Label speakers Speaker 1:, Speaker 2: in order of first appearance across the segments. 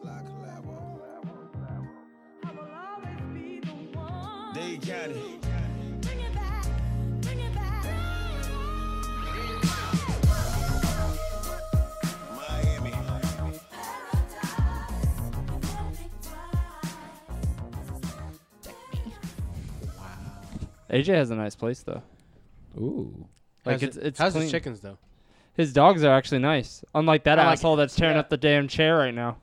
Speaker 1: Sly Collabo.
Speaker 2: I will always be the one.
Speaker 1: Dade County.
Speaker 2: Bring it back, bring it back.
Speaker 1: Miami.
Speaker 3: AJ has a nice place though.
Speaker 4: Ooh.
Speaker 3: Like
Speaker 5: how's
Speaker 3: it's
Speaker 5: it-
Speaker 3: it's
Speaker 5: how's
Speaker 3: clean.
Speaker 5: his chickens though?
Speaker 3: His dogs are actually nice. Unlike that
Speaker 5: I like
Speaker 3: asshole that's tearing up the damn chair right now.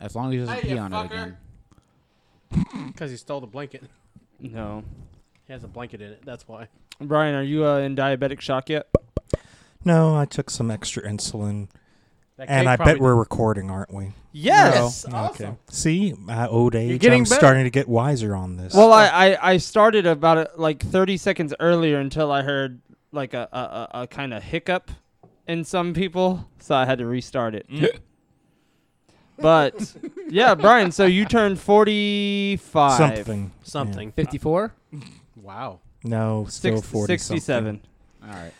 Speaker 4: As long as he doesn't
Speaker 5: Hey, you
Speaker 4: pee on it
Speaker 5: fucker.
Speaker 4: again.
Speaker 5: Because he stole the blanket.
Speaker 3: No.
Speaker 5: He has a blanket in it. That's why.
Speaker 3: Brian, are you uh, in diabetic shock yet?
Speaker 6: No, I took some extra insulin,
Speaker 5: That
Speaker 6: and
Speaker 5: cake
Speaker 6: I bet
Speaker 5: probably-
Speaker 6: we're recording, aren't we?
Speaker 3: Yes.
Speaker 5: Awesome.
Speaker 6: See, my old age,
Speaker 5: getting
Speaker 6: I'm
Speaker 5: better.
Speaker 6: starting to get wiser on this.
Speaker 3: Well, I, I, I started about uh, like 30 seconds earlier until I heard like a, a, a, a kind of hiccup in some people, so I had to restart it.
Speaker 6: Mm.
Speaker 3: but yeah, Brian, so you turned 45.
Speaker 6: something,
Speaker 5: Something.
Speaker 4: 54?
Speaker 5: Wow.
Speaker 6: No, still
Speaker 3: Six,
Speaker 6: 40 something.
Speaker 3: 67.
Speaker 4: All right.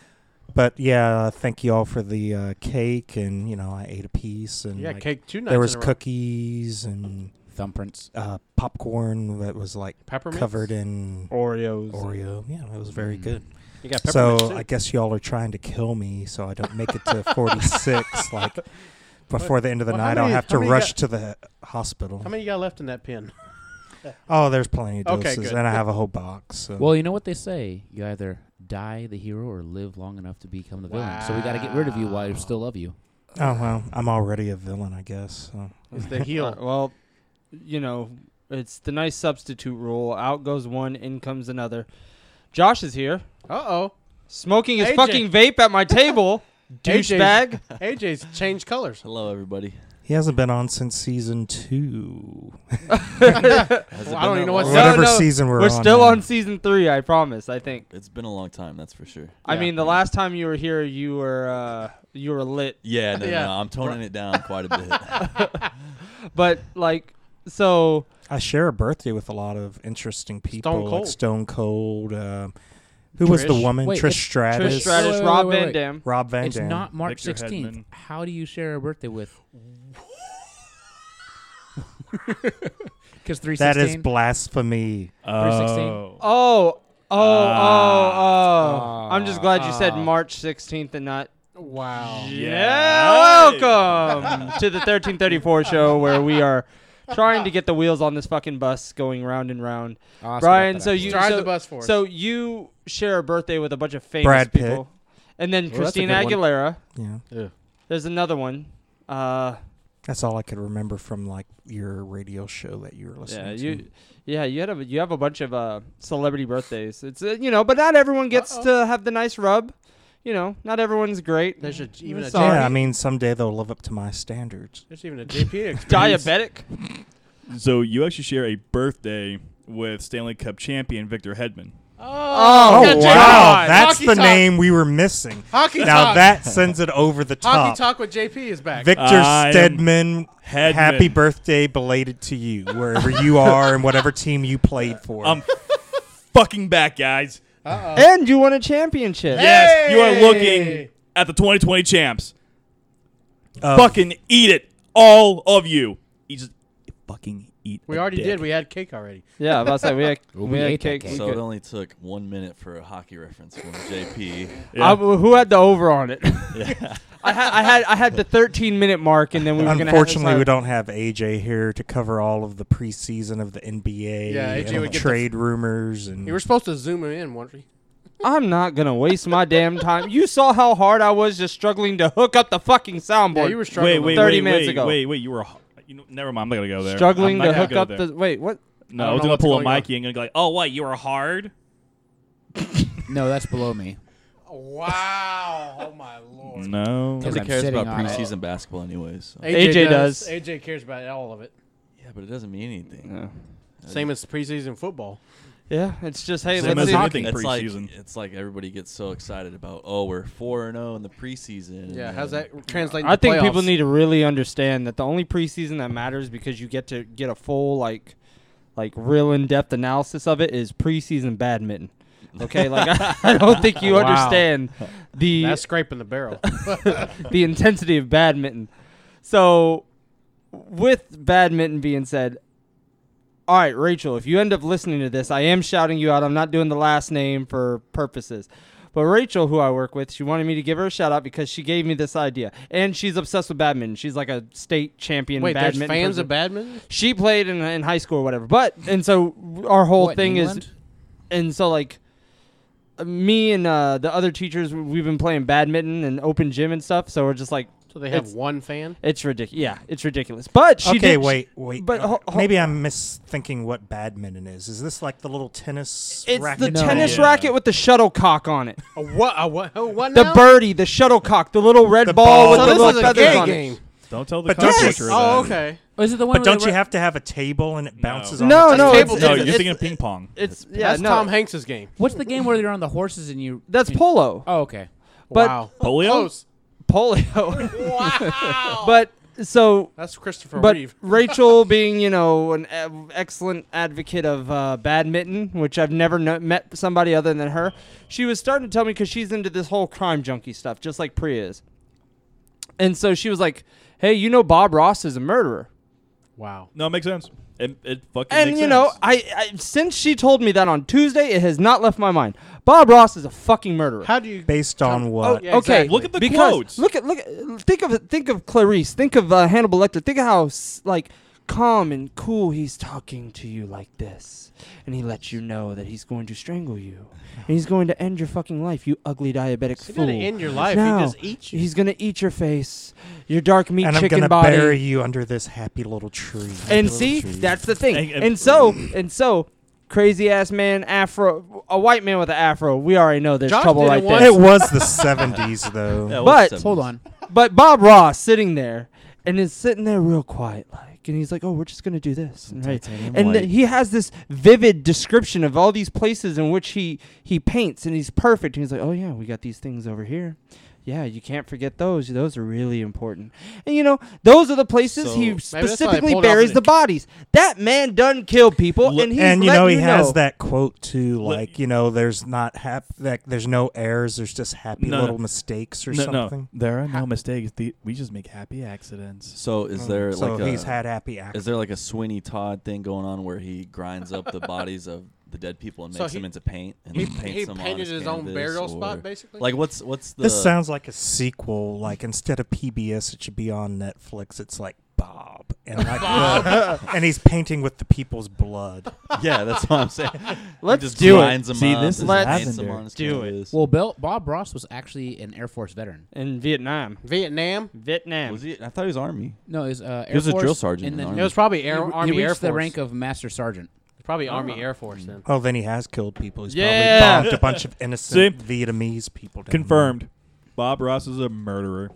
Speaker 6: But yeah, uh, thank you all for the uh, cake, and you know, I ate a piece, and
Speaker 5: You got
Speaker 6: Mm, like,
Speaker 5: cake two nights.
Speaker 6: there was
Speaker 5: in a row.
Speaker 6: cookies and
Speaker 4: Thumbprints.
Speaker 6: uh, popcorn that was like
Speaker 5: peppermint
Speaker 6: covered in
Speaker 3: Oreos.
Speaker 6: Oreo. Yeah, it was very
Speaker 4: Mm.
Speaker 6: good.
Speaker 5: You got
Speaker 6: So
Speaker 5: peppermint too.
Speaker 6: I guess y'all are trying to kill me, so I don't make it to 46. like before the end of the
Speaker 5: well, how
Speaker 6: night, I'll
Speaker 5: many-
Speaker 6: have
Speaker 5: how
Speaker 6: to
Speaker 5: many
Speaker 6: rush
Speaker 5: got-
Speaker 6: to the hospital.
Speaker 5: How many you got left in that pin?
Speaker 6: Oh, there's plenty of
Speaker 5: Okay,
Speaker 6: doses,
Speaker 5: good.
Speaker 6: and I have a whole box. So.
Speaker 4: Well, you know what they say. You either die the hero or live long enough to become the villain. So we got to get rid of you while we
Speaker 5: Wow.
Speaker 4: still love you.
Speaker 6: oh well, I'm already a villain, I guess. So.
Speaker 5: Is the
Speaker 3: Uh,
Speaker 5: heel?
Speaker 3: well, you know, it's the nice substitute rule. Out goes one, in comes another. Josh is here,
Speaker 5: Uh oh.
Speaker 3: smoking his
Speaker 5: AJ.
Speaker 3: fucking vape at my table. Douchebag.
Speaker 5: AJ's changed colors.
Speaker 7: Hello, everybody.
Speaker 6: He hasn't been on since season two,
Speaker 7: Has
Speaker 5: Well,
Speaker 7: it
Speaker 5: I
Speaker 7: been
Speaker 5: don't
Speaker 7: that
Speaker 5: even know what's
Speaker 6: or
Speaker 7: long?
Speaker 3: No,
Speaker 6: whatever
Speaker 3: no,
Speaker 6: season we're,
Speaker 3: We're
Speaker 6: on.
Speaker 3: still
Speaker 6: now.
Speaker 3: on season three, I promise. I think.
Speaker 7: It's been a long time, that's for sure.
Speaker 3: I
Speaker 5: Yeah.
Speaker 3: mean, the last time you were here, you were uh, you were lit.
Speaker 7: Yeah, no,
Speaker 5: Yeah.
Speaker 7: no, I'm toning it down quite a bit.
Speaker 3: But like, so
Speaker 6: I share a birthday with a lot of interesting people, like
Speaker 5: Cold.
Speaker 6: Stone Cold. Um, who was the
Speaker 5: Trish.
Speaker 6: woman?
Speaker 4: Wait,
Speaker 6: Trish
Speaker 4: it's-
Speaker 6: Stratus.
Speaker 3: Trish Stratus,
Speaker 4: wait, wait,
Speaker 3: Rob
Speaker 4: wait,
Speaker 3: Van
Speaker 4: wait.
Speaker 3: Dam.
Speaker 6: Rob Van
Speaker 4: it's
Speaker 6: Dam.
Speaker 4: not March
Speaker 8: Victor
Speaker 4: 16th.
Speaker 8: Hedman.
Speaker 4: How do you share a birthday with? Because 316.
Speaker 6: that is blasphemy.
Speaker 4: 316.
Speaker 3: Oh, oh, oh, oh!
Speaker 5: Ah.
Speaker 3: I'm just glad you said
Speaker 5: Ah.
Speaker 3: March 16th and not.
Speaker 5: Wow.
Speaker 3: Yeah, welcome to the 1334 show where we are trying to get the wheels on this fucking bus going round and round.
Speaker 4: Awesome.
Speaker 3: Brian, so you
Speaker 5: Drive
Speaker 3: so,
Speaker 5: the bus for us.
Speaker 3: so you share a birthday with a bunch of famous
Speaker 6: Brad Pitt.
Speaker 3: people, and then
Speaker 4: Well, that's a
Speaker 3: Christina
Speaker 4: good one.
Speaker 3: Aguilera.
Speaker 6: Yeah,
Speaker 3: There's another one. Uh,
Speaker 6: that's all I could remember from like your radio show that you were listening
Speaker 3: yeah,
Speaker 6: to.
Speaker 3: you, yeah, you had a, you have a bunch of uh, celebrity birthdays. It's uh, you know, but not everyone gets to have the nice rub. You know, not everyone's great.
Speaker 5: there's a, even a
Speaker 3: Sorry.
Speaker 6: Yeah,
Speaker 5: JP
Speaker 6: I mean someday they'll live up to my standards.
Speaker 5: There's even a JP experience.
Speaker 3: Diabetic.
Speaker 8: So you actually share a birthday with Stanley Cup champion Victor Hedman.
Speaker 5: Oh,
Speaker 3: good
Speaker 6: wow,
Speaker 3: job.
Speaker 6: that's
Speaker 5: Hockey
Speaker 6: the
Speaker 5: talk.
Speaker 6: name we were missing.
Speaker 5: Hockey
Speaker 6: now
Speaker 5: talk.
Speaker 6: that sends it over the
Speaker 5: Hockey
Speaker 6: top.
Speaker 5: talk with JP is back.
Speaker 6: Victor
Speaker 8: I am
Speaker 6: Stedman,
Speaker 8: Hedman.
Speaker 6: happy birthday belated to you, wherever you are and whatever team you played for.
Speaker 8: I'm fucking back, guys.
Speaker 3: And you won a championship.
Speaker 8: Yes, you are looking
Speaker 5: Hey.
Speaker 8: at the 2020 champs.
Speaker 6: Uh,
Speaker 8: Fucking eat it, all of you. You just fucking eat.
Speaker 5: we
Speaker 8: a
Speaker 5: already
Speaker 8: dick.
Speaker 5: did. We had cake already.
Speaker 3: Yeah, I was about to say we had we,
Speaker 4: we
Speaker 3: had
Speaker 4: ate that
Speaker 3: cake.
Speaker 4: cake.
Speaker 3: we
Speaker 7: so
Speaker 3: could-
Speaker 7: it only took one minute for a hockey reference from JP.
Speaker 8: Yeah.
Speaker 3: I- who had the over on it? I had I had I had the 13 minute mark, and then we were gonna. have this
Speaker 6: Unfortunately,
Speaker 3: on-
Speaker 6: we don't have AJ here to cover all of the preseason of the NBA
Speaker 5: Yeah, AJ
Speaker 6: and
Speaker 5: would get
Speaker 6: trade rumors and
Speaker 5: You were supposed to zoom him in, weren't we?
Speaker 3: I'm not gonna waste my damn time. You saw how hard I was just struggling to hook up the fucking soundboard.
Speaker 5: Yeah, you were struggling.
Speaker 8: Wait, wait,
Speaker 3: 30
Speaker 8: wait,
Speaker 3: minutes
Speaker 8: wait,
Speaker 3: ago.
Speaker 8: Wait, wait, you were. You know, never mind. I'm not gonna go there.
Speaker 3: struggling
Speaker 8: I'm
Speaker 3: to
Speaker 8: not gonna
Speaker 3: hook
Speaker 8: go
Speaker 3: up
Speaker 8: there.
Speaker 3: the wait. What?
Speaker 8: No,
Speaker 5: I
Speaker 8: I,
Speaker 5: don't
Speaker 8: was
Speaker 5: know
Speaker 8: gonna
Speaker 5: what's
Speaker 8: pull a
Speaker 5: going on.
Speaker 8: Mikey and gonna be like, "Oh, what? You were hard."
Speaker 4: no, that's below me.
Speaker 5: Wow. Oh my lord.
Speaker 8: No.
Speaker 4: Cause
Speaker 7: Nobody
Speaker 4: I'm
Speaker 7: cares
Speaker 4: sitting
Speaker 7: about
Speaker 4: on it.
Speaker 7: preseason basketball, anyways. So-
Speaker 3: AJ does.
Speaker 5: AJ cares about all of it.
Speaker 7: Yeah, but it doesn't mean anything.
Speaker 5: Same as preseason football.
Speaker 3: Yeah, it's just hey,
Speaker 8: Same
Speaker 3: let's
Speaker 8: as
Speaker 3: see.
Speaker 8: hockey.
Speaker 7: It's like,
Speaker 8: preseason.
Speaker 7: it's like everybody gets so excited about, oh, we're 4 and 0 in the preseason.
Speaker 5: Yeah.
Speaker 7: and
Speaker 5: How's
Speaker 7: then-
Speaker 5: that translate?
Speaker 3: I
Speaker 5: into
Speaker 3: think people
Speaker 5: playoffs?
Speaker 3: need to really understand that the only preseason that matters because you get to get a full like like real in-depth analysis of it is preseason badminton. Okay, like I, I don't think you
Speaker 5: Wow.
Speaker 3: understand the
Speaker 5: That's scraping the barrel.
Speaker 3: the intensity of badminton. So with badminton being said, all right, Rachel, if you end up listening to this, I am shouting you out. I'm not doing the last name for purposes. But Rachel, who I work with, she wanted me to give her a shout out because she gave me this idea. And she's obsessed with badminton. She's like a state champion
Speaker 5: Wait, there's
Speaker 3: badminton.
Speaker 5: fans
Speaker 3: person.
Speaker 5: of badminton.
Speaker 3: She played in, in high school or whatever. But, and so our whole
Speaker 4: What, in
Speaker 3: thing is
Speaker 4: England?
Speaker 3: and so like me and uh, the other teachers we've been playing badminton and open gym and stuff so we're just like
Speaker 5: So they have
Speaker 3: It's-
Speaker 5: one fan.
Speaker 3: it's ridiculous yeah it's ridiculous but she
Speaker 6: okay,
Speaker 3: did
Speaker 6: wait, wait.
Speaker 3: but
Speaker 6: But
Speaker 3: ho- ho-
Speaker 6: maybe I'm misthinking what badminton is. Is this like the little tennis?
Speaker 3: it's the
Speaker 6: racket
Speaker 4: No.
Speaker 3: tennis
Speaker 8: Yeah.
Speaker 3: racket with the shuttlecock on it
Speaker 5: A what? A what? A what
Speaker 3: the
Speaker 5: now?
Speaker 3: birdie the shuttlecock the little red
Speaker 6: The
Speaker 3: ball
Speaker 6: ball.
Speaker 3: with
Speaker 5: So
Speaker 3: the
Speaker 5: this
Speaker 3: little
Speaker 5: is a
Speaker 3: feathers
Speaker 5: gay
Speaker 3: on
Speaker 5: game.
Speaker 3: it
Speaker 8: Don't tell the
Speaker 6: But don't you-
Speaker 8: cockroach.
Speaker 5: Oh, okay.
Speaker 4: Oh, is it the one?
Speaker 6: But
Speaker 4: where
Speaker 6: don't
Speaker 4: they
Speaker 6: you
Speaker 4: were-
Speaker 6: have to have a table and it bounces?
Speaker 8: No.
Speaker 6: on
Speaker 3: no no
Speaker 6: the
Speaker 3: it's,
Speaker 6: table?
Speaker 5: table
Speaker 3: it's,
Speaker 8: No,
Speaker 5: tennis.
Speaker 8: you're
Speaker 3: it's-
Speaker 8: thinking of ping pong.
Speaker 3: it's- yeah
Speaker 5: That's
Speaker 3: no
Speaker 5: Tom Hanks's game.
Speaker 4: What's the game where you're on the horses and you?
Speaker 3: that's polo
Speaker 4: Oh, okay.
Speaker 3: But-
Speaker 5: wow.
Speaker 8: Polio?
Speaker 5: Close.
Speaker 3: polio
Speaker 5: Wow.
Speaker 3: but so
Speaker 5: that's Christopher
Speaker 3: but
Speaker 5: Reeve.
Speaker 3: Rachel, being you know an e- excellent advocate of uh, badminton, which I've never kno- met somebody other than her, she was starting to tell me because she's into this whole crime junkie stuff, just like Priya is. And so she was like, "Hey, you know Bob Ross is a murderer."
Speaker 5: Wow.
Speaker 8: No, it makes sense. It, it fucking
Speaker 3: And
Speaker 8: makes
Speaker 3: you know,
Speaker 8: sense.
Speaker 3: I, I since she told me that on Tuesday, it has not left my mind. Bob Ross is a fucking murderer.
Speaker 5: How do you?
Speaker 6: Based
Speaker 3: Oh,
Speaker 6: on what?
Speaker 5: yeah,
Speaker 3: okay,
Speaker 5: exactly.
Speaker 8: Look at the
Speaker 3: because
Speaker 8: quotes.
Speaker 3: Look at look. At, think of think of Clarice. Think of uh, Hannibal Lecter. Think of how s- like calm and cool he's talking to you like this, and he lets you know that he's going to strangle you, and he's going to end your fucking life, you ugly diabetic
Speaker 5: He's
Speaker 3: fool.
Speaker 5: gonna end your life.
Speaker 3: No.
Speaker 5: He just eats you.
Speaker 3: he's gonna eat your face, your dark meat
Speaker 6: And I'm
Speaker 3: chicken
Speaker 6: gonna
Speaker 3: body.
Speaker 6: bury you under this happy little tree.
Speaker 3: and see, that's the thing.
Speaker 8: And-
Speaker 3: And,
Speaker 8: and-
Speaker 3: so and so. Crazy ass man, afro, a white man with an afro. We already know there's
Speaker 5: Josh
Speaker 3: trouble
Speaker 5: did it
Speaker 3: right there.
Speaker 5: once.
Speaker 6: it was the 70s though.
Speaker 7: That was
Speaker 3: But-
Speaker 7: something.
Speaker 4: Hold on.
Speaker 3: But Bob Ross sitting there and is sitting there real quiet like and he's like, Oh, we're just gonna do this. And, right.
Speaker 7: titanium
Speaker 3: and
Speaker 7: white.
Speaker 3: he has this vivid description of all these places in which he he paints and he's perfect. And he's like, Oh yeah, we got these things over here. Yeah, you can't forget those. Those are really important. And you know, those are the places
Speaker 7: So- Maybe
Speaker 3: he
Speaker 7: that's
Speaker 5: why they
Speaker 3: specifically
Speaker 5: pulled off
Speaker 3: buries
Speaker 5: the-
Speaker 3: the bodies. That man done kill people
Speaker 8: Look-
Speaker 3: and he's
Speaker 6: and you
Speaker 3: letting
Speaker 6: know he has
Speaker 3: know.
Speaker 6: that quote too,
Speaker 8: Let-
Speaker 6: like you know, there's not hap- like there's no errors, there's just happy
Speaker 8: No, no.
Speaker 6: little mistakes or
Speaker 8: no,
Speaker 6: something.
Speaker 8: No. There are no mistakes. The, we just make happy accidents.
Speaker 7: So is there
Speaker 6: so
Speaker 7: like
Speaker 6: he's
Speaker 7: a
Speaker 6: had happy
Speaker 7: is
Speaker 6: accidents.
Speaker 7: there like a Sweeney Todd thing going on where he grinds up the bodies of the dead people and
Speaker 5: So
Speaker 7: makes
Speaker 5: he-
Speaker 7: them into paint and
Speaker 5: He,
Speaker 7: then paints
Speaker 5: he
Speaker 7: them on
Speaker 5: painted
Speaker 7: his,
Speaker 5: his, own
Speaker 7: canvas
Speaker 5: burial
Speaker 7: or-
Speaker 5: spot, basically.
Speaker 7: Like what's what's the
Speaker 6: This sounds like a sequel. Like instead of PBS, it should be on Netflix. It's like Bob, and like the- and he's painting with the people's blood.
Speaker 7: yeah that's what I'm saying. He
Speaker 3: Let's
Speaker 7: just
Speaker 3: do it.
Speaker 7: grinds 'em
Speaker 8: See,
Speaker 7: up
Speaker 8: this
Speaker 7: and
Speaker 3: is
Speaker 7: paints 'em
Speaker 8: lavender.
Speaker 7: on his
Speaker 3: Do it.
Speaker 7: canvas.
Speaker 4: Well, Bill, Bob Ross was actually an Air Force veteran.
Speaker 3: in Vietnam.
Speaker 5: Vietnam.
Speaker 3: Vietnam.
Speaker 7: Was he? I thought he was army.
Speaker 4: No, it was uh, Air
Speaker 7: was a
Speaker 4: Force
Speaker 7: drill sergeant in
Speaker 4: And
Speaker 7: the
Speaker 4: then
Speaker 7: Army.
Speaker 5: It was probably
Speaker 4: he,
Speaker 5: Air,
Speaker 4: he
Speaker 5: Army
Speaker 4: reached
Speaker 5: Air Force.
Speaker 4: the rank of Master Sergeant.
Speaker 5: probably Army Air Force then.
Speaker 6: Oh, then he has killed people. He's
Speaker 3: Yeah.
Speaker 6: probably bombed a bunch of innocent Vietnamese people. Down
Speaker 8: Confirmed. Bob Ross is a murderer.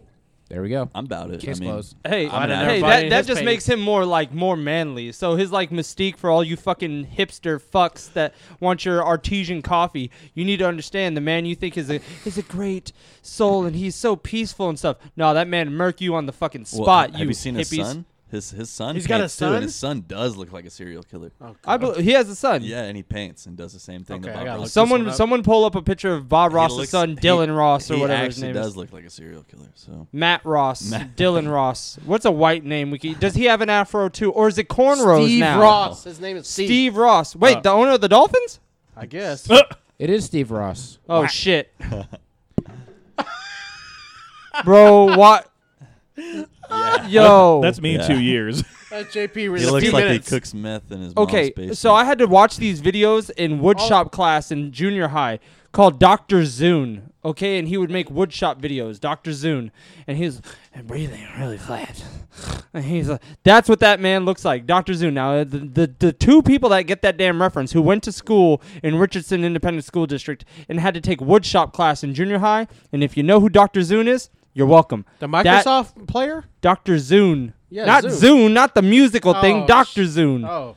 Speaker 4: There we go.
Speaker 7: I'm about it.
Speaker 4: Case
Speaker 7: I mean,
Speaker 4: closed.
Speaker 3: Hey,
Speaker 7: I'm an
Speaker 3: hey,
Speaker 5: everybody
Speaker 3: that,
Speaker 5: in
Speaker 3: that
Speaker 5: his
Speaker 3: just
Speaker 5: painting.
Speaker 3: makes him more like more manly. So his like mystique for all you fucking hipster fucks that want your artesian coffee, you need to understand the man you think is a is a great soul and he's so peaceful and stuff. No, that man murk you on the fucking
Speaker 7: Well,
Speaker 3: spot.
Speaker 7: Have
Speaker 3: you,
Speaker 7: you seen
Speaker 3: hippies.
Speaker 7: his son? His his son.
Speaker 5: He's got a
Speaker 7: paints too,
Speaker 5: son?
Speaker 7: and his son does look like a serial killer.
Speaker 5: Oh,
Speaker 3: I bel
Speaker 5: God.
Speaker 3: he has a son.
Speaker 7: Yeah, and he paints and does the same thing. that
Speaker 5: Okay, I
Speaker 7: Bob
Speaker 5: gotta
Speaker 7: Ross
Speaker 5: look one
Speaker 7: does.
Speaker 3: Someone,
Speaker 5: up.
Speaker 3: someone pull up a picture of Bob
Speaker 7: He
Speaker 3: Ross's
Speaker 7: looks-
Speaker 3: son,
Speaker 7: he-
Speaker 3: Dylan Ross, or
Speaker 7: he
Speaker 3: whatever his
Speaker 7: actually
Speaker 3: name
Speaker 7: does
Speaker 3: is.
Speaker 7: look like a serial killer. So
Speaker 3: Matt Ross,
Speaker 7: Matt-
Speaker 3: Dylan Ross. What's a white name? We could, does he have an afro too, or is it cornrows
Speaker 5: Steve
Speaker 3: now?
Speaker 5: Ross. His name is Steve.
Speaker 3: Steve Ross. Wait,
Speaker 5: Oh.
Speaker 3: the owner of the Dolphins?
Speaker 5: I guess.
Speaker 4: It is Steve Ross.
Speaker 3: Oh shit. Bro, what? Yo.
Speaker 8: That's me
Speaker 7: Yeah.
Speaker 8: in two years.
Speaker 5: That's JP.
Speaker 7: he
Speaker 5: was a
Speaker 7: looks
Speaker 5: few
Speaker 7: like
Speaker 5: minutes.
Speaker 7: he cooks meth in his
Speaker 3: okay,
Speaker 7: mom's basement.
Speaker 3: so I had to watch these videos in
Speaker 5: Oh.
Speaker 3: woodshop class in junior high called Dr. Zune. Okay, and he would make woodshop videos, Dr. Zune. And he's and breathing really flat. And he's like, that's what that man looks like, Dr. Zune. Now, uh, the, the, the two people that get that damn reference who went to school in Richardson Independent School District and had to take woodshop class in junior high, and if you know who Dr. Zune is, you're welcome.
Speaker 5: The
Speaker 3: That-
Speaker 5: Microsoft player?
Speaker 3: Dr. Zune.
Speaker 5: Yeah,
Speaker 3: not
Speaker 5: Zune.
Speaker 3: Zune, not the musical
Speaker 5: Oh,
Speaker 3: thing,
Speaker 5: sh-
Speaker 3: Dr. Zune.
Speaker 5: Oh.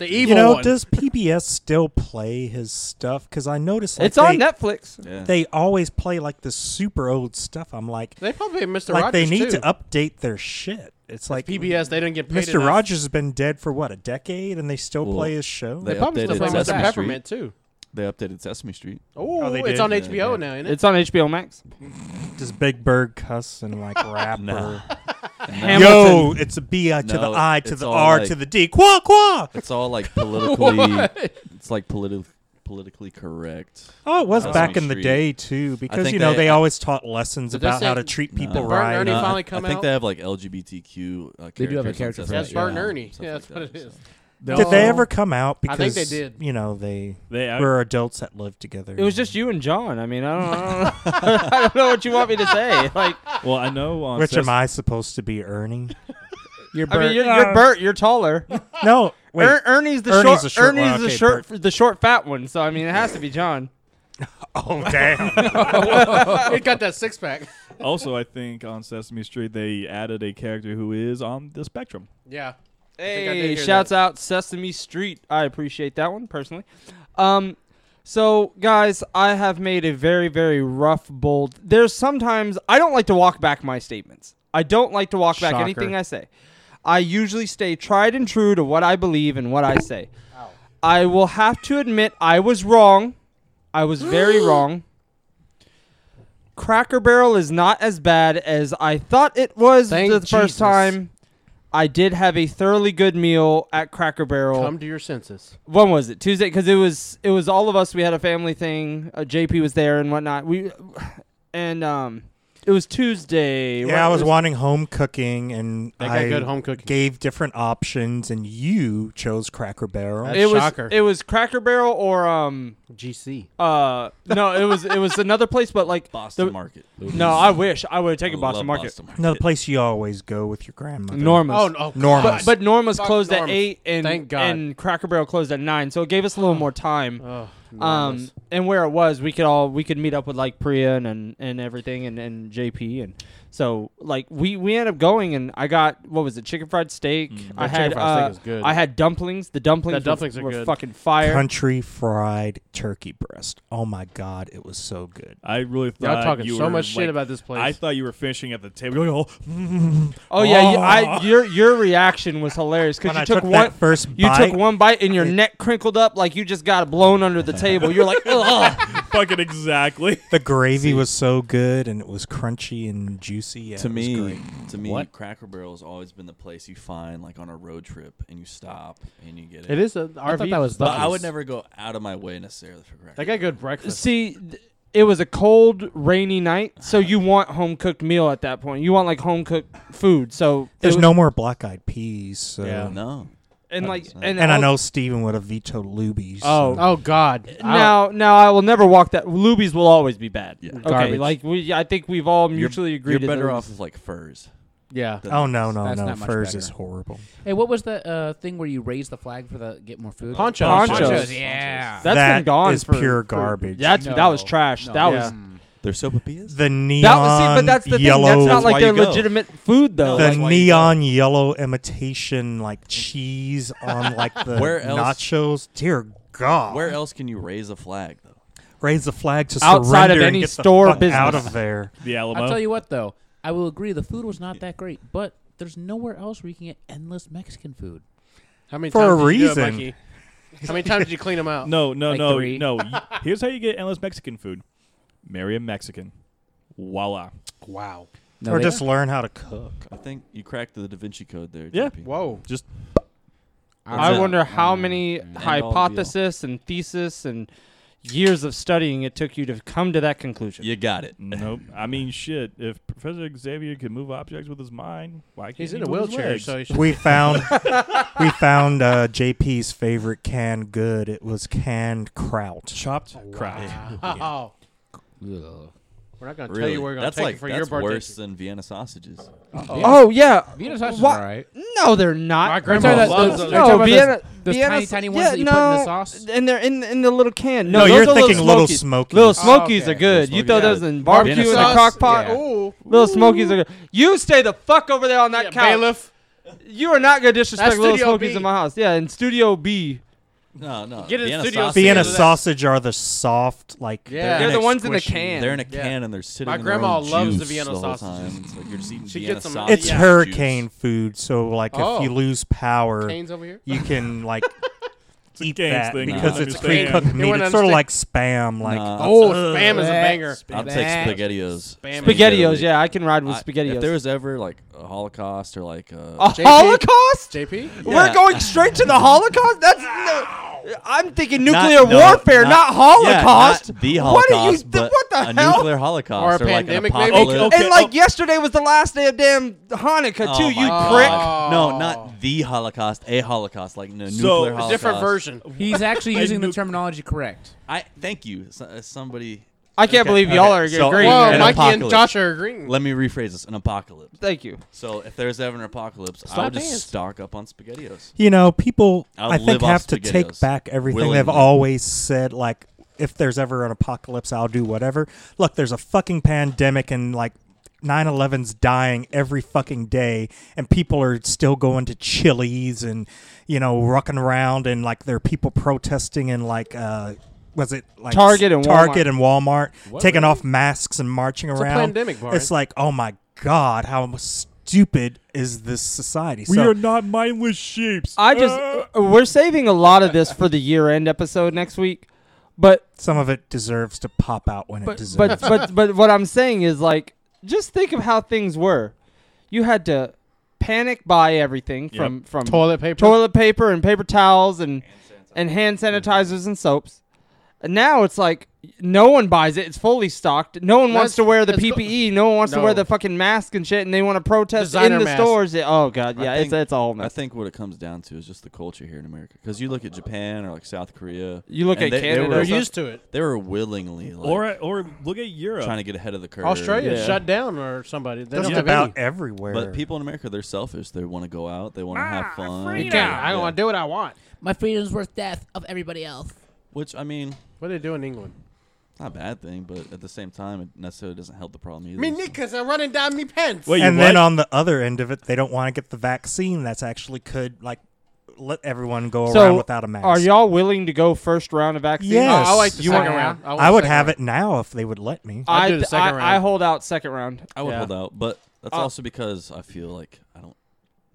Speaker 5: The
Speaker 6: You
Speaker 5: evil
Speaker 6: know,
Speaker 5: one.
Speaker 6: does PBS still play his stuff? Because I noticed like,
Speaker 3: it's on
Speaker 6: they,
Speaker 3: Netflix.
Speaker 7: Yeah.
Speaker 6: They always play like the super old stuff. I'm like,
Speaker 5: they probably had Mr.
Speaker 6: like
Speaker 5: Rogers
Speaker 6: they need
Speaker 5: too.
Speaker 6: to update their shit. It's like
Speaker 5: PBS. They didn't get paid
Speaker 6: Mr.
Speaker 5: enough.
Speaker 6: Rogers has been dead for what a decade, and they still
Speaker 7: Well,
Speaker 6: play his show.
Speaker 5: They
Speaker 7: They
Speaker 5: probably still
Speaker 7: updated
Speaker 5: play Mr.
Speaker 7: Sesame
Speaker 5: Peppermint too.
Speaker 7: they updated Sesame Street.
Speaker 5: Oh,
Speaker 6: they
Speaker 5: it's
Speaker 6: did?
Speaker 5: on
Speaker 7: Yeah,
Speaker 5: HBO
Speaker 7: yeah.
Speaker 5: now, isn't it?
Speaker 3: It's on HBO Max.
Speaker 6: Does Big Bird cuss and like rap?
Speaker 7: No.
Speaker 6: or- Yo,
Speaker 3: Hamilton.
Speaker 6: it's a B I to
Speaker 7: No,
Speaker 6: the I to
Speaker 7: it's
Speaker 6: the
Speaker 7: all
Speaker 6: R
Speaker 7: like-
Speaker 6: to the D. Qua qua.
Speaker 7: It's all like politically. it's like politi- politically correct.
Speaker 6: Oh, it was
Speaker 7: Sesame
Speaker 6: back in the
Speaker 7: Street.
Speaker 6: day too, because
Speaker 7: think
Speaker 6: you know
Speaker 7: they-
Speaker 6: they always taught lessons
Speaker 5: Did they
Speaker 6: about how
Speaker 5: say-
Speaker 6: to treat
Speaker 7: No.
Speaker 6: people
Speaker 7: Did
Speaker 5: Bart and
Speaker 6: right.
Speaker 5: Ernie
Speaker 7: Uh,
Speaker 5: finally
Speaker 7: I
Speaker 5: come
Speaker 7: think
Speaker 5: out?
Speaker 7: they have like LGBTQ. Uh,
Speaker 4: They do have a
Speaker 7: characters on
Speaker 4: character for
Speaker 7: Sesame Street.
Speaker 4: That's that, Bart and yeah.
Speaker 5: Ernie.
Speaker 7: Stuff
Speaker 5: Yeah,
Speaker 7: like
Speaker 5: that's what
Speaker 7: that,
Speaker 5: it
Speaker 7: so.
Speaker 5: is.
Speaker 6: Did they ever come out?
Speaker 5: I
Speaker 6: Because
Speaker 5: think they did.
Speaker 6: You know they
Speaker 8: They I,
Speaker 6: were adults that lived together.
Speaker 3: It was just you and John. I mean, I don't, I don't, I don't know what you want me to say. Like,
Speaker 8: well, I know on
Speaker 6: Which am
Speaker 8: Ses-
Speaker 6: I supposed to be, Ernie?
Speaker 4: You're
Speaker 3: I mean,
Speaker 4: Bert.
Speaker 3: you're,
Speaker 6: Uh,
Speaker 3: you're Bert. You're taller.
Speaker 6: No, wait.
Speaker 3: Er- Ernie's the
Speaker 6: Ernie's
Speaker 3: short.
Speaker 6: the short one.
Speaker 3: Ernie's the
Speaker 6: Okay,
Speaker 3: short. The short fat one. So I mean, it has to be John.
Speaker 6: oh damn!
Speaker 5: it got that six pack.
Speaker 8: also I think on Sesame Street they added a character who is on the spectrum.
Speaker 5: Yeah. think I did
Speaker 3: Hey,
Speaker 5: hear
Speaker 3: shouts
Speaker 5: that.
Speaker 3: out Sesame Street. I appreciate that one personally. Um, so guys, I have made a very, very rough, bold. There's sometimes I don't like to walk back my statements. I don't like to walk back
Speaker 6: Shocker.
Speaker 3: anything I say. I usually stay tried and true to what I believe and what I say. I will have to admit I was wrong. I was very wrong. Cracker Barrel is not as bad as I thought it was
Speaker 5: Thank
Speaker 3: the first
Speaker 5: Jesus.
Speaker 3: time. I did have a thoroughly good meal at Cracker Barrel.
Speaker 5: Come to your senses.
Speaker 3: when was it? Tuesday, because it was it was all of us. We had a family thing. Uh, JP was there and whatnot. We and um, it was Tuesday.
Speaker 6: yeah, I
Speaker 3: What
Speaker 6: was wanting home cooking, and
Speaker 5: They got
Speaker 6: I
Speaker 5: good home cooking.
Speaker 6: gave different options, and you chose Cracker Barrel.
Speaker 5: That's
Speaker 3: It was
Speaker 5: shocker.
Speaker 3: it was Cracker Barrel or um
Speaker 5: GC.
Speaker 3: uh no it was it was another place but like
Speaker 7: Boston
Speaker 3: the-
Speaker 7: Market.
Speaker 3: no I wish I would have
Speaker 7: I
Speaker 3: taken
Speaker 7: love
Speaker 3: Boston Market.
Speaker 6: no, the place you always go with your grandmother.
Speaker 3: Norma's.
Speaker 5: Oh, oh
Speaker 3: But,
Speaker 6: Norma's.
Speaker 3: but Norma's
Speaker 5: Fuck
Speaker 3: closed
Speaker 5: Norma's.
Speaker 3: at eight, and
Speaker 5: Thank God.
Speaker 3: and Cracker Barrel closed at nine, so it gave us a little more time.
Speaker 5: Oh,
Speaker 3: Um,
Speaker 5: Norma's.
Speaker 3: and where it was, we could all we could meet up with like Priya and and, and everything, and, and JP, and so like we we ended up going, and I got what was it, chicken fried steak. I
Speaker 5: Mm, That chicken
Speaker 3: had
Speaker 5: fried steak
Speaker 3: uh,
Speaker 5: is good.
Speaker 3: I had dumplings. The dumplings,
Speaker 5: The dumplings
Speaker 3: were,
Speaker 5: are
Speaker 3: were
Speaker 5: good.
Speaker 3: fucking fire.
Speaker 6: Country fried turkey breast. Oh my god, it was so good.
Speaker 8: I really thought
Speaker 5: Y'all talking
Speaker 8: you
Speaker 5: so
Speaker 8: were,
Speaker 5: much shit
Speaker 8: like-
Speaker 5: about this place.
Speaker 8: I thought you were finishing at the table. You're like, oh,
Speaker 3: oh yeah, you-
Speaker 6: Oh.
Speaker 3: I your your reaction was hilarious
Speaker 6: When
Speaker 3: because you
Speaker 6: I
Speaker 3: took,
Speaker 6: took,
Speaker 3: one.
Speaker 6: that first
Speaker 3: You
Speaker 6: bite,
Speaker 3: took one bite and your neck crinkled up like you just got blown under the table. You're like, ugh.
Speaker 8: fucking exactly.
Speaker 6: the gravy was so good, and it was crunchy and juicy. Yeah,
Speaker 7: to
Speaker 6: it was
Speaker 7: me,
Speaker 6: great.
Speaker 7: to me,
Speaker 4: What?
Speaker 7: Cracker Barrel has always been the place you find like on a road trip, and you stop and you get it.
Speaker 5: it is a
Speaker 4: I
Speaker 5: RV.
Speaker 4: thought that was.
Speaker 7: But
Speaker 4: Buc-ee's.
Speaker 7: I would never go out of my way necessarily for Cracker.
Speaker 5: They got good
Speaker 3: Uh,
Speaker 5: breakfast.
Speaker 3: See, th- it was a cold, rainy night, so you want home cooked meal at that point. You want like home cooked food. So it
Speaker 6: there's
Speaker 3: was-
Speaker 6: no more black eyed peas. So.
Speaker 5: Yeah.
Speaker 7: Barrel. No,
Speaker 3: and like and,
Speaker 6: And, I
Speaker 3: I'll-
Speaker 6: know Steven would have vetoed Luby's.
Speaker 3: Oh.
Speaker 6: so-
Speaker 5: Oh God!
Speaker 3: Now, now I will never walk that. Luby's will always be bad.
Speaker 7: Yeah.
Speaker 3: Okay,
Speaker 5: Garbage.
Speaker 3: like we, I think we've all mutually
Speaker 7: you're,
Speaker 3: agreed.
Speaker 7: you're
Speaker 3: that
Speaker 7: better
Speaker 3: those-
Speaker 7: off with like furs.
Speaker 5: yeah,
Speaker 6: oh no no
Speaker 4: That's
Speaker 6: no!
Speaker 4: not much
Speaker 6: Furs
Speaker 4: better.
Speaker 6: is horrible.
Speaker 4: Hey, what was that uh, thing where you raised the flag for the get more food?
Speaker 5: Ponchos.
Speaker 3: Ponchos.
Speaker 4: Yeah.
Speaker 3: That's
Speaker 6: That
Speaker 3: been gone.
Speaker 6: is
Speaker 3: for-
Speaker 6: pure
Speaker 3: for-
Speaker 6: garbage.
Speaker 3: That's that was
Speaker 4: No.
Speaker 3: trash.
Speaker 4: No.
Speaker 3: That was
Speaker 5: Yeah.
Speaker 7: They're sopapillas.
Speaker 6: the neon
Speaker 3: that was. See, but that's the
Speaker 6: yellow.
Speaker 3: thing. That's not
Speaker 7: That's
Speaker 3: like
Speaker 7: why
Speaker 3: their
Speaker 7: you go.
Speaker 3: legitimate food though.
Speaker 6: the
Speaker 7: That's why you go.
Speaker 6: neon yellow imitation like cheese on like the
Speaker 7: Where else-
Speaker 6: nachos. Dear God!
Speaker 7: Where else can you raise a flag though?
Speaker 6: raise the flag to
Speaker 3: Outside of
Speaker 6: surrender and
Speaker 3: any
Speaker 6: get the
Speaker 3: store
Speaker 6: fuck out
Speaker 3: business.
Speaker 6: of there.
Speaker 8: The Alamo.
Speaker 4: I'll tell you what, though, I will agree the food was not that great, but there's nowhere else where you can get endless Mexican food.
Speaker 5: How many
Speaker 6: For
Speaker 5: times
Speaker 6: a
Speaker 5: did you do it,
Speaker 6: reason.
Speaker 5: Mikey? How many times did you clean them out?
Speaker 8: No, no,
Speaker 4: Like
Speaker 8: no,
Speaker 4: three.
Speaker 8: no. Y- Here's how you get endless Mexican food: marry a Mexican. Voila.
Speaker 5: Wow.
Speaker 4: No,
Speaker 6: or
Speaker 4: they-
Speaker 6: just learn how to cook.
Speaker 7: I think you cracked the Da Vinci Code there.
Speaker 8: Yeah.
Speaker 7: JP.
Speaker 5: Whoa.
Speaker 8: Just
Speaker 3: I
Speaker 7: That's it. Mm-hmm.
Speaker 3: wonder how
Speaker 4: Mm,
Speaker 3: many
Speaker 4: Mm-hmm.
Speaker 7: all be all.
Speaker 3: hypothesis and thesis and years of studying it took you to come to that conclusion.
Speaker 7: You got it.
Speaker 8: nope. I mean, shit. If Professor Xavier could move objects with his mind, why can't
Speaker 5: He's
Speaker 8: he
Speaker 5: in a
Speaker 8: move his
Speaker 5: wheelchair,
Speaker 8: legs?
Speaker 5: so he should.
Speaker 6: We found we found uh, JP's favorite canned good. It was canned kraut.
Speaker 8: chopped crap.
Speaker 5: Oh,
Speaker 4: Ugh.
Speaker 5: we're not gonna tell
Speaker 7: Really?
Speaker 5: you where we're gonna
Speaker 7: that's
Speaker 5: take
Speaker 7: like
Speaker 5: it for
Speaker 7: that's
Speaker 5: your birthday.
Speaker 7: worse than Vienna sausages.
Speaker 3: Oh yeah,
Speaker 4: Vienna sausages
Speaker 3: Wha-
Speaker 4: are alright.
Speaker 3: no, they're not.
Speaker 5: My
Speaker 4: You're
Speaker 5: grandma
Speaker 4: talking about
Speaker 5: loves
Speaker 4: those-
Speaker 5: those.
Speaker 4: you're talking
Speaker 3: no,
Speaker 4: about
Speaker 3: Vienna,
Speaker 4: those
Speaker 3: Vienna,
Speaker 4: tiny, tiny ones
Speaker 3: yeah,
Speaker 4: that you
Speaker 3: no,
Speaker 4: put in the sauce?
Speaker 3: and they're in in the little can. No,
Speaker 6: No,
Speaker 3: those
Speaker 6: you're
Speaker 3: are
Speaker 6: thinking
Speaker 3: little
Speaker 6: little
Speaker 3: smokies.
Speaker 6: smokies.
Speaker 3: Little smokies
Speaker 5: okay.
Speaker 3: are good.
Speaker 7: Little
Speaker 3: you throw
Speaker 7: smokies.
Speaker 3: those in barbecue in
Speaker 7: Vienna
Speaker 3: the
Speaker 7: sauce,
Speaker 3: crock pot.
Speaker 4: yeah.
Speaker 5: Ooh.
Speaker 3: Little smokies are good. You stay the fuck over there on that
Speaker 5: Yeah,
Speaker 3: couch.
Speaker 5: bailiff.
Speaker 3: You are not gonna disrespect
Speaker 5: That's
Speaker 3: little
Speaker 5: Studio
Speaker 3: smokies
Speaker 5: B.
Speaker 3: in my house. Yeah, in Studio B,
Speaker 7: No, no.
Speaker 5: Get in
Speaker 7: Vienna
Speaker 5: studio
Speaker 7: sausages.
Speaker 6: Vienna
Speaker 5: Yeah.
Speaker 6: sausage are the soft, like
Speaker 5: Yeah.
Speaker 6: they're
Speaker 3: they're the
Speaker 6: like
Speaker 3: ones in the
Speaker 6: squishy.
Speaker 3: can.
Speaker 7: They're in a
Speaker 5: Yeah.
Speaker 7: can and they're sitting.
Speaker 5: My
Speaker 7: in their own
Speaker 5: grandma loves the
Speaker 7: juice
Speaker 5: Vienna
Speaker 7: whole
Speaker 5: sausages.
Speaker 7: time. It's like you're just eating
Speaker 5: She
Speaker 7: Vienna
Speaker 5: gets them-
Speaker 7: sausage.
Speaker 6: It's
Speaker 5: Yeah.
Speaker 6: hurricane food, so like
Speaker 5: Oh.
Speaker 6: if you lose power,
Speaker 5: Canes over here.
Speaker 6: you can like
Speaker 8: a
Speaker 6: eat
Speaker 8: games
Speaker 6: that
Speaker 8: thing,
Speaker 6: because
Speaker 8: I
Speaker 6: it's pre-cooked
Speaker 5: understand.
Speaker 6: meat.
Speaker 5: You
Speaker 6: It's
Speaker 5: wouldn't
Speaker 6: sort of like
Speaker 5: understand.
Speaker 6: spam. Like
Speaker 7: Nah.
Speaker 5: Oh, spam is a banger.
Speaker 7: I'll take spaghettios.
Speaker 5: Spam.
Speaker 3: Spaghettios, yeah, I can ride with
Speaker 7: I-
Speaker 3: spaghettios.
Speaker 7: Uh,
Speaker 3: Oh,
Speaker 7: If there was ever like a Holocaust or like a,
Speaker 3: a
Speaker 5: JP?
Speaker 3: Holocaust?
Speaker 5: JP?
Speaker 3: We're
Speaker 7: Yeah.
Speaker 3: going straight to the Holocaust? That's no. I'm thinking nuclear
Speaker 7: Not- no,
Speaker 3: warfare, not,
Speaker 7: yeah,
Speaker 3: Holocaust.
Speaker 7: not the
Speaker 3: What
Speaker 7: Holocaust,
Speaker 3: are you? th-
Speaker 7: but
Speaker 3: what the
Speaker 7: a
Speaker 3: hell?
Speaker 7: nuclear Holocaust
Speaker 5: Or
Speaker 7: or,
Speaker 5: a
Speaker 7: like an
Speaker 5: pandemic, maybe?
Speaker 7: apocalypse.
Speaker 8: Okay,
Speaker 3: and like
Speaker 8: oh.
Speaker 3: yesterday was the last day of damn Hanukkah too.
Speaker 7: Oh
Speaker 3: you
Speaker 7: my
Speaker 3: prick.
Speaker 7: God. No,
Speaker 5: Oh.
Speaker 7: not the Holocaust, a Holocaust, like n-
Speaker 8: So-
Speaker 7: nuclear Holocaust.
Speaker 5: Different version.
Speaker 4: He's actually
Speaker 8: I
Speaker 4: using the
Speaker 8: knew-
Speaker 4: terminology correct.
Speaker 7: I thank you. S- uh, somebody,
Speaker 3: I can't
Speaker 7: Okay,
Speaker 3: believe y'all
Speaker 7: okay.
Speaker 3: are
Speaker 7: So-
Speaker 3: agreeing.
Speaker 5: Whoa,
Speaker 7: An
Speaker 5: Mikey and
Speaker 7: apocalypse.
Speaker 5: Josh are agreeing.
Speaker 7: let me rephrase this: an apocalypse.
Speaker 3: Thank you.
Speaker 7: So if there's ever an apocalypse, I
Speaker 5: Stop
Speaker 7: would just
Speaker 5: dance.
Speaker 7: stock up on Spaghettios.
Speaker 6: You know, people
Speaker 7: I'll
Speaker 6: i think
Speaker 7: live off
Speaker 6: have to take
Speaker 7: SpaghettiOs
Speaker 6: back everything they've
Speaker 7: willingly.
Speaker 6: always said. Like, if there's ever an apocalypse, I'll do whatever. Look, there's a fucking pandemic and like 9/11's dying every fucking day, and people are still going to Chili's and you know rucking around, and like there are people protesting in like. uh was it like
Speaker 3: Target and Walmart.
Speaker 6: Target and Walmart
Speaker 4: What,
Speaker 6: taking
Speaker 4: really?
Speaker 6: off masks and marching
Speaker 5: a
Speaker 6: around?
Speaker 5: pandemic, Barney.
Speaker 6: it's like, oh my god, how stupid is this society?
Speaker 8: We
Speaker 6: so,
Speaker 8: are not mindless sheep.
Speaker 3: I just
Speaker 7: Uh.
Speaker 3: we're saving a lot of this for the year end episode next week, but
Speaker 6: some of it deserves to pop out when it
Speaker 3: but but,
Speaker 6: deserves.
Speaker 3: but but what I'm saying is like just think of how things were. You had to panic buy everything
Speaker 8: Yep.
Speaker 3: from from
Speaker 5: Toilet paper.
Speaker 3: toilet paper and paper towels and and hand sanitizers and soaps. And now it's like no one buys it. It's fully stocked. No one wants
Speaker 5: That's-
Speaker 3: to wear the
Speaker 5: that's go-
Speaker 3: PPE. No one wants to wear
Speaker 5: No.
Speaker 3: the fucking mask and shit. And they want to protest
Speaker 5: Designer
Speaker 3: in the
Speaker 5: mask.
Speaker 3: stores. Yeah, Oh god,
Speaker 7: I
Speaker 3: yeah, it's
Speaker 7: think-
Speaker 3: it's a whole
Speaker 7: I
Speaker 3: mess.
Speaker 7: think what it comes down to is just the culture here in America. Because you look at Japan or like South Korea,
Speaker 3: You look
Speaker 7: and
Speaker 3: at
Speaker 7: they- they
Speaker 3: Canada.
Speaker 7: were-
Speaker 5: They're
Speaker 3: or
Speaker 5: used to it.
Speaker 7: they were willingly like,
Speaker 8: or or look at Europe.
Speaker 7: trying to get ahead of the curve.
Speaker 5: Australia
Speaker 3: Yeah.
Speaker 5: shut down or somebody. They
Speaker 6: just
Speaker 5: don't have
Speaker 6: about
Speaker 5: any.
Speaker 6: everywhere.
Speaker 7: But people in America, they're selfish. They want to go out. They want to have fun.
Speaker 5: You can't. Ah, I want to do what I want.
Speaker 4: My freedom's worth death of everybody else.
Speaker 7: Which I mean,
Speaker 5: What do they do in England?
Speaker 7: not a bad thing, but at the same time, it necessarily doesn't help the problem either.
Speaker 5: Me
Speaker 7: So-
Speaker 5: knickers are running down me pants.
Speaker 8: Wait,
Speaker 6: and
Speaker 8: you
Speaker 6: then
Speaker 8: what?
Speaker 6: on the other end of it, they don't want to get the vaccine. That's actually could like let everyone go
Speaker 3: So,
Speaker 6: around without a mask.
Speaker 3: Are y'all willing to go first round of vaccine?
Speaker 5: I-
Speaker 6: Yes.
Speaker 5: I like the
Speaker 6: You
Speaker 5: second
Speaker 6: want-
Speaker 5: round. want
Speaker 6: I
Speaker 5: the
Speaker 6: would
Speaker 5: second
Speaker 6: have
Speaker 5: round.
Speaker 6: it now if they would let me.
Speaker 5: I'd
Speaker 3: I,
Speaker 5: do the second
Speaker 3: I, I
Speaker 5: round.
Speaker 3: hold out second round.
Speaker 7: I would hold out, but that's
Speaker 3: Uh,
Speaker 7: also because I feel like I don't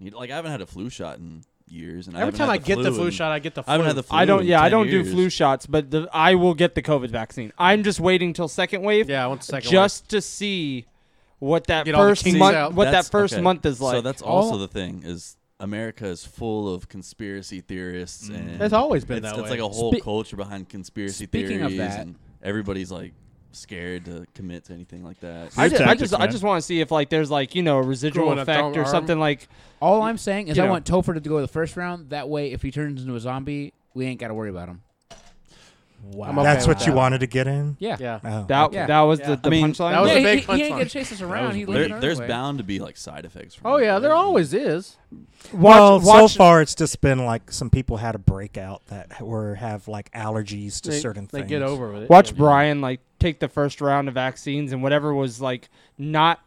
Speaker 7: need. Like I haven't had a flu shot in years, and I
Speaker 5: Every
Speaker 7: haven't
Speaker 5: time I
Speaker 7: had
Speaker 5: get the flu
Speaker 7: and
Speaker 5: shot, I get the flu.
Speaker 7: I haven't had the flu.
Speaker 3: I don't.
Speaker 7: in
Speaker 3: Yeah, I
Speaker 7: 10
Speaker 3: don't do
Speaker 7: years.
Speaker 3: flu shots, but the, I will get the COVID vaccine. I'm just waiting till second wave,
Speaker 5: Yeah, I want the second
Speaker 3: just to see what that
Speaker 5: Get all the
Speaker 3: first
Speaker 5: kinks
Speaker 3: month,
Speaker 5: out.
Speaker 3: what that
Speaker 7: That's-
Speaker 3: first
Speaker 7: okay,
Speaker 3: month is like. Oh.
Speaker 7: So that's
Speaker 5: All-
Speaker 7: also the thing is America is full of conspiracy theorists, and
Speaker 5: It's always been
Speaker 7: it's,
Speaker 5: that
Speaker 7: it's
Speaker 5: way.
Speaker 7: like a whole
Speaker 4: Spe-
Speaker 7: culture behind conspiracy
Speaker 4: Speaking of
Speaker 7: theories,
Speaker 4: that-
Speaker 7: and everybody's like scared to commit to anything like that.
Speaker 3: I,
Speaker 8: Your
Speaker 3: ju- I
Speaker 8: tactics,
Speaker 3: just, I
Speaker 8: man.
Speaker 3: just want to see if like there's like you know a residual
Speaker 5: Growing a
Speaker 3: effect
Speaker 5: thumb
Speaker 3: or
Speaker 5: arm.
Speaker 3: something like.
Speaker 4: All I'm saying is
Speaker 3: You
Speaker 4: I
Speaker 3: know.
Speaker 4: want Topher to go the first round. That way, if he turns into a zombie, we ain't got to worry about him.
Speaker 5: Wow. I'm okay
Speaker 6: That's
Speaker 5: with
Speaker 6: what you
Speaker 5: that.
Speaker 6: wanted to get in.
Speaker 4: Yeah.
Speaker 5: Yeah.
Speaker 6: Oh.
Speaker 3: That
Speaker 4: Yeah.
Speaker 3: that was
Speaker 5: Yeah.
Speaker 3: the,
Speaker 5: I
Speaker 3: the
Speaker 7: mean,
Speaker 3: punchline.
Speaker 5: that was
Speaker 4: yeah,
Speaker 5: a
Speaker 4: he, he-
Speaker 5: big
Speaker 4: he ain't
Speaker 5: punchline.
Speaker 4: gonna chase us around. He
Speaker 7: There-
Speaker 4: lives
Speaker 7: there's bound to be like side effects. From
Speaker 5: Oh
Speaker 7: it,
Speaker 5: yeah, there
Speaker 7: right?
Speaker 5: always is.
Speaker 6: Well,
Speaker 3: watch-
Speaker 6: so far it's just been like some people had a breakout that were have like allergies to
Speaker 5: They,
Speaker 6: certain
Speaker 5: they
Speaker 6: things.
Speaker 5: get over with it.
Speaker 3: Watch
Speaker 5: Yeah.
Speaker 3: Brian like take the first round of vaccines and whatever was like not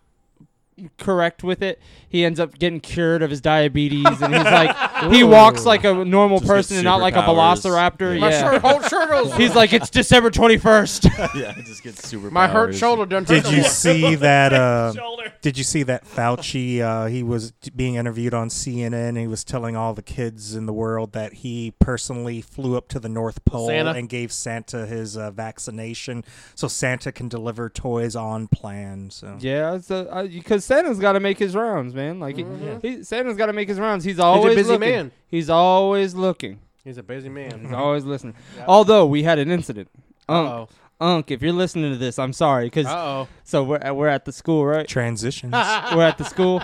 Speaker 3: correct with it, he ends up getting cured of his diabetes and he's like he walks like a normal
Speaker 7: Just get
Speaker 3: person and not like a
Speaker 7: superpowers.
Speaker 3: velociraptor.
Speaker 5: My
Speaker 3: Yeah.
Speaker 5: shirt, whole shirt goes-
Speaker 3: He's like it's December 21st.
Speaker 7: yeah, it just gets super.
Speaker 5: my hurt shoulder done. hurt
Speaker 6: Did
Speaker 5: no
Speaker 6: you
Speaker 5: more.
Speaker 6: see that? Uh, did you see that Fauci? Uh, he was t- being interviewed on CNN. And he was telling all the kids in the world that he personally flew up to the North Pole
Speaker 5: Santa?
Speaker 6: and gave Santa his uh, vaccination, so Santa can deliver toys on plan. So
Speaker 3: yeah, so because Santa's got to make his rounds, man. Like he- he, Santa's got to make his rounds. He's always
Speaker 5: Mm-hmm. busy
Speaker 3: looking.
Speaker 5: man. Mm-hmm.
Speaker 3: He's always looking.
Speaker 5: He's a busy
Speaker 3: He's
Speaker 5: man.
Speaker 3: always listening. Although we had an incident. Unc,
Speaker 5: Oh,
Speaker 3: Unc, if you're listening to this, I'm sorry because
Speaker 5: oh,
Speaker 3: so we're at, we're at the school, right?
Speaker 6: transitions.
Speaker 3: we're at the school,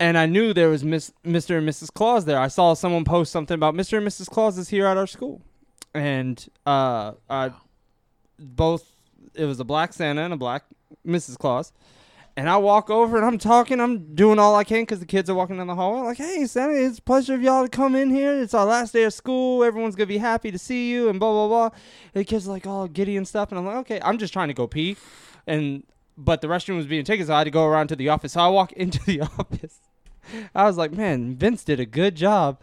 Speaker 3: and I knew there was Miss, Mr. and Mrs. Claus there. I saw someone post something about Mr. and Mrs. Claus is here at our school, and uh, I, both it was a black Santa and a black Mrs. Claus. And I walk over and I'm talking, I'm doing all I can because the kids are walking down the hallway. like, hey, Santa, it's a pleasure of y'all to come in here. It's our last day of school. Everyone's going to be happy to see you and blah, blah, blah. And the kids are like all giddy and stuff. And I'm like, okay, I'm just trying to go pee. And, but the restroom was being taken, so I had to go around to the office. So I walk into the office. I was like, man, Vince did a good job.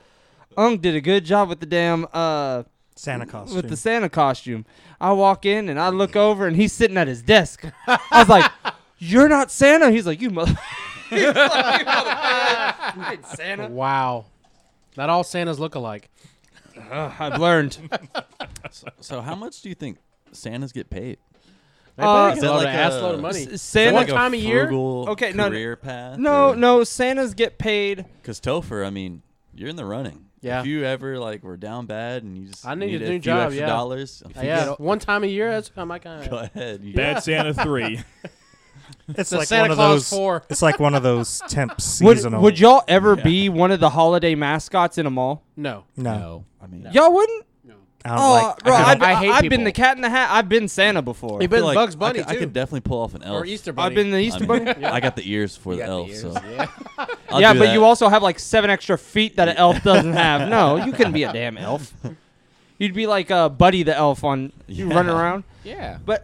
Speaker 3: Ung did a good job with the damn, uh,
Speaker 6: Santa costume.
Speaker 3: with the Santa costume. I walk in and I look over and he's sitting at his desk. I was like, "You're not Santa." He's like, "You mother." He's like, "You mother- you ain't Santa.
Speaker 5: wow. Not all Santas look alike.
Speaker 3: Ugh, I've learned.
Speaker 7: So how much do you think Santas get paid?
Speaker 5: They better
Speaker 3: Uh,
Speaker 5: get
Speaker 7: Is that
Speaker 5: a lot
Speaker 7: like
Speaker 5: of ass
Speaker 7: a-
Speaker 5: load of money.
Speaker 3: S-
Speaker 7: Is that
Speaker 3: Santa.
Speaker 5: One time a year?
Speaker 7: frugal
Speaker 3: Okay, no, no.
Speaker 7: career path.
Speaker 3: no, no. Santas get paid.
Speaker 7: Because Topher, I mean, you're in the running.
Speaker 5: Yeah.
Speaker 7: If you ever like were down bad and you just
Speaker 5: I need a
Speaker 7: needed
Speaker 5: new
Speaker 7: few
Speaker 5: job,
Speaker 7: extra
Speaker 5: yeah.
Speaker 7: dollars, if
Speaker 5: Uh,
Speaker 7: you
Speaker 5: yeah, one time a year. That's how my kind
Speaker 7: just- go
Speaker 5: of.
Speaker 7: ahead. You
Speaker 8: Bad Santa three.
Speaker 6: It's
Speaker 5: The
Speaker 6: like
Speaker 5: Santa
Speaker 6: one of
Speaker 5: Claus
Speaker 6: those.
Speaker 5: four.
Speaker 6: It's like one of those temp
Speaker 3: Would,
Speaker 6: seasonal.
Speaker 3: would y'all ever
Speaker 7: Yeah.
Speaker 3: be one of the holiday mascots in a mall?
Speaker 5: No.
Speaker 6: No,
Speaker 7: I mean,
Speaker 3: Y'all wouldn't.
Speaker 6: I don't
Speaker 3: Oh,
Speaker 6: like.
Speaker 3: bro,
Speaker 5: I
Speaker 3: I've,
Speaker 5: don't- I hate
Speaker 3: I've been
Speaker 5: people.
Speaker 3: the Cat in the Hat. I've been Santa before.
Speaker 5: He
Speaker 7: I feel
Speaker 5: been
Speaker 7: like
Speaker 5: Bugs
Speaker 7: I
Speaker 5: Bunny
Speaker 7: could, I
Speaker 5: too,
Speaker 7: could definitely pull off an elf.
Speaker 5: or Easter Bunny.
Speaker 3: I've been the
Speaker 7: I
Speaker 3: Easter
Speaker 7: mean,
Speaker 3: Bunny.
Speaker 7: I got the ears for the elf. so
Speaker 5: Yeah.
Speaker 7: I'll
Speaker 3: yeah,
Speaker 7: do
Speaker 3: but
Speaker 7: that.
Speaker 3: you also have like seven extra feet that an elf doesn't have. No, you couldn't be a damn elf. You'd be like uh, Buddy the elf on you
Speaker 7: Yeah.
Speaker 3: running around.
Speaker 5: yeah.
Speaker 3: But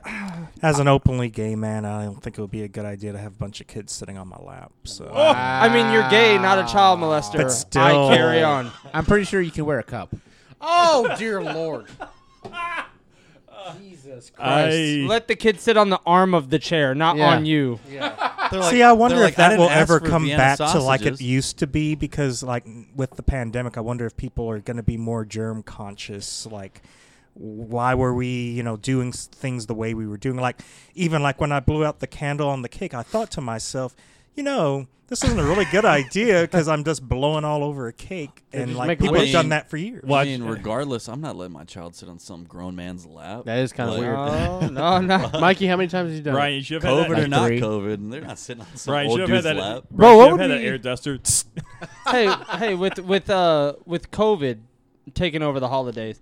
Speaker 6: As an openly gay man, I don't think it would be a good idea to have a bunch of kids sitting on my lap. So
Speaker 3: I mean, you're gay, not a child molester.
Speaker 6: But still-
Speaker 3: I carry on.
Speaker 4: I'm pretty sure you can wear a cup.
Speaker 5: Oh dear lord. Jesus Christ.
Speaker 8: I
Speaker 3: Let the kid sit on the arm of the chair, not
Speaker 5: Yeah.
Speaker 3: on you.
Speaker 7: They're like-
Speaker 6: See, I wonder
Speaker 7: they're
Speaker 6: if
Speaker 7: like, "I
Speaker 6: that
Speaker 7: didn't
Speaker 6: will
Speaker 7: ask
Speaker 6: ever
Speaker 7: for
Speaker 6: come
Speaker 7: Vienna
Speaker 6: back to like it
Speaker 7: sausages."
Speaker 6: used to be because, like, n- with the pandemic, I wonder if people are going to be more germ conscious. Like, why were we, you know, doing s- things the way we were doing? Like, even like when I blew out the candle on the cake, I thought to myself, you know, this isn't a really good idea because I'm just blowing all over a cake, and
Speaker 5: just
Speaker 6: like
Speaker 5: make a
Speaker 6: people have
Speaker 7: wish.
Speaker 6: done that for years.
Speaker 7: I
Speaker 8: watch.
Speaker 7: mean, regardless, I'm not letting my child sit on some grown man's lap.
Speaker 5: That is kind of
Speaker 7: Like,
Speaker 5: weird.
Speaker 3: Oh no, no.
Speaker 5: Mikey, how many times have you done? it?
Speaker 8: Ryan, you should have had
Speaker 7: COVID
Speaker 8: that.
Speaker 7: or not
Speaker 4: Three.
Speaker 7: COVID, and they're not sitting on some
Speaker 8: Ryan, you
Speaker 7: old
Speaker 8: should have
Speaker 7: dude's
Speaker 8: had
Speaker 7: lap.
Speaker 8: that. Bro,
Speaker 3: what
Speaker 8: you
Speaker 3: would
Speaker 8: have had that
Speaker 3: be-
Speaker 8: air duster.
Speaker 3: hey, hey, with with uh with COVID taking over the holidays,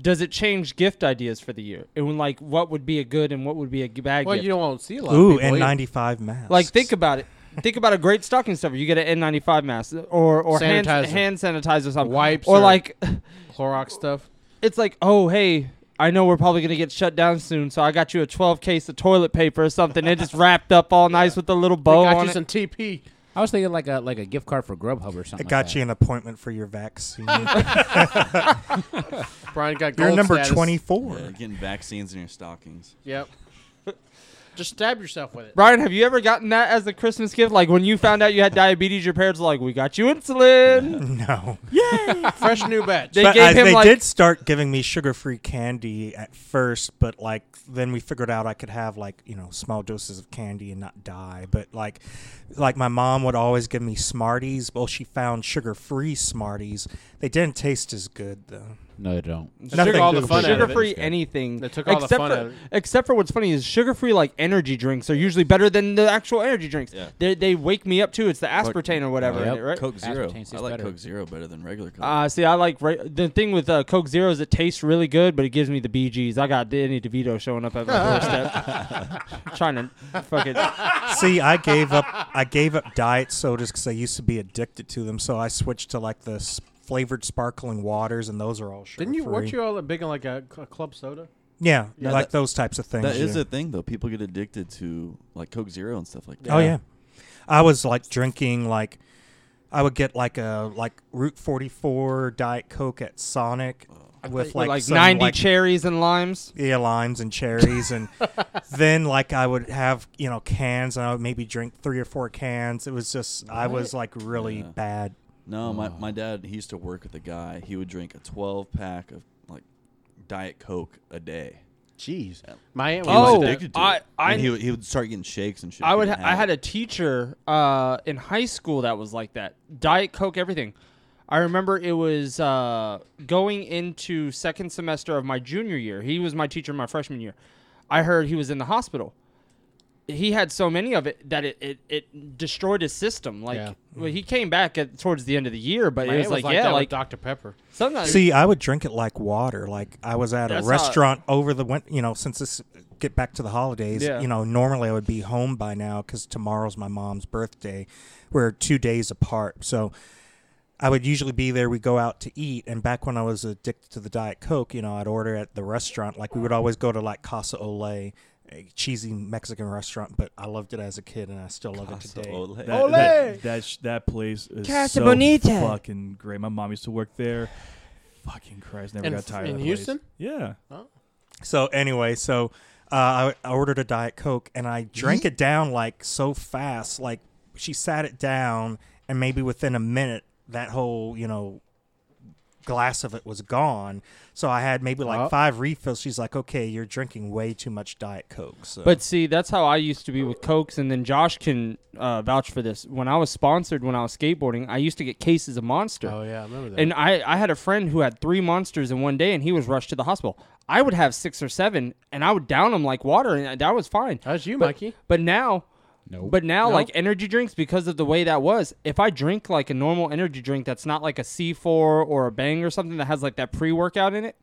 Speaker 3: does it change gift ideas for the year? And like, what would be a good and what would be a g- bad
Speaker 5: Well,
Speaker 3: gift?
Speaker 5: you don't see a lot. of
Speaker 6: Ooh,
Speaker 5: people
Speaker 6: and
Speaker 5: either.
Speaker 6: 95 masks.
Speaker 3: like, think about it. Think about a great stocking stuffer. You get an N95 mask or or hand
Speaker 5: Sanitizer.
Speaker 3: hand sanitizer or something.
Speaker 5: Wipes
Speaker 3: or
Speaker 5: or-
Speaker 3: like,
Speaker 5: Clorox stuff.
Speaker 3: it's like, oh hey. I know we're probably gonna get shut down soon, so I got you a 12 case of toilet paper or something. It just wrapped up all nice with a little bow
Speaker 5: we got
Speaker 3: on
Speaker 5: you
Speaker 3: it.
Speaker 5: some TP.
Speaker 4: I was thinking like a like a gift card for Grubhub or
Speaker 6: I
Speaker 4: something.
Speaker 6: got
Speaker 4: like
Speaker 6: you an appointment for your vaccine. You're
Speaker 5: Brian got gold
Speaker 6: number
Speaker 5: status.
Speaker 6: 24.
Speaker 7: Yeah, uh, getting vaccines in your stockings.
Speaker 5: Yep. Just stab yourself with it.
Speaker 3: Brian, have you ever gotten that as a Christmas gift? Like when you found out you had diabetes, your parents were like, "We got you insulin."
Speaker 6: No.
Speaker 5: Fresh new batch.
Speaker 3: They
Speaker 6: but
Speaker 3: gave
Speaker 6: I,
Speaker 3: him
Speaker 6: they
Speaker 3: like
Speaker 6: did start giving me sugar-free candy at first, but like then we figured out I could have like you know small doses of candy and not die. But like, like my mom would always give me Smarties. Well, she found sugar-free Smarties. They didn't taste as good though.
Speaker 4: that. No, they don't.
Speaker 6: Nothing
Speaker 5: all the
Speaker 6: good
Speaker 5: fun
Speaker 6: about
Speaker 5: out of it.
Speaker 3: sugar-free anything.
Speaker 5: They took all the
Speaker 3: except
Speaker 5: fun
Speaker 3: for,
Speaker 5: out of it.
Speaker 3: Except for what's funny is sugar-free like energy drinks are usually better than the actual energy drinks.
Speaker 7: Yeah.
Speaker 3: They they wake me up too. It's the aspartame or whatever, in
Speaker 4: Yep.
Speaker 3: it, right?
Speaker 7: Coke Zero.
Speaker 4: Aspartame tastes
Speaker 7: I like
Speaker 4: better.
Speaker 7: Coke Zero better than regular Coke.
Speaker 3: Uh, see, I like re- the thing with uh, Coke Zero is it tastes really good, but it gives me the BGs. I got Danny DeVito showing up at my doorstep, trying to fucking.
Speaker 6: See, I gave up. I gave up diet sodas because I used to be addicted to them. So I switched to like the s- flavored sparkling waters, and those are all sugar-free.
Speaker 5: Didn't you? Weren't you all big on like a, cl- club soda?
Speaker 6: Yeah,
Speaker 7: Yeah,
Speaker 6: like
Speaker 7: that-
Speaker 6: those types of things.
Speaker 7: That is
Speaker 6: yeah.
Speaker 7: a thing though. People get addicted to like Coke Zero and stuff like that.
Speaker 6: Oh yeah, I was like drinking like I would get like a like Route 44 Diet Coke at Sonic with like,
Speaker 3: Like,
Speaker 6: some,
Speaker 3: 90
Speaker 6: like,
Speaker 3: cherries and limes.
Speaker 6: yeah, limes and cherries, and then like I would have you know cans, and I would maybe drink three or four cans. It was just I was like really
Speaker 7: Yeah.
Speaker 6: bad.
Speaker 7: No,
Speaker 8: Oh.
Speaker 7: my, my dad he used to work with a guy. He would drink a 12 pack of like Diet Coke a day.
Speaker 5: Jeez. My aunt
Speaker 7: He
Speaker 5: would
Speaker 3: Oh,
Speaker 7: was
Speaker 5: like
Speaker 7: addicted to
Speaker 3: I-
Speaker 7: it.
Speaker 3: I-
Speaker 7: and he, would- he would start getting shakes and shit.
Speaker 3: I
Speaker 7: if he
Speaker 3: would. Ha-
Speaker 7: didn't
Speaker 3: I
Speaker 7: have
Speaker 3: had
Speaker 7: it.
Speaker 3: a teacher uh, in high school that was like that. Diet Coke, everything. I remember it was uh, going into second semester of my junior year. He was my teacher my freshman year. I heard he was in the hospital. He had so many of it that it, it, it destroyed his system. Like
Speaker 5: Yeah.
Speaker 3: well, he came back at, towards the end of the year, but
Speaker 5: that. My
Speaker 3: it
Speaker 5: aunt
Speaker 3: was like,
Speaker 5: that
Speaker 3: yeah,
Speaker 5: with
Speaker 3: like
Speaker 5: Dr Pepper.
Speaker 3: sometimes
Speaker 6: See, I would drink it like water. Like I was at
Speaker 3: That's
Speaker 6: a
Speaker 3: how-
Speaker 6: restaurant over the win- you know since this get back to the holidays.
Speaker 3: Yeah.
Speaker 6: You know, normally I would be home by now because tomorrow's my mom's birthday. We're two days apart, so I would usually be there. We go out to eat, and back when I was addicted to the diet coke, you know, I'd order at the restaurant. Like we would always go to like Casa Ole. A cheesy Mexican restaurant, but I loved it as a kid, and I still love it
Speaker 7: Casa
Speaker 6: today.
Speaker 7: Ole.
Speaker 8: That, that, that, sh- that place is
Speaker 3: Casa
Speaker 8: so
Speaker 3: Bonita.
Speaker 8: fucking great. My mom used to work there. Fucking Christ, never
Speaker 5: In
Speaker 8: got
Speaker 5: F- in
Speaker 8: tired of that
Speaker 5: Houston?
Speaker 8: Place. Yeah.
Speaker 6: So anyway, so uh, I, I ordered a diet coke and I drank it down like so fast. Like she sat it down, and maybe within a minute, that whole you know glass of it was gone. So I had maybe like five refills. She's like, "Okay, you're drinking way too much Diet Coke." So.
Speaker 3: But see, that's how I used to be with Cokes, and then Josh can uh, vouch for this. When I was sponsored, when I was skateboarding, I used to get cases of Monster.
Speaker 5: Oh yeah, I remember that.
Speaker 3: And I, I had a friend who had three monsters in one day, and he was rushed to the hospital. I would have six or seven, and I would down them like water, and that was fine.
Speaker 5: That's you,
Speaker 3: but,
Speaker 5: Mikey.
Speaker 3: But now, But now, like energy drinks, because of the way that was, if I drink like a normal energy drink that's not like a C4 or a Bang or something that has like that pre-workout in it,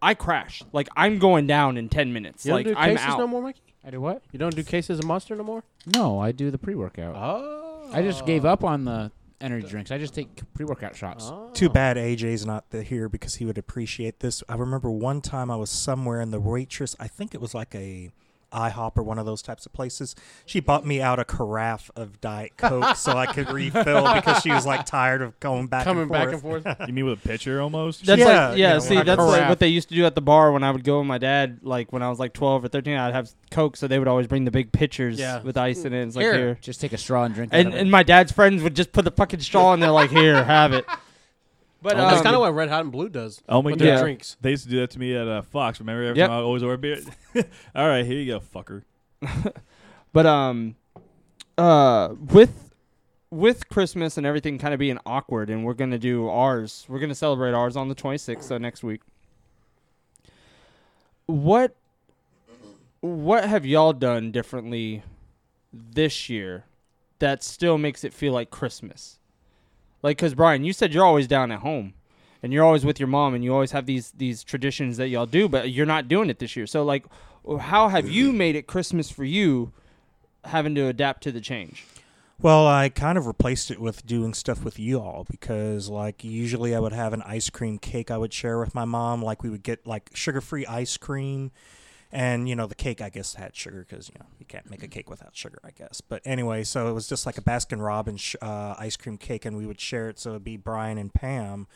Speaker 3: I crash. Like I'm going down in ten minutes.
Speaker 5: you don't
Speaker 3: like
Speaker 5: do
Speaker 3: I'm
Speaker 5: cases
Speaker 3: out.
Speaker 5: no more, Mikey.
Speaker 4: I do what?
Speaker 5: You don't do cases of monster no more.
Speaker 4: No, I do the pre-workout.
Speaker 5: Oh,
Speaker 4: I just gave up on the energy drinks. I just take pre-workout shots.
Speaker 6: Too bad AJ's not the, here because he would appreciate this. I remember one time I was somewhere and the waitress, I think it was like a IHOP or one of those types of places, she bought me out a carafe of Diet Coke so I could refill because she was like tired of going back
Speaker 5: coming
Speaker 6: and forth.
Speaker 5: back and forth.
Speaker 8: You mean with a pitcher almost?
Speaker 3: That's
Speaker 6: Yeah,
Speaker 3: like yeah.
Speaker 6: you know,
Speaker 3: see,
Speaker 6: like
Speaker 3: that's like
Speaker 5: carafe.
Speaker 3: what they used to do at the bar when I would go with my dad. Like when I was like twelve or thirteen, I'd have Coke, so they would always bring the big pitchers
Speaker 5: Yeah.
Speaker 3: with ice in it. It's like
Speaker 5: Here.
Speaker 3: here,
Speaker 4: Just take a straw and drink. out
Speaker 3: and
Speaker 4: of it.
Speaker 3: and my dad's friends would just put the fucking straw in there, like here, have it. But
Speaker 5: Oh, That's
Speaker 3: um,
Speaker 5: kind of what Red Hot and Blue does.
Speaker 8: Oh my
Speaker 5: with their
Speaker 3: God.
Speaker 5: drinks.
Speaker 8: They used to do that to me at uh, Fox. Remember every
Speaker 3: Yep.
Speaker 8: time I always order beer. All right, here you go, fucker.
Speaker 3: But um, uh, with with Christmas and everything kind of being awkward, and we're gonna do ours. We're gonna celebrate ours on the twenty sixth, so next week. What what have y'all done differently this year that still makes it feel like Christmas? Like, cause Brian, you said you're always down at home, and you're always with your mom, and you always have these these traditions that y'all do, but you're not doing it this year. So, like, how have you made it Christmas for you, having to adapt to the change?
Speaker 6: Well, I kind of replaced it with doing stuff with you all because, like, usually I would have an ice cream cake I would share with my mom. Like, we would get like sugar free ice cream. And, you know, the cake, I guess, had sugar because, you know, you can't make a cake without sugar, I guess. But anyway, so it was just like a Baskin Robbins sh- uh, ice cream cake, and we would share it. So it'd be Brian and Pam.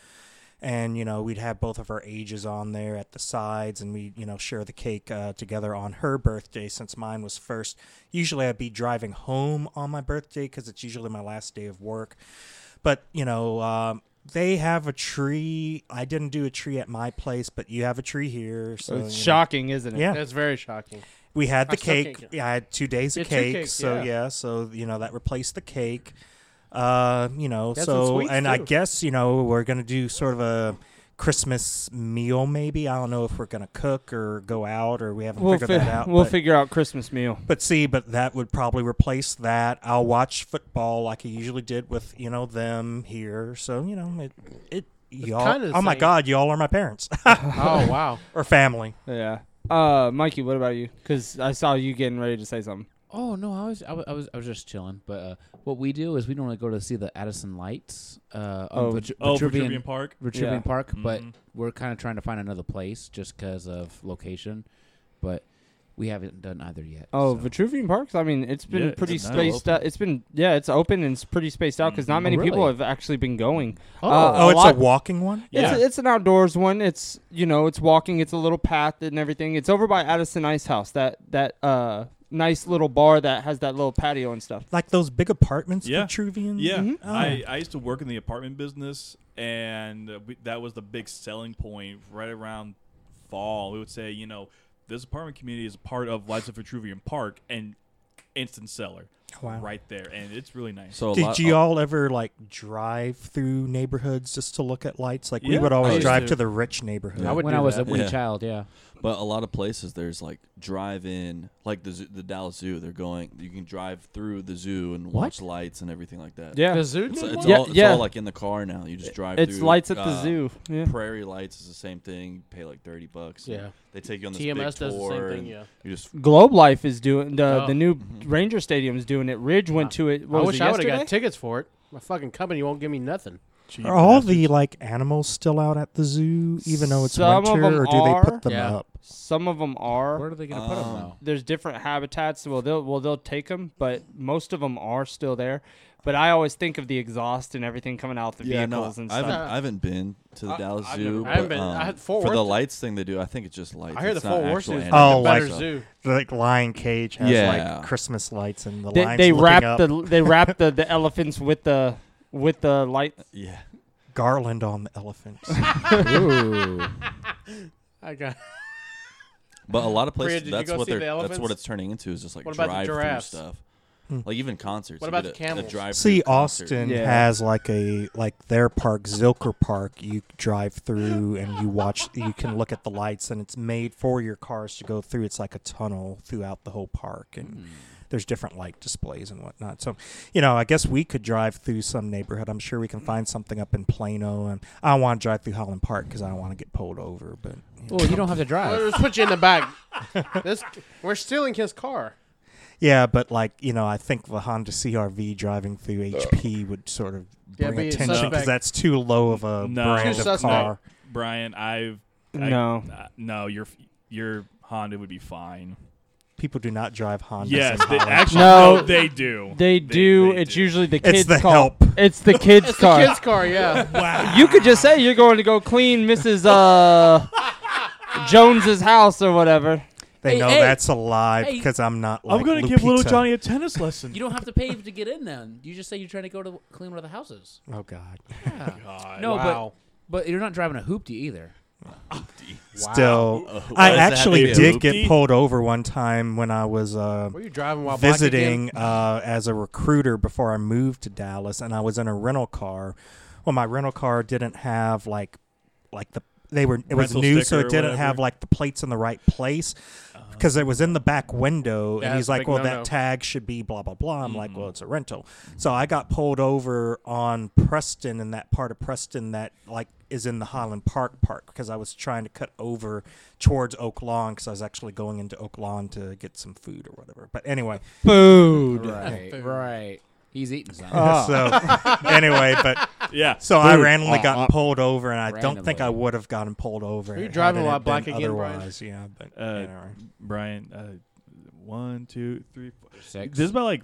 Speaker 6: And, you know, we'd have both of our ages on there at the sides, and we, you know, share the cake uh, together on her birthday since mine was first. Usually I'd be driving home on my birthday because it's usually my last day of work. But, you know, um, they have a tree. I didn't do a tree at my place, but you have a tree here. So,
Speaker 3: it's
Speaker 6: you know.
Speaker 3: shocking, isn't it?
Speaker 6: Yeah.
Speaker 5: That's very shocking.
Speaker 6: We had the
Speaker 5: I still can't
Speaker 6: cake.
Speaker 5: get-
Speaker 6: Yeah, I had two days of
Speaker 5: Yeah, two
Speaker 6: cake.
Speaker 5: cakes,
Speaker 6: so
Speaker 5: yeah.
Speaker 6: yeah. so you know that replaced the cake. Uh, you know,
Speaker 5: That's some
Speaker 6: so
Speaker 5: sweets,
Speaker 6: and I
Speaker 5: too.
Speaker 6: guess you know we're gonna do sort of a Christmas meal. Maybe I don't know if we're gonna cook or go out or we haven't
Speaker 3: We'll
Speaker 6: figured
Speaker 3: fi-
Speaker 6: that out.
Speaker 3: we'll
Speaker 6: but-
Speaker 3: figure out Christmas meal.
Speaker 6: but see, but that would probably replace that. I'll watch football like I usually did with you know them here. So you know it. it y'all,
Speaker 5: kinda the
Speaker 6: oh my
Speaker 5: same.
Speaker 6: God, y'all are my parents
Speaker 5: oh wow.
Speaker 6: or family.
Speaker 3: Yeah. Uh, Mikey, what about you? Because I saw you getting ready to say something.
Speaker 4: Oh no, I was I was I was, I was just chilling. But uh, what we do is we normally go to see the Addison Lights. Uh, on
Speaker 3: Oh.
Speaker 4: Vitru-
Speaker 8: Oh, for
Speaker 4: Vitruvian-
Speaker 8: Tribune Park.
Speaker 4: Vitruvian
Speaker 3: Yeah.
Speaker 4: Park, but
Speaker 8: Mhm.
Speaker 4: we're kind of trying to find another place just because of location. But we haven't done either yet.
Speaker 3: Oh,
Speaker 4: so.
Speaker 3: Vitruvian Parks. I mean, it's been
Speaker 8: Yeah,
Speaker 3: pretty
Speaker 7: it's now
Speaker 3: spaced
Speaker 7: open.
Speaker 3: out. It's been yeah, it's open and it's pretty spaced out because not many people
Speaker 4: really?
Speaker 3: have actually been going.
Speaker 5: Oh.
Speaker 3: Uh,
Speaker 6: Mm-hmm. Oh,
Speaker 3: a
Speaker 6: it's
Speaker 3: lot-
Speaker 6: a walking one.
Speaker 8: Yeah.
Speaker 3: It's, it's an outdoors one. It's you know, it's walking. It's a little path and everything. It's over by Addison Ice House. That that uh nice little bar that has that little patio and stuff.
Speaker 6: Like those big apartments,
Speaker 8: Yeah.
Speaker 6: Vitruvian.
Speaker 8: Yeah,
Speaker 6: Oh.
Speaker 8: I, I used to work in the apartment business, and uh, we, that was the big selling point right around fall. We would say, you know, this apartment community is part of Lights of Vitruvian Park and instant seller
Speaker 6: Oh, Wow.
Speaker 8: right there, and it's really nice.
Speaker 7: So a
Speaker 6: Did
Speaker 7: lot,
Speaker 6: you all ever like drive through neighborhoods just to look at lights? Like we
Speaker 8: Yeah,
Speaker 6: would
Speaker 8: I
Speaker 6: always
Speaker 5: used
Speaker 6: drive
Speaker 5: to.
Speaker 6: to. the rich neighborhood.
Speaker 5: I would
Speaker 4: when
Speaker 5: do
Speaker 4: I was
Speaker 5: that.
Speaker 4: a wee
Speaker 7: Yeah.
Speaker 4: child, yeah.
Speaker 7: But a lot of places there's like drive-in, like the zoo, the Dallas Zoo. They're going. You can drive through the zoo and watch lights and everything like that.
Speaker 3: Yeah.
Speaker 5: The zoo.
Speaker 7: It's,
Speaker 5: did
Speaker 7: it's
Speaker 5: one?
Speaker 3: Yeah,
Speaker 7: all, it's
Speaker 3: yeah.
Speaker 7: all like in the car now. You just drive.
Speaker 3: It's
Speaker 7: through,
Speaker 3: lights at the
Speaker 7: uh,
Speaker 3: zoo. Yeah.
Speaker 7: Prairie Lights is the same thing. You pay like thirty bucks. and
Speaker 5: Yeah.
Speaker 7: They take you on this big
Speaker 5: TMS does the
Speaker 7: tour.
Speaker 5: same thing.
Speaker 7: and
Speaker 5: Yeah.
Speaker 7: You just
Speaker 3: Globe Life is doing the the
Speaker 5: Oh.
Speaker 3: new Ranger Stadium is doing it. Ridge went to it. What
Speaker 5: I
Speaker 3: was
Speaker 5: wish
Speaker 3: it
Speaker 5: I would have got
Speaker 3: yesterday?
Speaker 5: tickets for it. My fucking company won't give me nothing.
Speaker 8: Cheap
Speaker 6: Are all
Speaker 8: bastard.
Speaker 6: the like animals still out at the zoo, even though it's
Speaker 3: Some of
Speaker 6: winter,
Speaker 3: them
Speaker 6: or do
Speaker 3: are.
Speaker 6: they put them
Speaker 5: Yeah.
Speaker 6: up?
Speaker 3: Some of them
Speaker 4: Where
Speaker 3: are.
Speaker 4: are they gonna put 'em put them
Speaker 7: Um,
Speaker 4: though?
Speaker 3: There's different habitats. Well, they'll well they'll take them, but most of them are still there. But I always think of the exhaust and everything coming out the
Speaker 7: yeah, no,
Speaker 3: vehicles and
Speaker 7: I
Speaker 3: stuff.
Speaker 7: haven't, I haven't been to the
Speaker 5: I-
Speaker 7: Dallas
Speaker 5: I've
Speaker 7: Zoo.
Speaker 5: never- I haven't
Speaker 7: but,
Speaker 5: been- I
Speaker 7: um,
Speaker 5: had Fort
Speaker 7: for the
Speaker 5: Worth-
Speaker 7: lights thing they do. I think it's just lights.
Speaker 5: I hear
Speaker 7: It's
Speaker 5: the
Speaker 7: not
Speaker 5: Fort Worth
Speaker 7: actual
Speaker 5: Zoo is like
Speaker 7: animals.
Speaker 6: Oh,
Speaker 5: the better
Speaker 6: like-
Speaker 5: zoo.
Speaker 6: The, like lion cage has
Speaker 7: Yeah.
Speaker 6: like Christmas lights and the
Speaker 3: they,
Speaker 6: lions
Speaker 3: they
Speaker 6: looking
Speaker 3: wrap
Speaker 6: up.
Speaker 3: the they wrap the, the elephants with the with the light.
Speaker 7: Yeah.
Speaker 6: garland on the elephants.
Speaker 4: Ooh.
Speaker 5: I got.
Speaker 7: But a lot of
Speaker 5: Maria,
Speaker 7: places,
Speaker 5: did you
Speaker 7: that's
Speaker 5: go
Speaker 7: what
Speaker 5: see
Speaker 7: they're
Speaker 5: the
Speaker 7: that's what
Speaker 5: elephants?
Speaker 7: it's turning into is just like
Speaker 5: What about the
Speaker 7: drive through
Speaker 5: giraffes? Hmm.
Speaker 7: stuff, like even concerts.
Speaker 5: What
Speaker 7: you
Speaker 5: about
Speaker 7: get
Speaker 5: the
Speaker 7: a- a
Speaker 5: camels?
Speaker 7: drive-through
Speaker 6: See,
Speaker 7: concert.
Speaker 6: Austin
Speaker 3: Yeah.
Speaker 6: has like a like their park, Zilker Park. You drive through and you watch. You can look at the lights, and it's made for your cars to go through. It's like a tunnel throughout the whole park, and there's different light displays and whatnot. So, you know, I guess we could drive through some neighborhood. I'm sure we can find something up in Plano, and I don't want to drive through Holland Park because I don't want to get pulled over. But you know.
Speaker 4: Well, you don't have to drive.
Speaker 5: Let's put you in the back. This, we're stealing his car.
Speaker 6: yeah, but like you know, I think the Honda CRV driving through
Speaker 7: Uh,
Speaker 6: HP would sort of
Speaker 5: Yeah,
Speaker 6: bring
Speaker 5: be a
Speaker 6: attention
Speaker 5: suspect.
Speaker 6: because that's too low of a
Speaker 8: No.
Speaker 6: brand
Speaker 5: Too
Speaker 6: of
Speaker 5: suspect.
Speaker 6: car.
Speaker 8: Brian, I've I-
Speaker 3: No.
Speaker 8: uh, no, your your Honda would be fine.
Speaker 6: people do not drive Hondas.
Speaker 8: Yes,
Speaker 6: in
Speaker 8: they,
Speaker 6: Holland.
Speaker 8: actually,
Speaker 3: No.
Speaker 8: no, they do.
Speaker 3: They do.
Speaker 8: they
Speaker 3: it's usually the
Speaker 6: It's
Speaker 3: kids'
Speaker 6: the
Speaker 3: car.
Speaker 6: help.
Speaker 3: It's the kids'
Speaker 5: It's
Speaker 3: car.
Speaker 5: the kid's car, yeah.
Speaker 3: You could just say you're going to go clean Mrs. Uh, Jones's house or whatever.
Speaker 6: they
Speaker 4: Hey,
Speaker 6: know
Speaker 4: hey.
Speaker 6: that's a lie
Speaker 4: Hey.
Speaker 6: because I'm not. Like
Speaker 8: I'm gonna give little
Speaker 6: Lupita.
Speaker 8: Johnny a tennis lesson.
Speaker 4: You don't have to pay to get in. Then you just say you're trying to go to clean one of the houses.
Speaker 6: Oh God.
Speaker 4: Yeah.
Speaker 8: God.
Speaker 4: No,
Speaker 5: wow.
Speaker 4: but but you're not driving a hoopty either.
Speaker 6: Still,
Speaker 7: Uh, why
Speaker 6: I
Speaker 7: does it have to be
Speaker 6: actually
Speaker 7: a
Speaker 6: did
Speaker 7: hoopty?
Speaker 6: get pulled over one time when I was uh,
Speaker 5: Were you driving while black again?
Speaker 6: visiting uh, as a recruiter before I moved to Dallas, and I was in a rental car. Well, my rental car didn't have like, like the they were it was
Speaker 8: Rental
Speaker 6: new, so
Speaker 8: sticker
Speaker 6: it
Speaker 8: or
Speaker 6: didn't have
Speaker 8: whatever.
Speaker 6: like the plates in the right place because it was in the back window,
Speaker 5: Yeah,
Speaker 6: and
Speaker 5: Uh-huh. that's
Speaker 6: he's
Speaker 5: a
Speaker 6: like,
Speaker 5: big
Speaker 6: "Well,
Speaker 5: no-no. Mm-hmm.
Speaker 6: that tag should be blah blah blah." I'm like, "Well, it's a rental," so I got pulled over on Preston in that part of Preston that like is in the Highland Park Park because I was trying to cut over towards Oak Lawn because I was actually going into Oak Lawn to get some food or whatever. But anyway,
Speaker 3: Food.
Speaker 4: Right, right. He's eating something.
Speaker 6: so anyway, but
Speaker 8: Yeah.
Speaker 6: so I randomly got pulled over, and I don't think
Speaker 4: Randomly.
Speaker 6: I would have gotten pulled over.
Speaker 5: Were you
Speaker 6: had
Speaker 5: driving
Speaker 6: it
Speaker 5: while
Speaker 6: been
Speaker 5: black again, Brian?
Speaker 6: Otherwise, yeah. But
Speaker 8: Uh,
Speaker 6: anyway.
Speaker 8: Brian, uh, one, two, three, four.
Speaker 4: Six.
Speaker 8: There's about like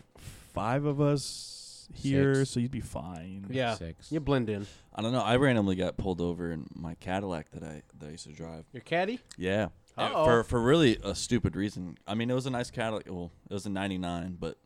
Speaker 8: five of us here,
Speaker 4: Six.
Speaker 8: so you'd be fine.
Speaker 5: Yeah.
Speaker 4: Six.
Speaker 5: You blend in.
Speaker 7: I don't know. I randomly got pulled over in my Cadillac that I that I used to drive.
Speaker 5: Your caddy?
Speaker 7: Yeah. Yeah,
Speaker 5: Uh-oh.
Speaker 7: For for really a stupid reason. I mean, it was a nice Cadillac. Well, it was a '99, but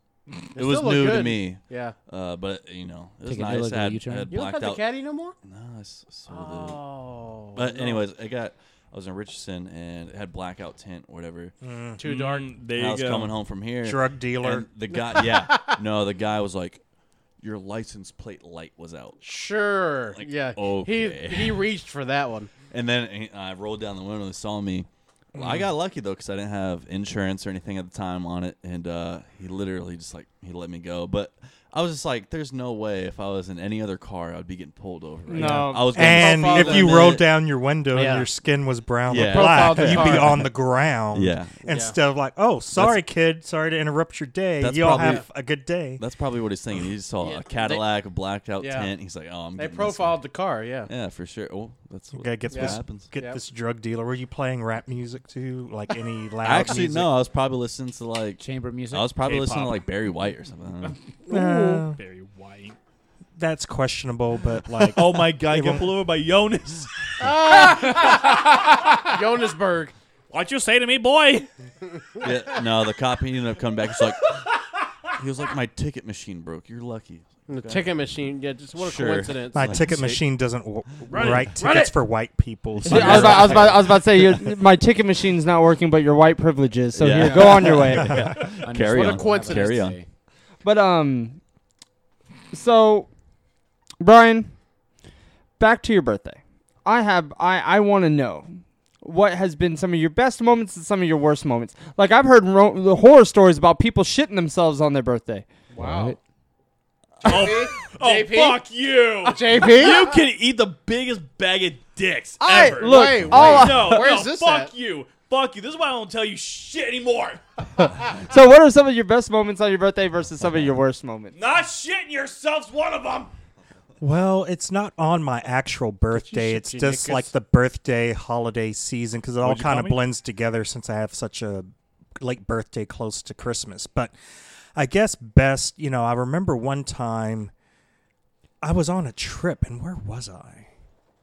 Speaker 7: it was
Speaker 5: still look
Speaker 7: new to
Speaker 5: good.
Speaker 7: me.
Speaker 5: Yeah.
Speaker 7: Uh, but you know, it was
Speaker 4: Take a
Speaker 7: nice.
Speaker 4: look
Speaker 7: I
Speaker 4: at
Speaker 7: had,
Speaker 4: you, John.
Speaker 7: I had
Speaker 5: You don't
Speaker 7: blacked
Speaker 5: have the
Speaker 7: out.
Speaker 5: caddy no more?
Speaker 7: no, I s- sold it.
Speaker 5: Oh.
Speaker 7: But
Speaker 5: no.
Speaker 7: anyways, I got I was in Richardson and it had blackout tint, whatever.
Speaker 6: Mm.
Speaker 8: Too dark. Mm, There
Speaker 7: And
Speaker 8: you
Speaker 7: I was
Speaker 8: go.
Speaker 7: coming home from here.
Speaker 6: drug dealer.
Speaker 7: And the guy, yeah, no, the guy was like, "Your license plate light was out,"
Speaker 5: Sure.
Speaker 7: Like,
Speaker 5: yeah.
Speaker 7: okay.
Speaker 5: He he reached for that one.
Speaker 7: and then he- I rolled down the window and saw me. Well, I got lucky though because I didn't have insurance or anything at the time on it, and uh, he literally just like he let me go. But I was just like, "There's no way if I was in any other car, I'd be getting pulled over." Right
Speaker 3: No.
Speaker 7: now. I was gonna
Speaker 6: And
Speaker 7: follow
Speaker 6: if
Speaker 7: them
Speaker 6: you
Speaker 7: in
Speaker 6: rolled
Speaker 7: it.
Speaker 6: down your window
Speaker 5: Yeah.
Speaker 6: and your skin was brown
Speaker 7: Yeah.
Speaker 6: or black,
Speaker 5: Profiled
Speaker 6: you'd
Speaker 5: car.
Speaker 6: be on the ground.
Speaker 7: Yeah.
Speaker 6: Instead of like, oh, sorry, kid, sorry to interrupt your day.
Speaker 7: That's
Speaker 6: Y'all
Speaker 7: probably-
Speaker 6: have a good day.
Speaker 7: That's probably what he's thinking. He saw
Speaker 5: Yeah,
Speaker 7: a
Speaker 5: they-
Speaker 7: Cadillac, a blacked out
Speaker 5: Yeah.
Speaker 7: tent. He's like, "Oh, I'm."
Speaker 5: They
Speaker 7: getting this one."
Speaker 5: profiled the car, yeah.
Speaker 7: Yeah, for sure. Oh, that's what,
Speaker 6: Okay, gets
Speaker 7: that's what
Speaker 5: this-
Speaker 7: happens.
Speaker 6: Get
Speaker 5: Yep.
Speaker 6: this drug dealer. Were you playing rap music too? Like any loud
Speaker 7: Actually,
Speaker 6: music?
Speaker 7: no. I was probably listening to like
Speaker 4: chamber music.
Speaker 7: I was probably listening to
Speaker 8: K-pop.
Speaker 7: like Barry White or something. I don't know.
Speaker 6: Uh,
Speaker 8: Very white.
Speaker 6: that's questionable, but like,
Speaker 8: Oh my God! I got pulled over by Jonas.
Speaker 5: Johannesburg.
Speaker 8: What you say to me, boy?
Speaker 7: yeah, no, the cop he ended up coming back. He's like, he was like, my ticket machine broke. You're lucky.
Speaker 5: The ticket machine. Yeah, just what a
Speaker 7: Sure.
Speaker 5: coincidence.
Speaker 6: My
Speaker 7: Like,
Speaker 6: ticket
Speaker 7: say-
Speaker 6: machine doesn't w-
Speaker 8: Run it,
Speaker 6: write
Speaker 8: run
Speaker 6: tickets
Speaker 8: it.
Speaker 6: for white people. So
Speaker 3: I was, about, I, was about, I was about to say your, my ticket machine's not working, but your white privilege is. So
Speaker 7: Yeah.
Speaker 3: here, go on your way.
Speaker 4: Understood.
Speaker 7: Carry
Speaker 5: What a
Speaker 7: on.
Speaker 5: coincidence.
Speaker 7: Carry on.
Speaker 3: But um, so Brian, back to your birthday. I have I I want to know what has been some of your best moments and some of your worst moments. Like I've heard ro- the horror stories about people shitting themselves on their birthday.
Speaker 5: Wow.
Speaker 8: Oh, oh,
Speaker 5: JP?
Speaker 8: fuck you!
Speaker 5: JP?
Speaker 8: You can eat the biggest bag of dicks
Speaker 3: I-
Speaker 8: ever.
Speaker 3: look,
Speaker 5: Wait,
Speaker 3: all
Speaker 5: wait.
Speaker 3: I-
Speaker 8: no,
Speaker 5: Where
Speaker 8: no,
Speaker 5: is this
Speaker 8: fuck
Speaker 5: at?
Speaker 8: you. Fuck you. This is why I don't tell you shit anymore.
Speaker 3: so what are some of your best moments on your birthday versus some of your worst moments?
Speaker 8: Not shitting yourself's one of them.
Speaker 6: Well, it's not on my actual birthday.
Speaker 5: shit
Speaker 6: It's
Speaker 5: your
Speaker 6: just
Speaker 5: knickers?
Speaker 6: like the birthday holiday season because it all
Speaker 8: What'd you call
Speaker 6: kind of
Speaker 8: me?
Speaker 6: blends together since I have such a late birthday close to Christmas. But I guess best, you know, I remember one time I was on a trip and where was I?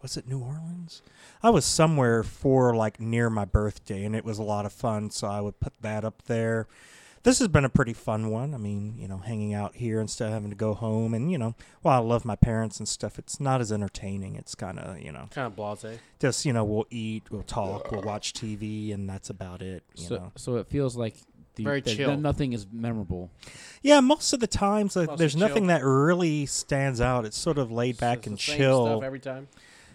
Speaker 6: Was it New Orleans? I was somewhere for like near my birthday and it was a lot of fun. So I would put that up there. this has been a pretty fun one. I mean, you know, hanging out here instead of having to go home, and you know, while I love my parents and stuff, it's not as entertaining. It's kind of you know,
Speaker 5: Kind of blase.
Speaker 6: just you know, we'll eat, we'll talk, we'll watch TV, and that's about it. You
Speaker 4: so,
Speaker 6: know,
Speaker 4: so it feels like the,
Speaker 5: Very
Speaker 4: that- that
Speaker 5: chill.
Speaker 4: nothing is memorable.
Speaker 6: yeah, most of the times like,
Speaker 5: Mostly
Speaker 6: there's nothing
Speaker 5: chill.
Speaker 6: that really stands out. It's sort of laid back and
Speaker 5: It's the same
Speaker 6: chill.
Speaker 5: stuff every time.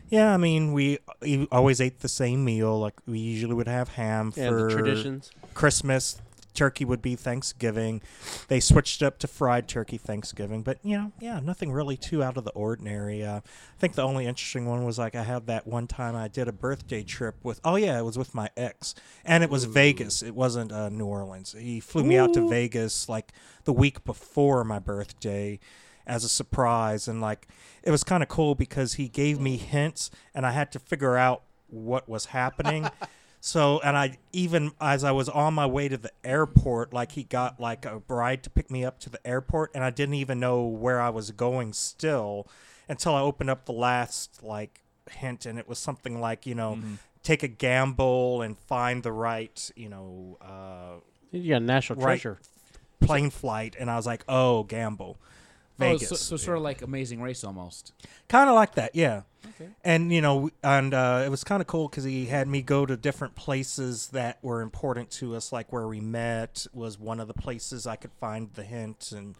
Speaker 6: yeah, I mean, we, we always ate the same meal. Like we usually would have ham
Speaker 5: Yeah,
Speaker 6: for
Speaker 5: the traditions.
Speaker 6: Christmas. Turkey would be Thanksgiving. They switched up to fried turkey Thanksgiving, but you know, yeah, nothing really too out of the ordinary. Uh, I think the only interesting one was like I had that one time I did a birthday trip with. Oh yeah, it was with my ex, and it was Vegas. It wasn't uh, New Orleans. He flew me out to Vegas like the week before my birthday as a surprise, and like it was kind of cool because he gave me hints, and I had to figure out what was happening. So, and I even as I was on my way to the airport, like he got like a bride to pick me up to the airport, and I didn't even know where I was going still until I opened up the last like hint, and it was something like, you know,
Speaker 4: Mm-hmm.
Speaker 6: take a gamble and find the right, you know, uh,
Speaker 5: You got a national
Speaker 6: right
Speaker 5: treasure.
Speaker 6: plane flight. And I was like, oh, gamble. Vegas.
Speaker 4: Oh, so, so sort of like Amazing Race almost.
Speaker 6: kind of like that yeah and you know and uh, it was kind of cool because he had me go to different places that were important to us like where we met was one of the places i could find the hint and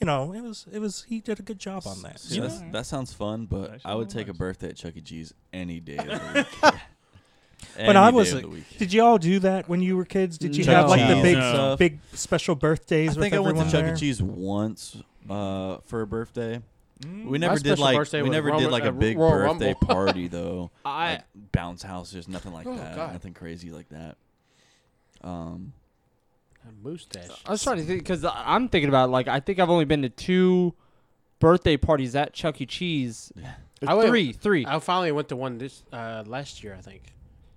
Speaker 6: you know it was it was he did a good job on that
Speaker 7: See, that's- that sounds fun, but
Speaker 8: Actually,
Speaker 7: I would
Speaker 8: no,
Speaker 7: take a
Speaker 8: nice.
Speaker 7: birthday at Chuck E. Cheese any day of the week.
Speaker 6: but i
Speaker 7: Any day
Speaker 6: was
Speaker 7: of
Speaker 6: a-
Speaker 7: the week.
Speaker 6: did you all do that when you were kids did you
Speaker 4: No.
Speaker 6: have like the
Speaker 7: Cheese
Speaker 6: big
Speaker 7: and stuff.
Speaker 6: big special birthdays
Speaker 7: E. I
Speaker 6: with
Speaker 7: think I
Speaker 6: everyone
Speaker 7: went to Chuck
Speaker 6: there?
Speaker 7: E. Cheese once uh, for a birthday. Mm. We
Speaker 5: My
Speaker 7: never did
Speaker 5: special
Speaker 7: like
Speaker 5: birthday
Speaker 7: we
Speaker 5: was
Speaker 7: never did
Speaker 5: Roman-
Speaker 7: like
Speaker 5: uh,
Speaker 7: a big
Speaker 5: Royal
Speaker 7: birthday
Speaker 5: Rumble.
Speaker 7: party though.
Speaker 5: I-
Speaker 7: like, bounce houses, nothing like
Speaker 5: Oh,
Speaker 7: that,
Speaker 5: God.
Speaker 7: nothing crazy like that. Um,
Speaker 5: A mustache.
Speaker 3: I was trying to think because I'm thinking about like I think I've only been to two birthday parties at Chuck E. Cheese.
Speaker 5: I went-
Speaker 3: three, three.
Speaker 5: I finally went to one this uh, last year, I think.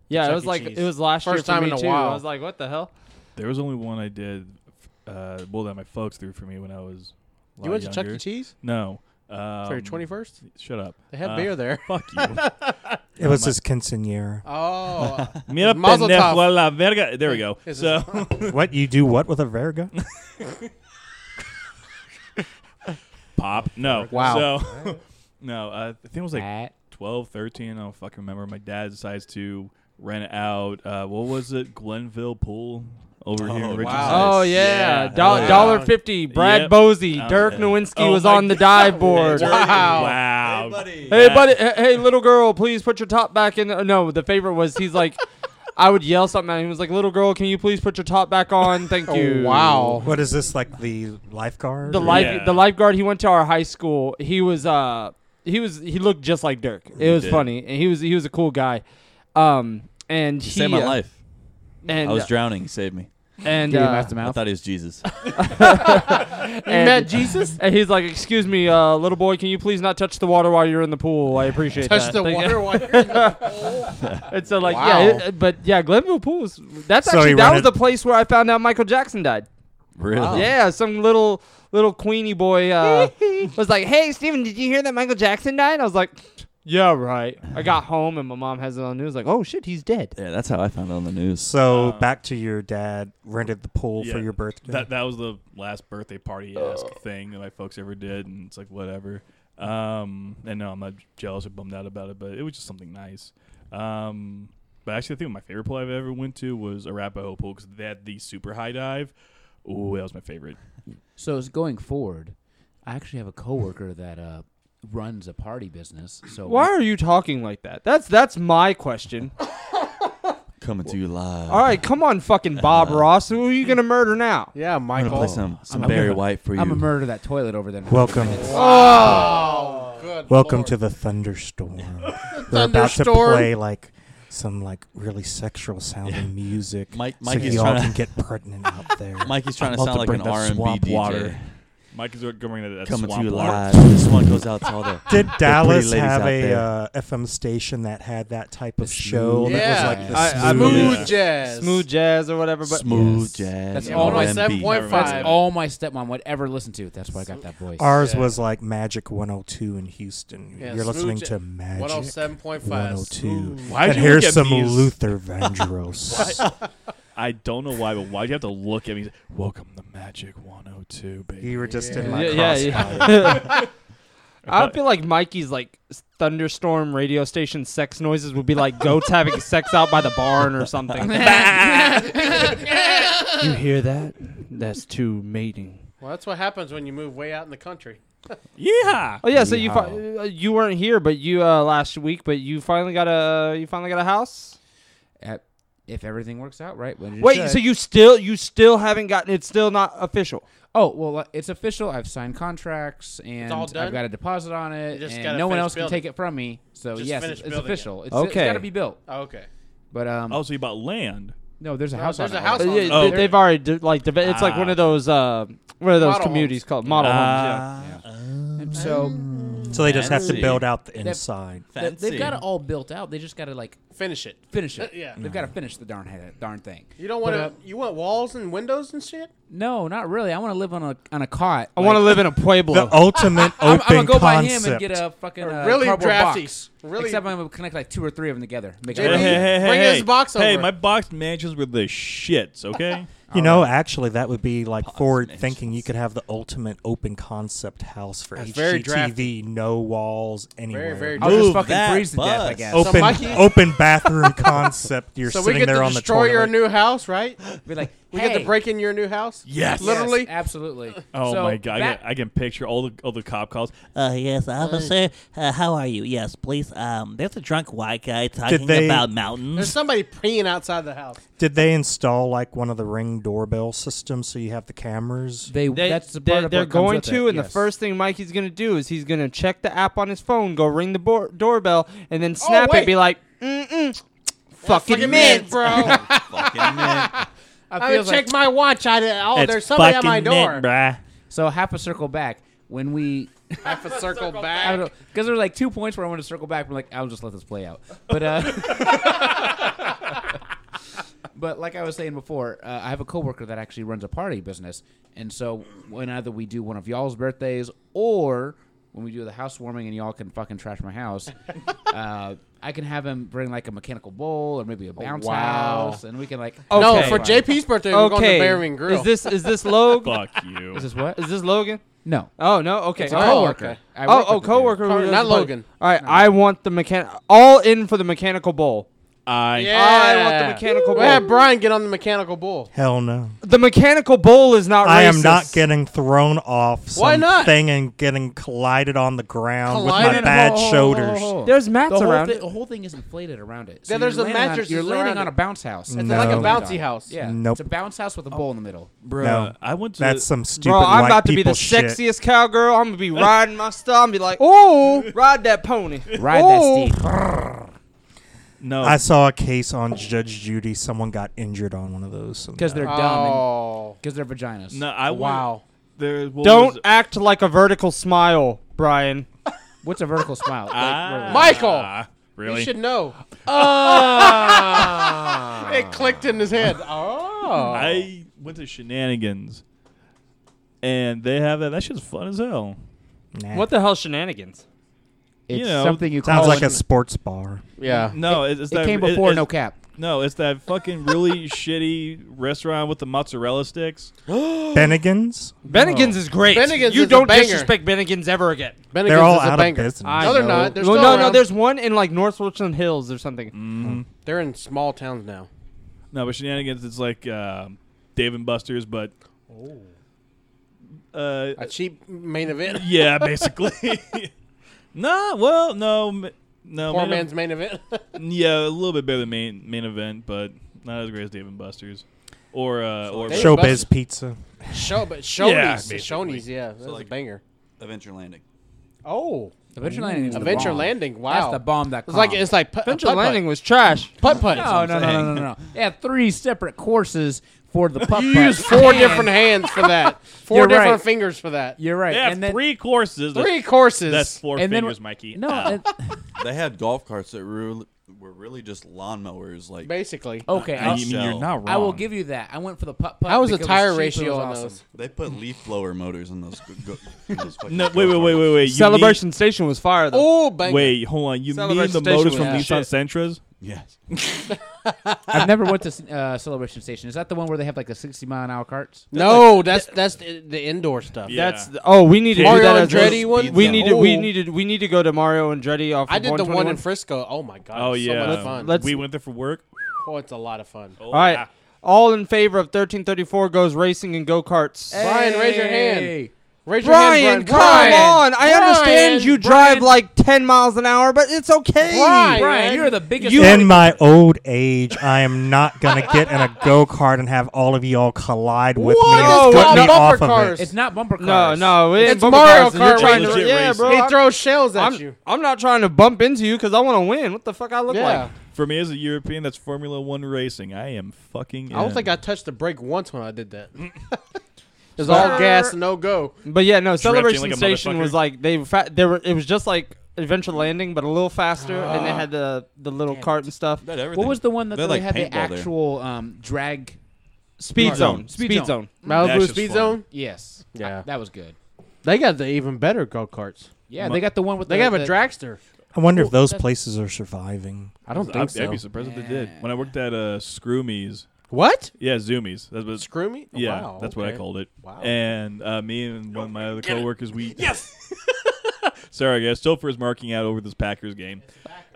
Speaker 3: yeah,
Speaker 5: Chuck
Speaker 3: it was
Speaker 5: E.
Speaker 3: like
Speaker 5: Cheese.
Speaker 3: it was last year
Speaker 5: First
Speaker 3: for
Speaker 5: time
Speaker 3: me
Speaker 5: in a
Speaker 3: too.
Speaker 5: while.
Speaker 3: I was like, what the hell?
Speaker 8: There was only one I did, uh, well, that my folks threw for me when I was. a
Speaker 5: You
Speaker 8: lot
Speaker 5: went to Chuck
Speaker 8: younger.
Speaker 5: E. Cheese
Speaker 8: No. Um,
Speaker 5: for your twenty first?
Speaker 8: Shut up.
Speaker 5: They had
Speaker 8: Uh,
Speaker 5: beer there.
Speaker 8: Fuck you.
Speaker 6: it was his quinceanera
Speaker 5: Oh,
Speaker 8: Mira
Speaker 5: Mazel
Speaker 8: pendejo
Speaker 5: tov.
Speaker 8: a la verga. There we go.
Speaker 5: This is-
Speaker 8: So
Speaker 6: what you do what with a verga
Speaker 8: pop. No.
Speaker 5: Wow.
Speaker 8: So no, uh, I think it was like
Speaker 4: At
Speaker 8: 12, 13. I don't fucking remember. My dad decides to rent out. Uh, what was it? Glenville Pool over here.
Speaker 7: Oh,
Speaker 8: In Richardson.
Speaker 7: wow.
Speaker 3: Oh
Speaker 7: Nice.
Speaker 3: yeah,
Speaker 8: Yeah.
Speaker 3: Doll-
Speaker 5: Wow.
Speaker 3: dollar fifty. Brad
Speaker 8: Yep.
Speaker 3: Bosey,
Speaker 8: Oh,
Speaker 3: Dirk
Speaker 8: yeah.
Speaker 3: Nowinski
Speaker 8: Oh,
Speaker 3: was
Speaker 8: my
Speaker 3: on the dive board.
Speaker 5: Wow.
Speaker 8: Wow.
Speaker 3: Hey
Speaker 8: That-
Speaker 3: buddy, hey, hey, little girl, please put your top back in. No, the favorite was he's like, I would yell something. and He was like, little girl, can you please put your top back on? Thank you.
Speaker 5: Oh, wow.
Speaker 6: what is this like the lifeguard
Speaker 3: The
Speaker 6: or-
Speaker 3: life
Speaker 8: Yeah.
Speaker 3: the lifeguard he went to our high school. He was uh he was he looked just like Dirk. It was
Speaker 7: did.
Speaker 3: funny. And he was he was a cool guy. Um and he
Speaker 7: saved my
Speaker 3: uh,
Speaker 7: life.
Speaker 3: And
Speaker 7: I was drowning. He saved me.
Speaker 3: and
Speaker 4: Give me
Speaker 3: uh,
Speaker 4: mouth to
Speaker 7: I
Speaker 4: mouth.
Speaker 7: thought he was Jesus.
Speaker 3: and-
Speaker 5: met Jesus?
Speaker 3: And he's like, "Excuse me, uh, little boy, can you please not touch the water while you're in the pool? I appreciate
Speaker 5: Touch
Speaker 3: that."
Speaker 5: the
Speaker 3: Thank you.
Speaker 5: water while you're in the pool.
Speaker 3: And so like
Speaker 5: Wow.
Speaker 3: yeah, it- but yeah, Glenville Pool was that's
Speaker 6: So
Speaker 3: actually
Speaker 6: he
Speaker 3: that was
Speaker 6: rented-
Speaker 3: the place where I found out Michael Jackson died.
Speaker 7: really?
Speaker 3: Yeah, some little little Queenie boy uh, was like, "Hey, Steven, did you hear that Michael Jackson died?" I was like, "Yeah, right." I got home and my mom has it on the news. Like, "Oh shit, he's dead."
Speaker 7: Yeah, that's how I found it on the news.
Speaker 6: so
Speaker 8: Uh,
Speaker 6: back to your dad rented the pool for
Speaker 8: Yeah.
Speaker 6: your birthday
Speaker 8: That that was the last birthday party esque thing that my folks ever did, and it's like whatever. Um, and no, I'm not jealous or bummed out about it, but it was just something nice. Um, but actually, I think my favorite pool I've ever went to was Arapahoe Pool because they had the super high dive. Ooh, that was my favorite.
Speaker 4: So it's going forward. I actually have a coworker that uh, runs a party business. So
Speaker 3: Why are you talking like that? That's that's my question.
Speaker 7: Coming to you live.
Speaker 3: All right, come on, fucking Bob Ross. Who are you gonna murder now?
Speaker 5: Yeah,
Speaker 7: I'm gonna play
Speaker 5: Michael.
Speaker 7: some, some
Speaker 4: I'm
Speaker 7: Barry
Speaker 4: gonna-
Speaker 7: White for you.
Speaker 4: I'm gonna murder that toilet over there.
Speaker 6: welcome
Speaker 5: Oh, good.
Speaker 6: Welcome
Speaker 5: Lord.
Speaker 6: to the thunderstorm. We're about to
Speaker 5: thunderstorm.
Speaker 6: play like some like really sexual sounding music.
Speaker 7: Mike-
Speaker 6: so
Speaker 7: Mikey's
Speaker 6: y'all
Speaker 7: trying to-
Speaker 6: can get pregnant out there.
Speaker 7: Mikey's trying to
Speaker 6: I'm about
Speaker 7: sound like
Speaker 6: bring
Speaker 7: an
Speaker 6: the
Speaker 7: R and B
Speaker 6: swamp
Speaker 7: DJ.
Speaker 6: water.
Speaker 8: Mike is going to that
Speaker 7: Coming to
Speaker 8: swamp
Speaker 7: you
Speaker 8: water.
Speaker 7: live. this one goes out to all the.
Speaker 6: Did Dallas
Speaker 7: ladies
Speaker 6: have
Speaker 7: out
Speaker 6: a
Speaker 7: there.
Speaker 6: uh, FM station that had that type of
Speaker 4: The
Speaker 6: show
Speaker 4: smooth
Speaker 6: that
Speaker 5: Yeah.
Speaker 6: was like the
Speaker 3: I- I
Speaker 6: smooth-
Speaker 5: smooth
Speaker 8: Yeah.
Speaker 5: jazz.
Speaker 3: Smooth jazz or whatever. But
Speaker 7: Smooth
Speaker 4: Yes.
Speaker 7: jazz.
Speaker 4: That's
Speaker 7: and
Speaker 4: all my
Speaker 7: R&B.
Speaker 5: 7.5.
Speaker 4: That's all my stepmom would ever listen to. That's why I got that voice.
Speaker 6: Ours
Speaker 5: Yeah.
Speaker 6: was like Magic 102 in Houston.
Speaker 5: Yeah,
Speaker 6: You're
Speaker 5: smooth
Speaker 6: listening
Speaker 5: ja-
Speaker 6: to Magic
Speaker 5: 107.5
Speaker 6: 102.
Speaker 5: Smooth.
Speaker 8: Why'd
Speaker 6: and
Speaker 8: you look
Speaker 6: here's
Speaker 8: at
Speaker 6: some
Speaker 8: me as-
Speaker 6: Luther Vandross.
Speaker 8: I don't know why, but why'd you have to look at me? He's like, Welcome to Magic 102, baby.
Speaker 6: You were just in
Speaker 5: Yeah.
Speaker 6: my
Speaker 3: Yeah, yeah,
Speaker 6: crossfire.
Speaker 3: yeah. I feel like Mikey's like s- thunderstorm radio station sex noises would be like goats having sex out by the barn or something. you hear that? That's two mating.
Speaker 5: Well, that's what happens when you move way out in the country.
Speaker 8: Yeah.
Speaker 3: Oh yeah, so you fi- uh, you weren't here, but you uh, last week, but you finally got a you finally got a house.
Speaker 4: At, if everything works out right. When it
Speaker 3: Wait,
Speaker 4: should.
Speaker 3: so you still you still haven't gotten it's still not official.
Speaker 4: Oh well, uh, it's official. I've signed contracts and
Speaker 5: all
Speaker 4: I've
Speaker 5: done?
Speaker 4: got a deposit on it,
Speaker 5: You just
Speaker 4: and
Speaker 5: gotta
Speaker 4: no one
Speaker 5: finish
Speaker 4: else
Speaker 5: building
Speaker 4: can take it from me. So
Speaker 5: Just
Speaker 4: yes,
Speaker 5: finish
Speaker 4: it's, it's
Speaker 5: building it.
Speaker 4: official. It's, it's
Speaker 3: Okay.
Speaker 4: got to be built.
Speaker 5: Oh, okay.
Speaker 4: But um,
Speaker 8: Oh, so you bought land.
Speaker 4: no, there's a
Speaker 5: No,
Speaker 4: house.
Speaker 5: there's
Speaker 4: on
Speaker 5: a
Speaker 4: it
Speaker 5: house
Speaker 3: Uh,
Speaker 4: already.
Speaker 5: on
Speaker 3: yeah,
Speaker 5: it.
Speaker 8: Oh,
Speaker 3: they-
Speaker 8: okay.
Speaker 3: they've already de- like deve- it's like one of those uh, one of those
Speaker 5: Model
Speaker 3: communities
Speaker 5: homes.
Speaker 3: called model homes. Yeah.
Speaker 4: So
Speaker 5: Hmm.
Speaker 6: So they just have to
Speaker 7: Fancy.
Speaker 6: build out the inside.
Speaker 4: they-
Speaker 7: Fancy.
Speaker 4: they've got it all built out. They just got to like
Speaker 5: Finish it.
Speaker 4: finish it.
Speaker 5: Yeah.
Speaker 4: they've got to finish the darn head, darn thing.
Speaker 5: You don't want
Speaker 4: But,
Speaker 5: to.
Speaker 4: uh,
Speaker 5: you want walls and windows and shit.
Speaker 4: No, not really. I want to live on a on a cot.
Speaker 3: I want to live in a pueblo.
Speaker 6: The ultimate
Speaker 4: I'm,
Speaker 6: open
Speaker 4: I'm gonna go
Speaker 6: concept.
Speaker 4: by him and get a fucking uh,
Speaker 5: really
Speaker 4: cardboard
Speaker 5: drafty.
Speaker 4: box.
Speaker 5: Really-
Speaker 4: Except I'm gonna connect like two or three of them together. Make
Speaker 5: JB,
Speaker 4: it
Speaker 5: Hey, hey, bring his box
Speaker 8: Hey,
Speaker 5: over.
Speaker 8: my box mansions were the shits, okay?
Speaker 6: You know, actually, that would be like forward
Speaker 7: mentions.
Speaker 6: thinking. You could have the ultimate open concept house for
Speaker 5: That's very drafty.
Speaker 6: HGTV, no walls anywhere.
Speaker 5: very
Speaker 4: I'll just
Speaker 7: Move
Speaker 4: fucking
Speaker 7: that
Speaker 4: freeze to death. I
Speaker 7: bus.
Speaker 4: guess.
Speaker 5: Oh.
Speaker 6: Open,
Speaker 5: So Mikey-
Speaker 6: open bathroom concept. You're
Speaker 5: So we
Speaker 6: sitting
Speaker 5: get
Speaker 6: there
Speaker 5: to
Speaker 6: on the
Speaker 5: destroy
Speaker 6: toilet.
Speaker 5: your new house, right?
Speaker 4: Be like,
Speaker 5: We
Speaker 4: hey,
Speaker 5: get to break in your new house.
Speaker 7: Yes.
Speaker 5: Literally.
Speaker 4: Yes, absolutely.
Speaker 8: Oh
Speaker 4: So
Speaker 8: my god, I,
Speaker 4: that-
Speaker 8: can, I can picture all the all the cop calls.
Speaker 9: Uh, yes, officer. Uh, how are you? Yes, please. Um, there's a drunk white guy talking
Speaker 6: they-
Speaker 9: about
Speaker 5: There's
Speaker 9: mountains.
Speaker 5: somebody peeing outside the house.
Speaker 6: Did they install like one of the ring doorbell systems so you have the cameras?
Speaker 4: they,
Speaker 3: They,
Speaker 4: that's the
Speaker 3: they,
Speaker 4: part
Speaker 3: they're
Speaker 4: of what comes
Speaker 3: going
Speaker 4: with
Speaker 3: to,
Speaker 4: it,
Speaker 3: and the
Speaker 4: yes.
Speaker 3: first thing Mikey's gonna do is he's gonna check the app on his phone, go ring the bo- doorbell, and then snap it,
Speaker 5: wait.
Speaker 3: be like, mm-mm, fucking mint.
Speaker 5: bro. I
Speaker 7: Fucking mint.
Speaker 5: would
Speaker 4: feels like-
Speaker 5: check my watch. I did, oh, there's somebody at my door.
Speaker 4: so half a circle back when we.
Speaker 5: Half a circle
Speaker 4: I don't know
Speaker 5: back.
Speaker 4: because there were like two points where I wanted to circle back. But I'm like, I'll just let this play out. But uh, but like I was saying before, uh, I have a coworker that actually runs a party business, and so when either we do one of y'all's birthdays or when we do the housewarming and y'all can fucking trash my house, uh, I can have him bring like a mechanical bowl or maybe a bounce
Speaker 5: Oh, wow.
Speaker 4: house, and we can like
Speaker 5: No,
Speaker 3: Okay.
Speaker 5: for JP's birthday, we're going to
Speaker 3: Okay,
Speaker 5: Bearing Grill.
Speaker 3: is this is this Logan?
Speaker 8: Fuck you.
Speaker 4: Is this what?
Speaker 3: is this Logan?
Speaker 4: No,
Speaker 3: Oh no, okay.
Speaker 4: it's a
Speaker 3: all right.
Speaker 4: coworker.
Speaker 5: okay.
Speaker 3: Oh,
Speaker 4: I work
Speaker 3: oh,
Speaker 4: with the dude.
Speaker 3: coworker. who
Speaker 5: Car-
Speaker 3: does
Speaker 5: not
Speaker 3: the party.
Speaker 5: Logan.
Speaker 3: All right, I want the mechanic. All in for the mechanical bowl.
Speaker 8: I
Speaker 5: Yeah.
Speaker 3: I want the mechanical
Speaker 5: We had
Speaker 3: bowl.
Speaker 5: Brian get on the mechanical bull.
Speaker 6: Hell no.
Speaker 3: The mechanical bowl is not.
Speaker 6: I am
Speaker 3: racist.
Speaker 6: not getting thrown off
Speaker 5: Why not?
Speaker 6: something and getting collided on the ground with my
Speaker 5: Collided?
Speaker 6: bad
Speaker 4: Hold on, hold on, hold on,
Speaker 6: shoulders.
Speaker 4: hold on.
Speaker 3: There's mats
Speaker 4: the whole
Speaker 3: around
Speaker 4: thi-
Speaker 3: it.
Speaker 4: The whole thing is inflated around it.
Speaker 5: Yeah, there's
Speaker 4: you're
Speaker 5: a
Speaker 4: landing on-
Speaker 5: mattress
Speaker 4: You're
Speaker 5: that's
Speaker 4: landing
Speaker 5: around
Speaker 4: on
Speaker 5: it.
Speaker 4: a bounce house.
Speaker 6: It's like a No.
Speaker 5: bouncy house. Oh.
Speaker 4: Yeah,
Speaker 6: Nope.
Speaker 4: it's a bounce house with a bowl in the middle.
Speaker 8: Bro,
Speaker 6: No.
Speaker 8: I went to
Speaker 6: That's some stupid
Speaker 3: Bro, I'm
Speaker 6: white
Speaker 3: about to be
Speaker 6: people
Speaker 3: the
Speaker 6: shit.
Speaker 3: sexiest cowgirl. I'm gonna be riding my stuff. I'm be like, ooh, ride that pony.
Speaker 4: Ride
Speaker 3: Ooh.
Speaker 4: that stick.
Speaker 8: no.
Speaker 5: Oh.
Speaker 6: I saw a case on Judge Judy. Someone got injured on one of those.
Speaker 4: Because they're dumb.
Speaker 5: Oh.
Speaker 4: Because they're vaginas.
Speaker 8: no, I went-
Speaker 5: Wow.
Speaker 8: There, what
Speaker 3: Don't
Speaker 8: was-
Speaker 3: act like a vertical smile, Brian.
Speaker 4: What's a vertical smile? Like,
Speaker 8: Ah,
Speaker 5: Michael!
Speaker 8: Really?
Speaker 5: You should know. it clicked in his head. Oh.
Speaker 8: I went to Shenanigans, and they have that. That shit's fun as hell.
Speaker 6: Nah.
Speaker 3: What the hell, shenanigans?
Speaker 4: it's
Speaker 8: you know,
Speaker 4: something you
Speaker 6: Sounds
Speaker 4: call
Speaker 6: like
Speaker 4: an-
Speaker 6: a sports bar.
Speaker 5: yeah.
Speaker 8: No, it's, it's
Speaker 4: It
Speaker 8: that,
Speaker 4: came
Speaker 8: it-
Speaker 4: before
Speaker 8: it's-
Speaker 4: no cap.
Speaker 8: No, it's that fucking really shitty restaurant with the mozzarella sticks.
Speaker 6: Bennigan's?
Speaker 3: Bennigan's is great.
Speaker 5: Bennigan's
Speaker 3: you
Speaker 5: is a
Speaker 3: don't
Speaker 5: banger.
Speaker 3: disrespect Bennigan's ever again.
Speaker 5: Bennigan's
Speaker 6: They're all
Speaker 5: is a
Speaker 6: out of
Speaker 5: banger.
Speaker 6: business.
Speaker 3: I
Speaker 5: No, they're
Speaker 3: know.
Speaker 5: not. They're
Speaker 3: no,
Speaker 5: still
Speaker 3: no, no.
Speaker 5: around. Mm.
Speaker 3: There's one in like North Richland Hills or something.
Speaker 5: They're in small towns now.
Speaker 8: No, but Shenanigans is like um Dave and Buster's, but
Speaker 4: Oh.
Speaker 8: uh,
Speaker 5: A cheap main event.
Speaker 8: yeah, basically. no, well, no, m- no,
Speaker 5: Poor
Speaker 8: main
Speaker 5: man's
Speaker 8: ev-
Speaker 5: main event.
Speaker 8: yeah, a little bit better than main main event, but not as great as Dave and Buster's or uh, or
Speaker 5: They- Buster's.
Speaker 6: Showbiz Pizza.
Speaker 5: Show, but
Speaker 8: Yeah,
Speaker 5: Shoney's.
Speaker 8: basically.
Speaker 5: Shoney's, yeah. That was
Speaker 7: like-
Speaker 5: a banger.
Speaker 7: Adventure Landing.
Speaker 5: Oh.
Speaker 4: Adventure Landing. is the
Speaker 5: Adventure
Speaker 4: bomb.
Speaker 5: Landing. Wow.
Speaker 4: That's the bomb. That
Speaker 5: It's like it's like pu-
Speaker 3: Adventure
Speaker 5: putt-putt.
Speaker 3: Landing was trash.
Speaker 5: putt putt.
Speaker 4: No, no, no, no, no, no, no. They had three separate courses for the putt.
Speaker 5: You use four different hands for that. 4
Speaker 4: You're
Speaker 5: different
Speaker 4: right.
Speaker 5: fingers for that.
Speaker 4: You're right.
Speaker 8: they have
Speaker 4: and then,
Speaker 8: three courses. that-
Speaker 5: Three courses.
Speaker 8: That's four
Speaker 4: and then-
Speaker 8: fingers, Mikey. Ah.
Speaker 4: No.
Speaker 8: Ow.
Speaker 4: and-
Speaker 7: They had golf carts that were, were really just lawnmowers. Like
Speaker 5: basically.
Speaker 4: okay.
Speaker 7: I
Speaker 4: I'll-
Speaker 8: I mean, you're
Speaker 7: So-
Speaker 8: not wrong.
Speaker 4: I will give you that. I went for the putt putt.
Speaker 5: How Oh, was the
Speaker 4: because it
Speaker 5: tire
Speaker 4: cheap, it
Speaker 5: ratio
Speaker 4: was
Speaker 5: on
Speaker 4: awesome.
Speaker 5: those?
Speaker 7: They put leaf blower motors in those. Go, go, in those fucking
Speaker 8: No,
Speaker 7: golf
Speaker 8: wait, wait, wait,
Speaker 7: carts.
Speaker 8: wait, wait. You
Speaker 3: Celebration Station was fire though.
Speaker 5: Oh,
Speaker 8: Mean,
Speaker 5: banger.
Speaker 8: wait, hold on. You mean
Speaker 3: Celebration
Speaker 8: the motors
Speaker 3: Station
Speaker 8: from
Speaker 3: was
Speaker 8: Nissan Sentras?
Speaker 7: Yes.
Speaker 4: I've never went to uh, Celebration Station. Is that the one where they have like the sixty mile an hour carts?
Speaker 5: No, that's that's the, the indoor stuff.
Speaker 8: Yeah.
Speaker 3: That's the, oh, we need to do
Speaker 5: Mario
Speaker 3: that as well.
Speaker 5: Andretti one.
Speaker 3: We need to, we
Speaker 5: Ooh.
Speaker 3: needed we need to go to Mario Andretti off.
Speaker 5: I
Speaker 3: of
Speaker 5: did the one
Speaker 3: 121.
Speaker 5: in Frisco. Oh my god!
Speaker 8: Oh
Speaker 5: it's
Speaker 8: yeah,
Speaker 5: so much fun.
Speaker 3: Let's-
Speaker 8: we went there for work.
Speaker 5: oh, it's a lot of fun.
Speaker 8: Oh,
Speaker 3: All right,
Speaker 8: yeah.
Speaker 3: all in favor of 1334 goes racing and go karts.
Speaker 5: Brian, raise your hand.
Speaker 4: Hey.
Speaker 5: Raise your
Speaker 3: Brian,
Speaker 5: hand, Brian.
Speaker 3: come on! I understand you drive like 10 miles an hour, but it's okay.
Speaker 5: Brian,
Speaker 4: Brian, you're the biggest.
Speaker 3: You-
Speaker 6: in my old age, I am not gonna get in a go kart and have all of y'all collide with
Speaker 5: What?
Speaker 6: me.
Speaker 5: No,
Speaker 6: and
Speaker 5: it's
Speaker 6: put
Speaker 5: not
Speaker 6: me
Speaker 5: bumper
Speaker 6: off
Speaker 5: cars.
Speaker 6: of it.
Speaker 4: it's not bumper
Speaker 3: No,
Speaker 4: cars.
Speaker 3: no, it ain't
Speaker 5: It's
Speaker 3: bumper
Speaker 5: Mario
Speaker 3: cars, and You're
Speaker 5: Kart
Speaker 3: trying to,
Speaker 8: racing.
Speaker 3: yeah,
Speaker 8: Legit
Speaker 3: bro.
Speaker 8: racing.
Speaker 5: He
Speaker 3: I'm-
Speaker 5: throws shells at
Speaker 3: I'm,
Speaker 5: you.
Speaker 3: I'm not trying to bump into you because I want to win. What the fuck I look
Speaker 5: Yeah,
Speaker 3: like?
Speaker 8: For me as a European, that's Formula One racing. I am fucking.
Speaker 5: I don't
Speaker 8: in.
Speaker 5: think I touched the brake once when I did that. It's all gas, no go.
Speaker 3: But yeah, no,
Speaker 8: Drifting
Speaker 3: Celebration
Speaker 8: like a
Speaker 3: Station
Speaker 8: motherfucker.
Speaker 3: was like they fa- they were it was just like Adventure Landing but a little faster and
Speaker 5: Ah.
Speaker 3: they had the the little cart and stuff.
Speaker 7: Not everything.
Speaker 4: What was the one that
Speaker 7: They're
Speaker 4: they
Speaker 7: like
Speaker 4: had the
Speaker 7: paintball there.
Speaker 4: actual um, drag?
Speaker 3: Speed
Speaker 7: Kart.
Speaker 3: zone,
Speaker 7: Zone.
Speaker 3: speed,
Speaker 4: Speed
Speaker 3: zone.
Speaker 4: zone.
Speaker 8: That's
Speaker 5: Malibu
Speaker 8: just
Speaker 5: Speed
Speaker 8: fun.
Speaker 5: Zone.
Speaker 4: Yes.
Speaker 5: Yeah.
Speaker 4: I- that was good.
Speaker 5: They got the even better go karts.
Speaker 4: Yeah,
Speaker 8: Mu-
Speaker 4: they got the one with
Speaker 5: They
Speaker 4: the,
Speaker 5: have a
Speaker 4: the-
Speaker 5: dragster.
Speaker 6: I wonder if
Speaker 4: Well,
Speaker 6: those
Speaker 4: that's-
Speaker 6: places are surviving.
Speaker 5: I don't
Speaker 8: I'd,
Speaker 5: think so.
Speaker 8: I'd be surprised if they did. When I worked at uh, Screwmies,
Speaker 5: What?
Speaker 8: yeah, Zoomies. That was
Speaker 5: Screw me? Oh,
Speaker 8: yeah,
Speaker 5: wow,
Speaker 8: that's what I
Speaker 5: okay.
Speaker 8: called it.
Speaker 5: Wow.
Speaker 8: And uh, me and one of my other coworkers, we yes. Sorry, guys. Topher is marking out over this Packers game,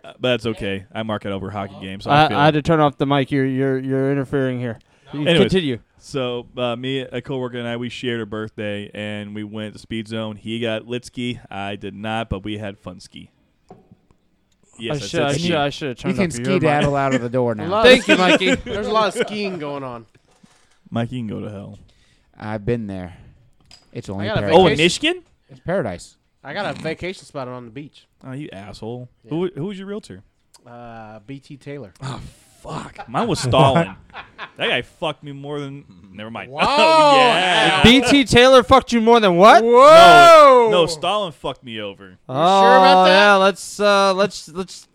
Speaker 8: Uh, but that's okay. I mark out over hockey games. So I, feel
Speaker 3: I, I had
Speaker 8: it.
Speaker 3: to turn off the mic. You're you're you're interfering here. You
Speaker 8: Anyways.
Speaker 3: Continue.
Speaker 8: So uh, me, a coworker, and I we shared a birthday, and we went to Speed Zone. He got lit ski. I did not, but we had fun ski. Yes, I
Speaker 3: I
Speaker 8: said
Speaker 3: should I
Speaker 8: ski.
Speaker 3: should I should have turned
Speaker 4: You can
Speaker 3: off your
Speaker 4: ski
Speaker 3: mic.
Speaker 4: daddle out of the door
Speaker 5: A
Speaker 4: now.
Speaker 5: lot of-
Speaker 3: Thank you, Mikey.
Speaker 5: There's a lot of skiing going on.
Speaker 8: Mike, you can go to hell.
Speaker 4: I've been there. It's only
Speaker 5: got a
Speaker 4: paradise.
Speaker 5: vacation-
Speaker 8: Oh,
Speaker 5: Oh,
Speaker 8: in
Speaker 5: in
Speaker 8: Michigan?
Speaker 4: it's paradise.
Speaker 5: I got a vacation spot on the beach.
Speaker 8: Oh, you asshole. Who who was your realtor?
Speaker 5: Uh, BT Taylor.
Speaker 8: Fuck. Mine was Stalin. that guy fucked me more than. Never mind.
Speaker 5: Wow.
Speaker 8: Oh, yeah.
Speaker 3: BT Taylor fucked you more than what?
Speaker 8: No, no, Stalin fucked me over.
Speaker 3: Oh,
Speaker 5: sure about that?
Speaker 3: yeah, let's uh let's let's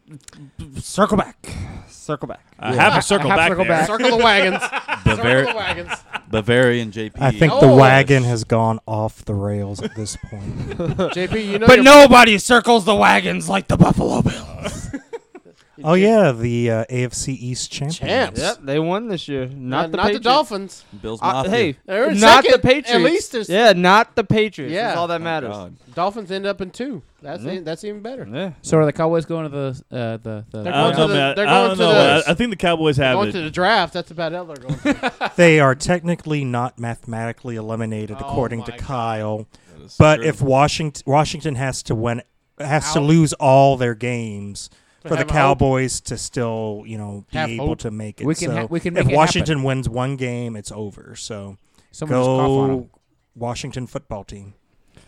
Speaker 3: circle back. Circle back.
Speaker 8: I have a circle
Speaker 4: half
Speaker 8: back.
Speaker 4: circle
Speaker 8: there.
Speaker 4: back.
Speaker 5: Circle the wagons. Circle
Speaker 7: Bavari-
Speaker 5: the wagons.
Speaker 7: Bavarian JP?
Speaker 6: I think the
Speaker 5: Oh.
Speaker 6: wagon has gone off the rails at this point.
Speaker 5: JP, you know.
Speaker 3: But
Speaker 5: your-
Speaker 3: nobody circles the wagons like the Buffalo Bills.
Speaker 6: oh yeah, the uh, AFC East champions.
Speaker 5: Champs.
Speaker 3: Yep, they won this year.
Speaker 5: Uh, Not,
Speaker 3: Not
Speaker 5: not,
Speaker 3: the Patriots.
Speaker 5: Dolphins.
Speaker 7: Bills
Speaker 3: Uh,
Speaker 7: Mafia.
Speaker 3: hey,
Speaker 5: They're in
Speaker 3: not the
Speaker 5: second.
Speaker 3: Patriots.
Speaker 5: At least there's-
Speaker 3: yeah, not the Patriots. Yeah,
Speaker 5: Yeah.
Speaker 3: that's all that
Speaker 7: Oh,
Speaker 3: matters.
Speaker 7: God.
Speaker 5: Dolphins end up in two. That's
Speaker 8: Hmm?
Speaker 5: e- that's even better.
Speaker 3: yeah.
Speaker 4: So are the Cowboys going to the uh, the the?
Speaker 5: They're
Speaker 8: I don't
Speaker 5: going
Speaker 8: know,
Speaker 5: to the-
Speaker 8: man.
Speaker 5: they're
Speaker 8: I
Speaker 5: going
Speaker 8: don't
Speaker 5: to
Speaker 8: know.
Speaker 5: the-
Speaker 8: I- I think the Cowboys have
Speaker 5: going
Speaker 8: it.
Speaker 5: to the draft. That's about it. They're going. To.
Speaker 6: They are technically not mathematically eliminated,
Speaker 5: Oh
Speaker 6: according to
Speaker 5: my
Speaker 6: Kyle.
Speaker 7: That is
Speaker 6: But
Speaker 7: true.
Speaker 6: if Washington Washington has to win, has to
Speaker 5: Out.
Speaker 6: lose all their games
Speaker 5: To
Speaker 6: for the
Speaker 5: have hope.
Speaker 6: Cowboys to still, you know, be
Speaker 5: Have
Speaker 6: able
Speaker 5: hope.
Speaker 6: to make it.
Speaker 4: We can
Speaker 6: so
Speaker 4: ha- we can
Speaker 6: if
Speaker 4: make it
Speaker 6: Washington wins one game, it's over. So
Speaker 4: Someone just cough on
Speaker 6: go
Speaker 4: them.
Speaker 6: Washington football team.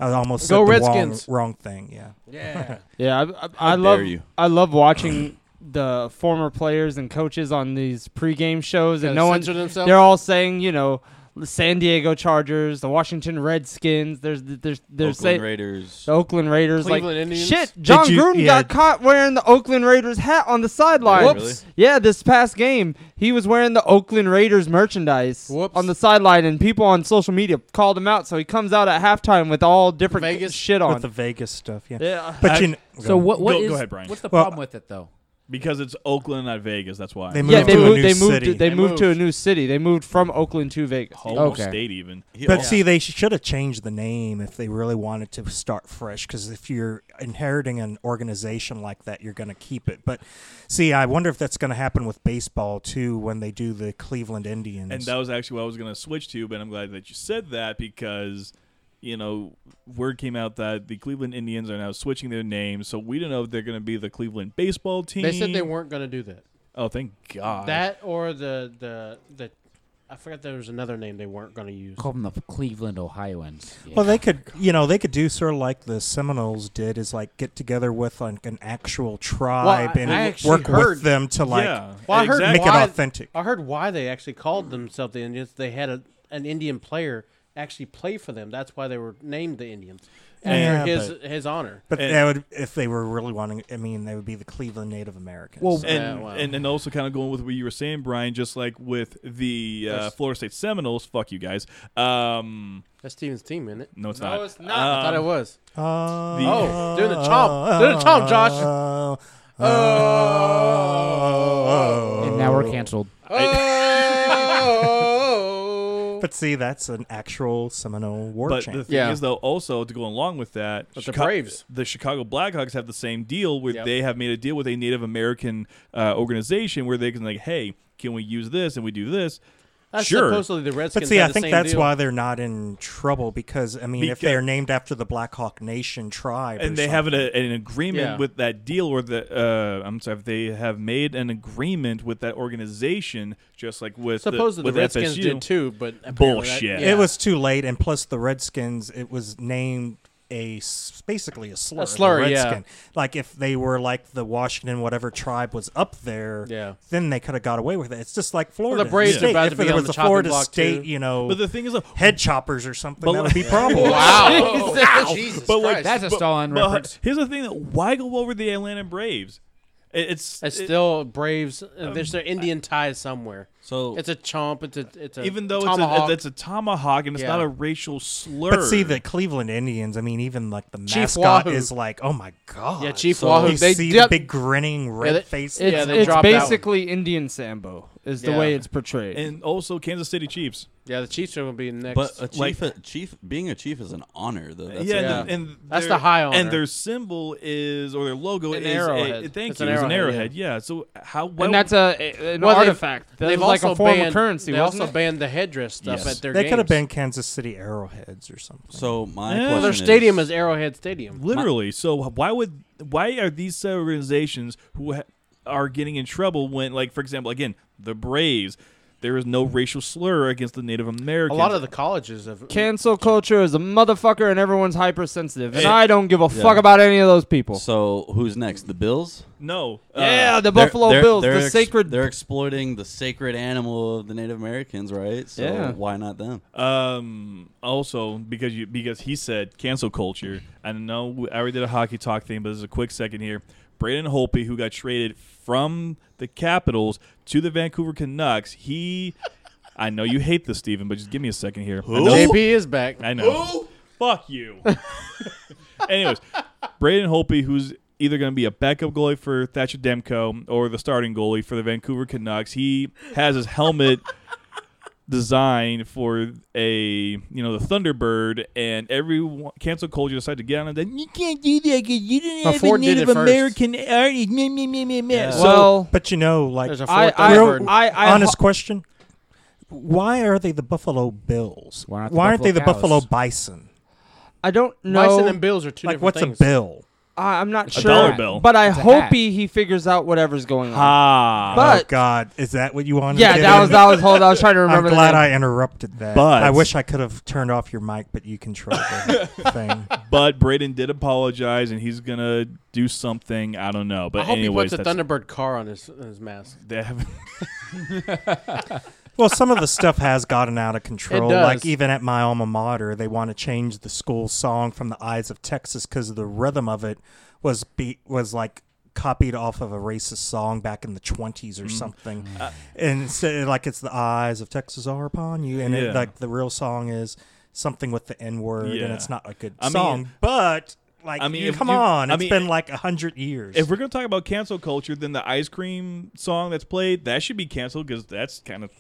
Speaker 6: I almost
Speaker 5: Go
Speaker 6: said the wrong-
Speaker 5: Redskins.
Speaker 6: Wrong, thing. Yeah,
Speaker 5: yeah.
Speaker 3: Yeah, I, I, I
Speaker 7: How
Speaker 3: love
Speaker 7: dare you.
Speaker 3: I love watching the former players and coaches on these pregame shows, and
Speaker 5: Gotta
Speaker 3: no one
Speaker 5: censor themselves.
Speaker 3: they're all saying you know the San Diego Chargers, the Washington Redskins. There's there's
Speaker 7: Oakland
Speaker 3: there's say,
Speaker 7: Raiders.
Speaker 3: the Oakland Raiders. like
Speaker 5: Cleveland Indians.
Speaker 3: shit, John
Speaker 6: you-
Speaker 3: Gruden
Speaker 6: yeah.
Speaker 3: got caught wearing the Oakland Raiders hat on the sideline.
Speaker 7: Whoops. Really?
Speaker 3: Yeah, this past game he was wearing the Oakland Raiders merchandise
Speaker 5: Whoops.
Speaker 3: on the sideline, and people on social media called him out. So he comes out at halftime with all different
Speaker 5: Vegas
Speaker 3: shit on.
Speaker 6: with the Vegas stuff. Yeah,
Speaker 3: yeah.
Speaker 6: but
Speaker 8: I-
Speaker 6: you. Know,
Speaker 4: So what? What
Speaker 8: Go- go
Speaker 4: is-
Speaker 8: ahead, Brian.
Speaker 4: What's the
Speaker 6: Well,
Speaker 4: problem with it though?
Speaker 8: because it's Oakland, not Vegas. That's why.
Speaker 6: They moved
Speaker 3: Yeah, they
Speaker 6: to a
Speaker 3: moved.
Speaker 6: new
Speaker 3: They moved.
Speaker 6: city.
Speaker 3: To, they
Speaker 5: They
Speaker 3: moved to a
Speaker 5: moved.
Speaker 3: new city. They moved from Oakland to Vegas.
Speaker 8: Home
Speaker 4: Okay.
Speaker 8: state even.
Speaker 7: He
Speaker 6: But
Speaker 7: also-
Speaker 6: see, they should have changed the name if they really wanted to start fresh. Because if you're inheriting an organization like that, you're going to keep it. But see, I wonder if that's going to happen with baseball too when they do the Cleveland Indians.
Speaker 8: And that was actually what I was going to switch to, but I'm glad that you said that because, you know, word came out that the Cleveland Indians are now switching their name, so we don't know if they're going to be the Cleveland baseball team.
Speaker 5: They said they weren't going to do that.
Speaker 8: Oh, thank God.
Speaker 5: That or the the the. I forgot there was another name they weren't going to use.
Speaker 4: Call them the Cleveland Ohioans. Yeah.
Speaker 6: well, they could, you know, they could do sort of like the Seminoles did, is like get together with like an actual tribe
Speaker 5: I-
Speaker 6: and
Speaker 5: I actually
Speaker 6: work
Speaker 5: heard-
Speaker 6: with them to like
Speaker 8: yeah.
Speaker 5: Well, I heard
Speaker 8: exactly.
Speaker 6: make
Speaker 5: Why-
Speaker 6: it authentic.
Speaker 5: I heard why they actually called themselves the Indians. They had a, an Indian player actually play for them. That's why they were named the Indians
Speaker 6: Yeah,
Speaker 5: after his
Speaker 6: but-
Speaker 5: his honor.
Speaker 6: But
Speaker 8: And-
Speaker 6: that would, if they were really wanting, I mean, they would be the Cleveland Native Americans.
Speaker 4: Well,
Speaker 8: and,
Speaker 5: Yeah, wow.
Speaker 8: and and also kind of going with what you were saying, Brian, just like with the uh,
Speaker 5: That's-
Speaker 8: Florida State Seminoles. Fuck you guys. Um,
Speaker 5: That's Steven's team, isn't it?
Speaker 8: no, it's not.
Speaker 3: it's not.
Speaker 5: I thought it was.
Speaker 6: Uh,
Speaker 8: The-
Speaker 5: Oh, do the chomp. Do the chomp, Josh.
Speaker 6: Oh.
Speaker 5: Oh.
Speaker 4: or canceled.
Speaker 5: Oh,
Speaker 6: But see, that's an actual Seminole war
Speaker 8: But the
Speaker 6: chant.
Speaker 8: thing
Speaker 5: Yeah.
Speaker 8: is, though, also to go along with that,
Speaker 5: But the Braves.
Speaker 8: the Chicago Blackhawks have the same deal where
Speaker 5: Yep.
Speaker 8: they have made a deal with a Native American uh, organization where they can like, hey, can we use this and we do this?
Speaker 5: that's
Speaker 8: sure.
Speaker 5: supposedly the Redskins.
Speaker 6: But see,
Speaker 5: had
Speaker 6: I
Speaker 5: the
Speaker 6: think
Speaker 5: same
Speaker 6: that's
Speaker 5: deal.
Speaker 6: why they're not in trouble because I mean, if
Speaker 8: Because-
Speaker 6: they're named after the Black Hawk Nation tribe, or
Speaker 8: and they have an,
Speaker 5: uh,
Speaker 6: something-
Speaker 8: an agreement
Speaker 5: Yeah.
Speaker 8: with that deal or the uh, I'm sorry, if they have made an agreement with that organization, just like with the,
Speaker 5: supposedly
Speaker 8: with
Speaker 5: the Redskins
Speaker 8: FSU.
Speaker 5: did too. But apparently that-
Speaker 8: Bullshit.
Speaker 5: yeah.
Speaker 6: It was too late, and plus the Redskins, it was named a s- basically a slur. the
Speaker 5: slur, yeah.
Speaker 6: Redskin. Like if they were like the Washington whatever tribe was up there,
Speaker 5: Yeah.
Speaker 6: then they could have got away with it. It's just like Florida.
Speaker 5: Braves are
Speaker 6: State.
Speaker 5: about to
Speaker 6: if
Speaker 5: be
Speaker 6: there
Speaker 5: on
Speaker 6: was
Speaker 5: the
Speaker 6: a
Speaker 5: chopping
Speaker 6: Florida
Speaker 5: block,
Speaker 6: State,
Speaker 5: too.
Speaker 6: you know,
Speaker 8: But the thing is, though,
Speaker 6: head choppers or something,
Speaker 8: But
Speaker 6: that
Speaker 8: like-
Speaker 6: would be problems.
Speaker 5: Wow. Jesus
Speaker 8: but like
Speaker 5: Christ.
Speaker 4: That's a Stalin
Speaker 8: but
Speaker 4: reference.
Speaker 8: Here's the thing: that why go over the Atlanta Braves? It- It's
Speaker 5: It's
Speaker 8: it-
Speaker 5: still Braves. uh, There's their Indian tie somewhere.
Speaker 7: So
Speaker 5: It's a chomp. It's a. It's a.
Speaker 8: even though
Speaker 5: tomahawk.
Speaker 8: it's a, it's a tomahawk and it's
Speaker 5: Yeah.
Speaker 8: not a racial slur.
Speaker 6: But see, the Cleveland Indians, I mean, even like the
Speaker 5: Chief
Speaker 6: mascot
Speaker 5: Wahoo.
Speaker 6: is like, oh my god.
Speaker 5: yeah, Chief
Speaker 7: So-
Speaker 5: Wahoo.
Speaker 6: You
Speaker 5: They
Speaker 6: see
Speaker 5: yep.
Speaker 6: the big grinning red
Speaker 5: they-
Speaker 6: face.
Speaker 5: it's- Yeah, they
Speaker 3: it's
Speaker 5: dropped that one.
Speaker 3: basically Indian Sambo is the
Speaker 5: Yeah.
Speaker 3: way it's portrayed.
Speaker 8: and also Kansas City Chiefs.
Speaker 5: Yeah, the Chiefs are gonna be next.
Speaker 7: But a chief,
Speaker 8: Like-
Speaker 7: a chief, being a chief is an honor. Though. That's
Speaker 8: yeah,
Speaker 7: the
Speaker 8: and,
Speaker 7: thing.
Speaker 8: and
Speaker 5: That's
Speaker 8: their-
Speaker 5: the high honor.
Speaker 8: And their symbol is or their logo
Speaker 5: An
Speaker 8: is
Speaker 5: arrowhead.
Speaker 8: A, thank
Speaker 5: It's
Speaker 8: you,
Speaker 5: an
Speaker 8: it's an
Speaker 5: arrowhead,
Speaker 8: arrowhead. Yeah. So how? Why,
Speaker 3: and that's a, a- an
Speaker 5: Well, they've-
Speaker 3: artifact. That
Speaker 5: they've
Speaker 3: was like
Speaker 5: also
Speaker 3: a form
Speaker 5: banned,
Speaker 3: of currency.
Speaker 5: They
Speaker 3: wasn't
Speaker 5: also
Speaker 3: it?
Speaker 5: banned the headdress stuff
Speaker 7: Yes.
Speaker 5: at their
Speaker 6: they
Speaker 5: games.
Speaker 6: could have been Kansas City Arrowheads or something.
Speaker 7: so my
Speaker 8: Yeah.
Speaker 7: question
Speaker 5: Well, their stadium
Speaker 7: is,
Speaker 5: is Arrowhead Stadium.
Speaker 8: literally. So why would why are these organizations who ha- are getting in trouble when, like, for example, again, the Braves. There is no racial slur against the Native
Speaker 5: A
Speaker 8: Americans.
Speaker 5: lot of the colleges have
Speaker 3: Cancel culture is a motherfucker, and everyone's hypersensitive. And
Speaker 8: Hey.
Speaker 3: I don't give a fuck about any of those people.
Speaker 7: So who's next? The Bills.
Speaker 8: no. uh,
Speaker 3: yeah, the
Speaker 7: They're-
Speaker 3: Buffalo
Speaker 7: they're-
Speaker 3: Bills,
Speaker 7: they're
Speaker 3: the
Speaker 7: ex-
Speaker 3: sacred.
Speaker 7: They're exploiting the sacred animal of the Native Americans, right? So
Speaker 3: Yeah.
Speaker 7: why not them?
Speaker 8: Um. Also, because you because he said cancel culture. I know I already did a hockey talk thing, but this is a quick second here. Braden Holpe, who got traded from the Capitals to the Vancouver Canucks, he. I know you hate this, Steven, but just give me a second here. I know-
Speaker 5: JP is back.
Speaker 8: I know. Fuck you. Anyways, Braden Holpe, who's either going to be a backup goalie for Thatcher Demko or the starting goalie for the Vancouver Canucks, he has his helmet designed for a you know the Thunderbird, and every one- cancel culture decided to get on it. Then you can't do that because you didn't
Speaker 5: Well,
Speaker 8: have
Speaker 5: Ford
Speaker 8: a
Speaker 5: did it
Speaker 8: Native
Speaker 5: first.
Speaker 8: American artist. Meh, meh, meh, meh, meh. So-
Speaker 3: well,
Speaker 6: But you know, like,
Speaker 5: There's a
Speaker 3: I,
Speaker 5: fourth
Speaker 3: I,
Speaker 5: Thunderbird.
Speaker 3: I, I,
Speaker 6: honest question: Why are they the Buffalo Bills?
Speaker 4: Why not the
Speaker 6: aren't they the
Speaker 4: Buffalo
Speaker 6: Buffalo
Speaker 4: Cows?
Speaker 6: Bison?
Speaker 3: I don't
Speaker 5: Bison
Speaker 3: know.
Speaker 5: and Bills are two
Speaker 6: Like,
Speaker 5: different
Speaker 6: what's
Speaker 5: things.
Speaker 6: a bill? Oh,
Speaker 3: I, I'm not
Speaker 8: A
Speaker 3: sure.
Speaker 8: dollar bill.
Speaker 3: But I
Speaker 4: It's a
Speaker 3: hope
Speaker 4: hat.
Speaker 3: he, he figures out whatever's going on.
Speaker 8: ah,
Speaker 6: oh
Speaker 3: But
Speaker 6: God, is that what you wanted? to
Speaker 3: Mm-hmm. yeah,
Speaker 6: get
Speaker 3: that was
Speaker 6: in?
Speaker 3: that was hold. I was trying to
Speaker 6: I'm
Speaker 3: remember. the
Speaker 6: glad
Speaker 3: name.
Speaker 6: I interrupted that.
Speaker 8: But-
Speaker 6: I wish I could have turned off your mic, but you control the thing.
Speaker 8: but Braden did apologize, and he's gonna do something. I don't know, but
Speaker 5: I hope
Speaker 8: anyways,
Speaker 5: he puts a
Speaker 8: that's-
Speaker 5: Thunderbird car on his, on his mask.
Speaker 8: they have-
Speaker 6: Well, some of the stuff has gotten out of control.
Speaker 5: It does.
Speaker 6: Like even at my alma mater, they want to change the school song from the Eyes of Texas because the rhythm of it was beat was like copied off of a racist song back in the 20s or
Speaker 8: Mm.
Speaker 6: something.
Speaker 8: Uh,
Speaker 6: and so, like it's the eyes of Texas are upon you and
Speaker 8: Yeah.
Speaker 6: it, like the real song is something with the n word
Speaker 8: Yeah.
Speaker 6: and it's not a good
Speaker 8: I mean-
Speaker 6: song. but like
Speaker 8: I
Speaker 6: I
Speaker 8: mean,
Speaker 6: mean,
Speaker 8: if
Speaker 6: come
Speaker 8: you-
Speaker 6: on,
Speaker 8: I
Speaker 6: it's
Speaker 8: mean,
Speaker 6: been like a 100 years.
Speaker 8: If we're gonna talk about cancel culture, then the ice cream song that's played that should be canceled because that's kind of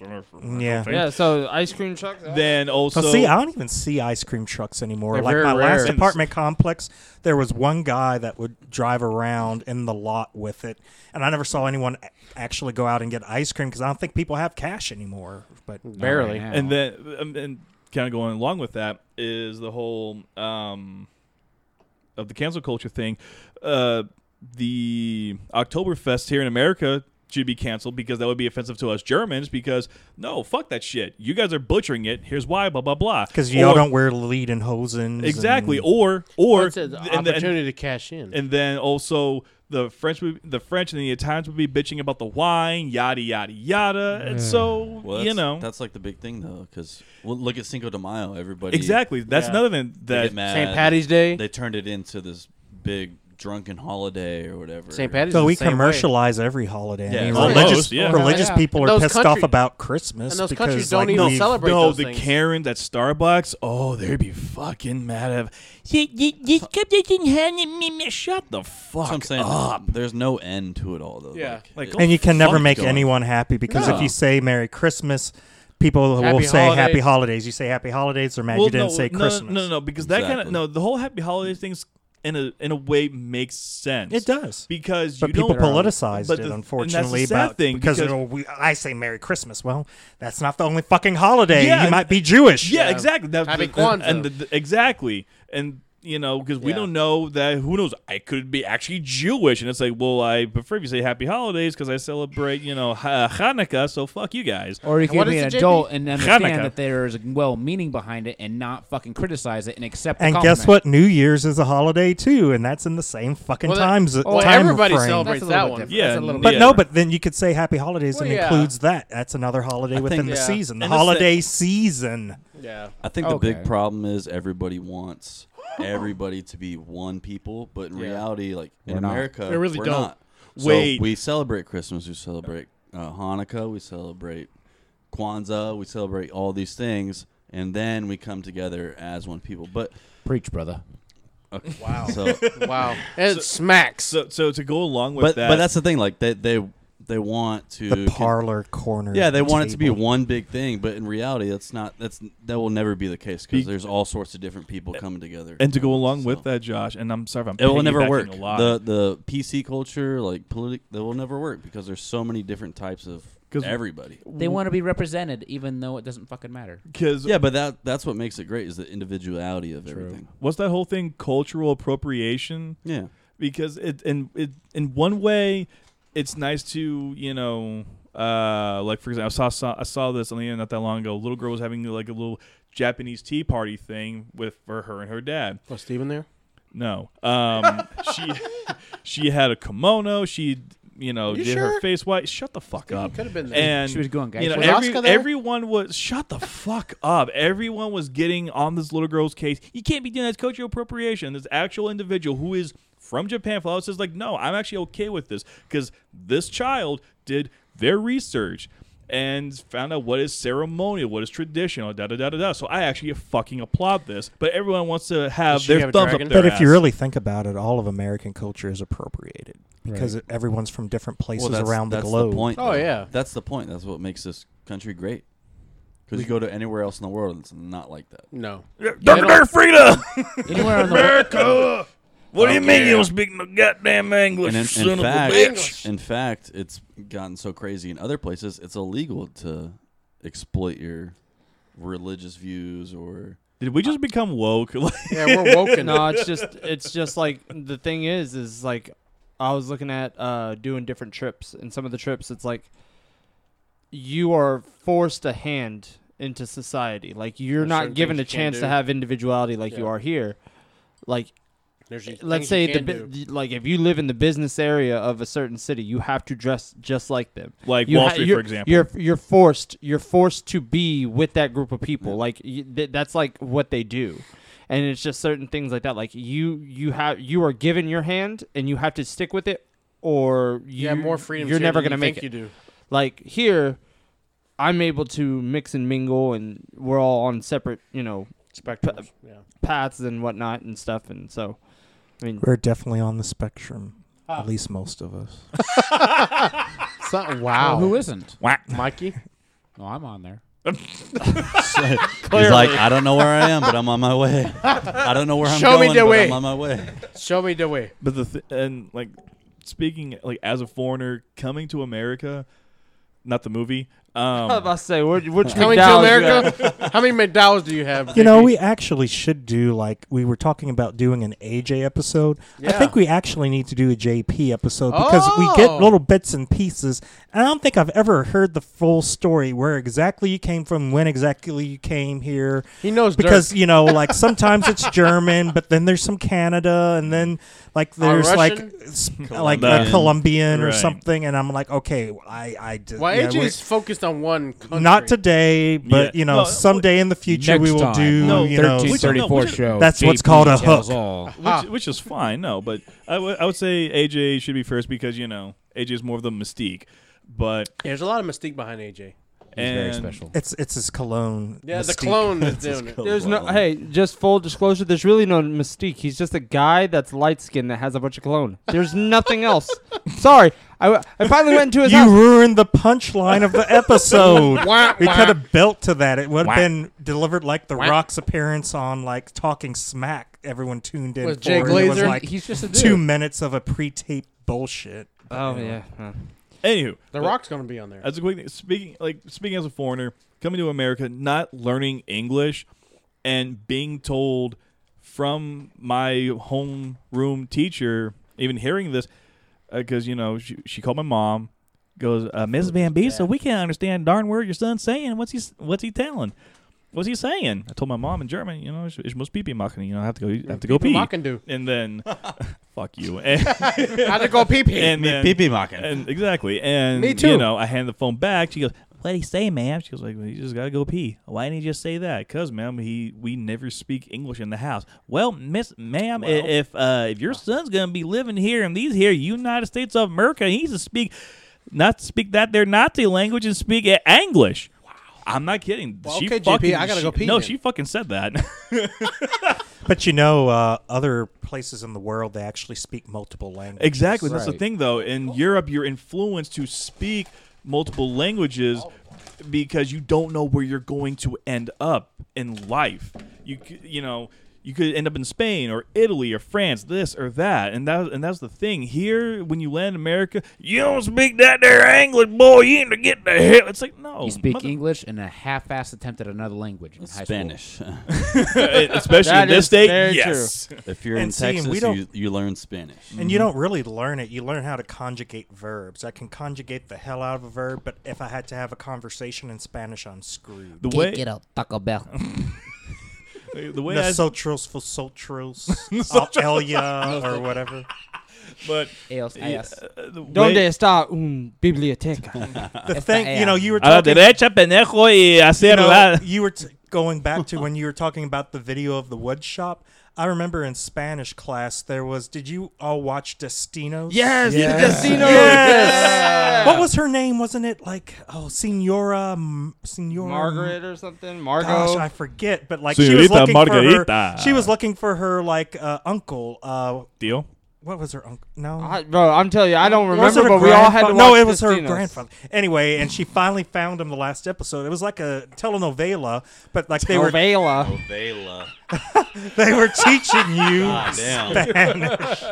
Speaker 6: Yeah.
Speaker 3: Yeah, so ice cream trucks.
Speaker 8: Then also,
Speaker 6: Well, see, I don't even see ice cream trucks anymore.
Speaker 5: They're
Speaker 6: like
Speaker 5: very
Speaker 6: my
Speaker 5: rare.
Speaker 6: last apartment complex, there was one guy that would drive around in the lot with it, and I never saw anyone a- actually go out and get ice cream because I don't think people have cash anymore. But
Speaker 5: Barely.
Speaker 4: now.
Speaker 8: and then um, and kind of going along with that is the whole um of the cancel culture thing. Uh, the Oktoberfest here in America should be canceled because that would be offensive to us Germans. Because no, fuck that shit. You guys are butchering it. Here's why. Blah blah blah.
Speaker 6: because y'all
Speaker 8: Or-
Speaker 6: don't wear lead and hosen,
Speaker 8: exactly. Or or
Speaker 5: it's an
Speaker 8: and the- and-
Speaker 5: opportunity to cash in.
Speaker 8: and then also the French would, the French and the Italians would be bitching about the wine, yada yada yada. And so
Speaker 7: Well,
Speaker 8: you
Speaker 7: that's-
Speaker 8: know
Speaker 7: that's like the big thing though, because well, look at Cinco de Mayo. Everybody
Speaker 8: exactly. That's
Speaker 5: Yeah.
Speaker 8: another thing
Speaker 7: they
Speaker 8: that
Speaker 7: get mad.
Speaker 5: St. Patty's Day.
Speaker 7: They turned it into this big drunken holiday or whatever.
Speaker 5: St. Patty's.
Speaker 6: So
Speaker 5: is
Speaker 6: we
Speaker 5: the same way.
Speaker 6: commercialize every holiday.
Speaker 7: Yeah,
Speaker 6: I mean,
Speaker 7: almost,
Speaker 6: religious
Speaker 8: yeah.
Speaker 6: religious
Speaker 5: Yeah.
Speaker 6: people are
Speaker 5: Those
Speaker 6: pissed
Speaker 5: country-
Speaker 6: off about Christmas
Speaker 5: and those
Speaker 6: because
Speaker 5: countries don't
Speaker 6: like,
Speaker 5: even
Speaker 6: we've-
Speaker 5: celebrate
Speaker 8: no,
Speaker 5: those
Speaker 8: the
Speaker 5: things.
Speaker 8: Karens at Starbucks. Oh, they'd be fucking mad at.
Speaker 9: You, you, you kept getting handed me my shot.
Speaker 8: The
Speaker 7: That's what I'm
Speaker 8: fuck
Speaker 7: saying.
Speaker 8: up.
Speaker 7: There's no end to it all, though.
Speaker 5: Yeah.
Speaker 8: Like, oh,
Speaker 7: it-
Speaker 8: go
Speaker 6: And you can never
Speaker 7: fuck
Speaker 6: make
Speaker 7: going.
Speaker 6: anyone happy because if
Speaker 7: No.
Speaker 6: you say Merry Christmas, people will
Speaker 5: Happy
Speaker 6: say Happy
Speaker 5: holidays.
Speaker 6: Holidays. You say Happy Holidays, they're mad
Speaker 8: Well,
Speaker 6: you didn't
Speaker 8: no,
Speaker 6: say
Speaker 8: no,
Speaker 6: Christmas.
Speaker 8: No, no, no, because that kind of
Speaker 7: Exactly.
Speaker 8: no, the whole happy holidays things in a in a way makes sense.
Speaker 6: It does.
Speaker 8: because
Speaker 6: But
Speaker 8: you
Speaker 6: people
Speaker 8: don't,
Speaker 6: politicized
Speaker 8: but
Speaker 6: it,
Speaker 8: the- and that's the
Speaker 6: unfortunately.
Speaker 8: sad
Speaker 6: about,
Speaker 8: thing,
Speaker 6: because,
Speaker 8: because-
Speaker 6: you know, we, I say Merry Christmas. Well, that's not the only fucking holiday.
Speaker 8: Yeah,
Speaker 6: you might be Jewish.
Speaker 8: Yeah,
Speaker 5: Yeah.
Speaker 8: exactly. That's
Speaker 5: Happy
Speaker 8: the- and-
Speaker 5: Kwanzaa.
Speaker 8: and the, the- exactly, and you know, because we
Speaker 5: Yeah.
Speaker 8: don't know that. Who knows? I could be actually Jewish, and it's like, well, I prefer if you say Happy Holidays because I celebrate, you know, Ha- Hanukkah. So fuck you guys.
Speaker 4: Or you can
Speaker 5: what
Speaker 4: be
Speaker 5: is
Speaker 4: an
Speaker 5: it, JP?
Speaker 4: adult and understand
Speaker 8: Hanukkah.
Speaker 4: that there is well meaning behind it and not fucking criticize it and accept. The
Speaker 6: And
Speaker 4: compliment.
Speaker 6: guess what? New Year's is a holiday too, and that's in the same fucking
Speaker 5: Well, that-
Speaker 6: times uh,
Speaker 5: Well,
Speaker 6: time
Speaker 5: everybody
Speaker 6: frame.
Speaker 5: celebrates
Speaker 4: That's a little
Speaker 5: that
Speaker 4: bit
Speaker 5: one.
Speaker 4: different.
Speaker 8: Yeah,
Speaker 5: That's a little
Speaker 6: But
Speaker 5: bit
Speaker 6: no,
Speaker 8: Yeah.
Speaker 6: but then you could say Happy Holidays and
Speaker 5: Well, yeah.
Speaker 6: includes that. That's another holiday within
Speaker 7: think-
Speaker 6: the
Speaker 5: Yeah.
Speaker 6: season, the
Speaker 7: And it's that-
Speaker 6: holiday season.
Speaker 5: Yeah.
Speaker 7: I think the
Speaker 4: Okay.
Speaker 7: big problem is everybody wants everybody to be one people, but in
Speaker 5: Yeah.
Speaker 7: reality, like in
Speaker 4: We're not.
Speaker 7: America,
Speaker 5: We really
Speaker 7: we're
Speaker 5: don't.
Speaker 7: not. So
Speaker 8: Wait.
Speaker 7: we celebrate Christmas, we celebrate uh, Hanukkah, we celebrate Kwanzaa, we celebrate all these things, and then we come together as one people. But
Speaker 4: Preach, brother.
Speaker 7: wow, so, but
Speaker 5: Wow. And it smacks.
Speaker 8: So, so to go along
Speaker 7: but
Speaker 8: with that,
Speaker 7: that's the thing, like they they they want to
Speaker 6: The
Speaker 7: con-
Speaker 6: parlor corner.
Speaker 7: Yeah, they want it to be
Speaker 6: table.
Speaker 7: one big thing, but in reality, that's not that's that will never be the case
Speaker 8: Be-
Speaker 7: because there's all sorts of different people coming together.
Speaker 8: and to go along
Speaker 7: So-
Speaker 8: with that, Josh, and I'm sorry, if I'm
Speaker 7: it will never
Speaker 8: piggybacking
Speaker 7: work.
Speaker 8: A lot.
Speaker 7: The the PC culture, like politic, that will never work because there's so many different types of
Speaker 8: 'Cause-
Speaker 7: everybody.
Speaker 4: They want to be represented, even though it doesn't fucking matter.
Speaker 8: Because
Speaker 7: Yeah, but that that's what makes it great is the individuality of everything.
Speaker 8: what's that whole thing? Cultural appropriation.
Speaker 7: Yeah,
Speaker 8: because it in it in one way it's nice to you know uh like for example I saw, saw I saw this on the internet not that long ago. A little girl was having like a little Japanese tea party thing with for her and her dad.
Speaker 5: Was Steven there?
Speaker 8: No, um, she she had a kimono. She you know
Speaker 5: You
Speaker 8: did her
Speaker 5: sure?
Speaker 8: face white. Shut the fuck up.
Speaker 5: could have been there.
Speaker 8: And
Speaker 4: She was going, guys.
Speaker 8: You know,
Speaker 5: Was
Speaker 8: every-
Speaker 5: Asuka there?
Speaker 8: everyone was shut the fuck up. Everyone was getting on this little girl's case. You can't be doing that. It's cultural appropriation. This actual individual who is from Japan flat out says like, no, I'm actually okay with this because this child did their research and found out what is ceremonial, what is traditional, da da da da da. So I actually fucking applaud this. But everyone wants to have
Speaker 5: Does she
Speaker 8: their
Speaker 5: have a
Speaker 8: thumbs up
Speaker 5: dragon?
Speaker 8: their
Speaker 6: But if you
Speaker 8: ass.
Speaker 6: really think about it, all of American culture is appropriated because it- everyone's from different places
Speaker 7: that's,
Speaker 6: around the
Speaker 7: that's
Speaker 6: globe.
Speaker 7: point,
Speaker 5: Oh,
Speaker 7: though.
Speaker 5: yeah.
Speaker 7: that's the point. That's what makes this country great. Because you go to anywhere else in the world, and it's not like that.
Speaker 5: No.
Speaker 8: Dr. Frida!
Speaker 4: Anywhere on the
Speaker 8: America! What do you mean you don't speak no goddamn English,
Speaker 7: And in,
Speaker 8: you son
Speaker 7: in
Speaker 8: of a
Speaker 7: fact,
Speaker 8: bitch?
Speaker 7: in fact, it's gotten so crazy in other places, it's illegal to exploit your religious views or
Speaker 8: Did we just become woke?
Speaker 5: Yeah, we're woken.
Speaker 3: no, it's just it's just like the thing is is like I was looking at uh doing different trips and some of the trips it's like you are forced a hand into society. Like you're
Speaker 5: There's
Speaker 3: not
Speaker 5: certain
Speaker 3: given a
Speaker 5: things you can't
Speaker 3: chance to
Speaker 5: do.
Speaker 3: have individuality like you
Speaker 5: Yeah.
Speaker 3: are here. Like
Speaker 5: There's these
Speaker 3: let's
Speaker 5: things you
Speaker 3: say the
Speaker 5: can
Speaker 3: bu-
Speaker 5: do.
Speaker 3: the- like if you live in the business area of a certain city, you have to dress just like them.
Speaker 8: Like
Speaker 3: You
Speaker 8: Wall
Speaker 3: ha-
Speaker 8: Street, for
Speaker 3: you're-
Speaker 8: example.
Speaker 3: You're you're forced you're forced to be with that group of people. Like y- th- that's like what they do. And it's just certain things like that. Like you you have you are given your hand and you have to stick with it or you,
Speaker 5: you have more freedom.
Speaker 3: You're
Speaker 5: here
Speaker 3: never
Speaker 5: than you
Speaker 3: gonna make
Speaker 5: think
Speaker 3: it.
Speaker 5: You do.
Speaker 3: Like here I'm able to mix and mingle and we're all on separate, you know,
Speaker 5: Spectrum. Yeah.
Speaker 3: paths and whatnot and stuff and so I mean
Speaker 6: We're definitely on the spectrum. At least most of us.
Speaker 5: wow.
Speaker 4: who isn't?
Speaker 5: Mikey?
Speaker 4: No, I'm on there.
Speaker 7: He's like, I don't know where I am, but I'm on my way. I don't know where I'm
Speaker 5: Show me
Speaker 7: going,
Speaker 5: the
Speaker 7: but
Speaker 5: way.
Speaker 7: I'm on my way.
Speaker 5: Show me the way.
Speaker 8: But the th- and like speaking like as a foreigner coming to America, not the movie.
Speaker 3: I was
Speaker 8: Um,
Speaker 3: about to say, which, which
Speaker 5: Coming to
Speaker 3: McDowell's you
Speaker 5: America? How many McDowell's do you have?
Speaker 6: You know,
Speaker 5: JP?
Speaker 6: we actually should do like we were talking about doing an AJ episode. I think we actually need to do a JP episode because we get
Speaker 5: Oh.
Speaker 6: little bits and pieces. And I don't think I've ever heard the full story where exactly you came from, when exactly you came here.
Speaker 5: He knows dirt.
Speaker 6: Because you know, like sometimes it's German, but then there's some Canada, and then like there's like
Speaker 5: Russian?
Speaker 6: s- like a
Speaker 7: Colombian.
Speaker 6: Colombian or
Speaker 8: Right.
Speaker 6: something, and I'm like, okay, I I did.
Speaker 5: Well,
Speaker 6: yeah,
Speaker 5: AJ's
Speaker 6: we're-
Speaker 5: focused on on one country.
Speaker 6: Not today, but
Speaker 8: Yeah.
Speaker 6: you know,
Speaker 8: No,
Speaker 6: someday in the future
Speaker 4: Next
Speaker 6: we
Speaker 4: time
Speaker 6: will do.
Speaker 4: on
Speaker 8: No,
Speaker 6: you know,
Speaker 4: 1334
Speaker 8: which-
Speaker 4: show.
Speaker 6: That's what's
Speaker 4: JP
Speaker 6: called a
Speaker 4: tells
Speaker 6: hook.
Speaker 4: all.
Speaker 8: which, which is fine. No, but I would- I would say AJ should be first because you know AJ is more of the mystique. But
Speaker 5: There's a lot of mystique behind AJ.
Speaker 4: He's very
Speaker 8: and-
Speaker 4: special.
Speaker 6: it's it's his cologne.
Speaker 5: Yeah, the
Speaker 6: mystique.
Speaker 5: clone is doing it.
Speaker 3: There's no hey, just full disclosure, there's really no mystique. He's just a guy that's light skinned that has a bunch of cologne. There's nothing else. Sorry. I, I finally went into his
Speaker 6: You
Speaker 3: house.
Speaker 6: ruined the punchline of the episode. we could have built to that. It would
Speaker 4: Wah.
Speaker 6: have been delivered like The Rock's appearance on like Talking Smack. Everyone tuned in
Speaker 4: With
Speaker 6: for
Speaker 4: Jay
Speaker 6: it. It was
Speaker 4: Glazer?
Speaker 6: like
Speaker 4: He's just a
Speaker 6: two
Speaker 4: dude.
Speaker 6: minutes of a pre-taped bullshit.
Speaker 3: Oh yeah. huh.
Speaker 8: anywho,
Speaker 5: The Rock's gonna be on there.
Speaker 8: as a quick thing, speaking like speaking as a foreigner coming to America, not learning English, and being told from my homeroom teacher, even hearing this, because you know she, she called my mom, goes, uh, Mrs. Van Beesa, we can't understand darn word your son's saying. What's he What's he telling? What's he saying? I told my mom in German, you know, ich, ich muss pipi machen. You know, I have to go. I have to go pee.
Speaker 5: Mocking do.
Speaker 8: And then, fuck you. And,
Speaker 5: I had to go pee pee.
Speaker 8: and then, and exactly. And
Speaker 5: Me too.
Speaker 8: You know, I hand the phone back. She goes, "What did he say, ma'am?" She goes, "Like well, you just gotta go pee. Why didn't he just say that? Cause, ma'am, he we never speak English in the house. Well, Miss, ma'am, i- if uh, if your son's gonna be living here in these here United States of America, he needs to speak not speak that their Nazi language and speak uh, English." I'm not kidding.
Speaker 5: Well,
Speaker 8: she
Speaker 5: okay, GP,
Speaker 8: fucking,
Speaker 5: I gotta go
Speaker 8: she-
Speaker 5: pee
Speaker 8: No,
Speaker 5: then.
Speaker 8: she fucking said that.
Speaker 6: But you know, uh, other places in the world they actually speak multiple languages.
Speaker 8: Exactly. That's the
Speaker 4: Right.
Speaker 8: thing, though. In Europe, you're influenced to speak multiple languages because you don't know where you're going to end up in life. You c- you know you could end up in Spain or Italy or France, this or that, and that and that's the thing. Here, when you land in America, you don't speak that there English, boy. You ain't to get the hell. It's like no,
Speaker 4: You speak
Speaker 8: Oh, mother-
Speaker 4: English and a half-assed attempt at another language. In high school.
Speaker 7: Spanish.
Speaker 8: e, especially
Speaker 3: That
Speaker 8: in this
Speaker 3: is very
Speaker 8: state.
Speaker 3: true.
Speaker 8: Yes,
Speaker 7: if you're
Speaker 6: And
Speaker 7: in
Speaker 6: see, and
Speaker 7: Texas,
Speaker 6: we don't-
Speaker 7: you, you learn Spanish.
Speaker 6: And you don't really learn it. You learn how to conjugate verbs. I can conjugate the hell out of a verb, but if I had to have a conversation in Spanish, I'm screwed.
Speaker 8: the way
Speaker 4: out, Taco Bell.
Speaker 8: the way I,
Speaker 6: Nosotros vosotros, uh, Elia, or whatever.
Speaker 8: but
Speaker 4: Ales, yes.
Speaker 8: uh, the
Speaker 3: Donde
Speaker 8: way,
Speaker 3: está un biblioteca?
Speaker 6: The thing, you know, you were
Speaker 8: a la
Speaker 6: talking
Speaker 8: derecha, pendejo, y hacer
Speaker 6: you, know,
Speaker 8: la-
Speaker 6: you were t- going back to when you were talking about the video of the wood shop. I remember in Spanish class there was. Did you all watch Destinos?
Speaker 3: yes, the casino.
Speaker 6: Yes. What was her name? Wasn't it like oh, Senora, M- Senora
Speaker 3: Margaret or something?
Speaker 6: Gosh,
Speaker 3: Margot.
Speaker 6: I forget. But like she was
Speaker 8: Senorita
Speaker 6: looking for her.
Speaker 8: Margarita.
Speaker 6: She was looking for her like uh, uncle. Uh,
Speaker 8: deal.
Speaker 6: what was her uncle? No.
Speaker 3: I- bro, I'm telling you, I don't
Speaker 6: Was
Speaker 3: remember,
Speaker 6: it her
Speaker 3: but we all had to
Speaker 6: grandfa-
Speaker 3: watch
Speaker 6: No, it was her
Speaker 3: Destinos.
Speaker 6: grandfather. Anyway, and she finally found him the last episode. It was like a telenovela, but like they were
Speaker 3: Novela.
Speaker 7: Vela.
Speaker 6: they were teaching you
Speaker 7: God damn.
Speaker 6: Spanish.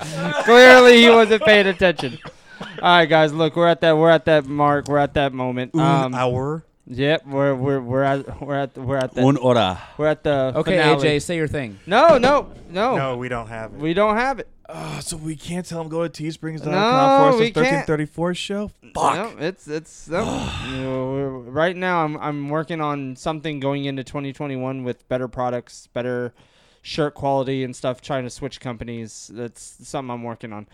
Speaker 3: Clearly, he wasn't paying attention. All right, guys. Look, we're at that. We're at that mark. We're at that moment.
Speaker 6: Un
Speaker 3: Um,
Speaker 6: hour.
Speaker 3: yep. We're we're we're at we're at we're at
Speaker 7: Un
Speaker 3: the
Speaker 7: hora.
Speaker 3: we're at the
Speaker 4: Okay,
Speaker 3: finale.
Speaker 4: AJ, say your thing.
Speaker 3: No, no, no,
Speaker 6: No, we don't have it.
Speaker 3: We don't have it.
Speaker 8: Uh, so we can't tell him go to teesprings.com
Speaker 3: No,
Speaker 8: for
Speaker 3: we
Speaker 8: us
Speaker 3: can't.
Speaker 8: 1334 show.
Speaker 3: No, it's it's no. You know, we're- right now. I'm I'm working on something going into 2021 with better products, better shirt quality and stuff. Trying to switch companies. That's something I'm working on.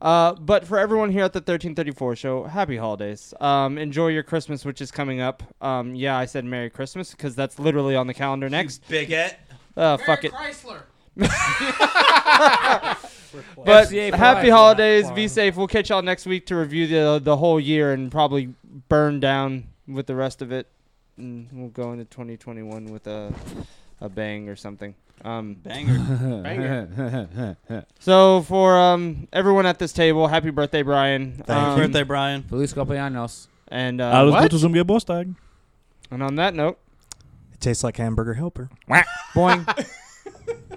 Speaker 3: Uh, but for everyone here at the 1334 show, happy holidays. Um, enjoy your Christmas, which is coming up. Um, yeah, I said Merry Christmas because that's literally on the calendar next.
Speaker 7: Bigot.
Speaker 3: Uh, fuck it.
Speaker 5: Chrysler.
Speaker 3: But
Speaker 4: FCA for life,
Speaker 3: happy
Speaker 4: yeah.
Speaker 3: holidays.
Speaker 4: Wow.
Speaker 3: Be safe. We'll catch y'all next week to review the the whole year and probably burn down with the rest of it. And we'll go into 2021 with a a bang or something. Um,
Speaker 7: Banger.
Speaker 3: so for um, everyone at this table, happy birthday, Brian. Um,
Speaker 7: Happy birthday, eh, Brian.
Speaker 4: Feliz cumpleaños.
Speaker 3: And
Speaker 8: I
Speaker 3: uh,
Speaker 8: was
Speaker 3: what?
Speaker 8: to some good boss tag.
Speaker 3: And on that note,
Speaker 6: It tastes like hamburger helper.
Speaker 3: boing.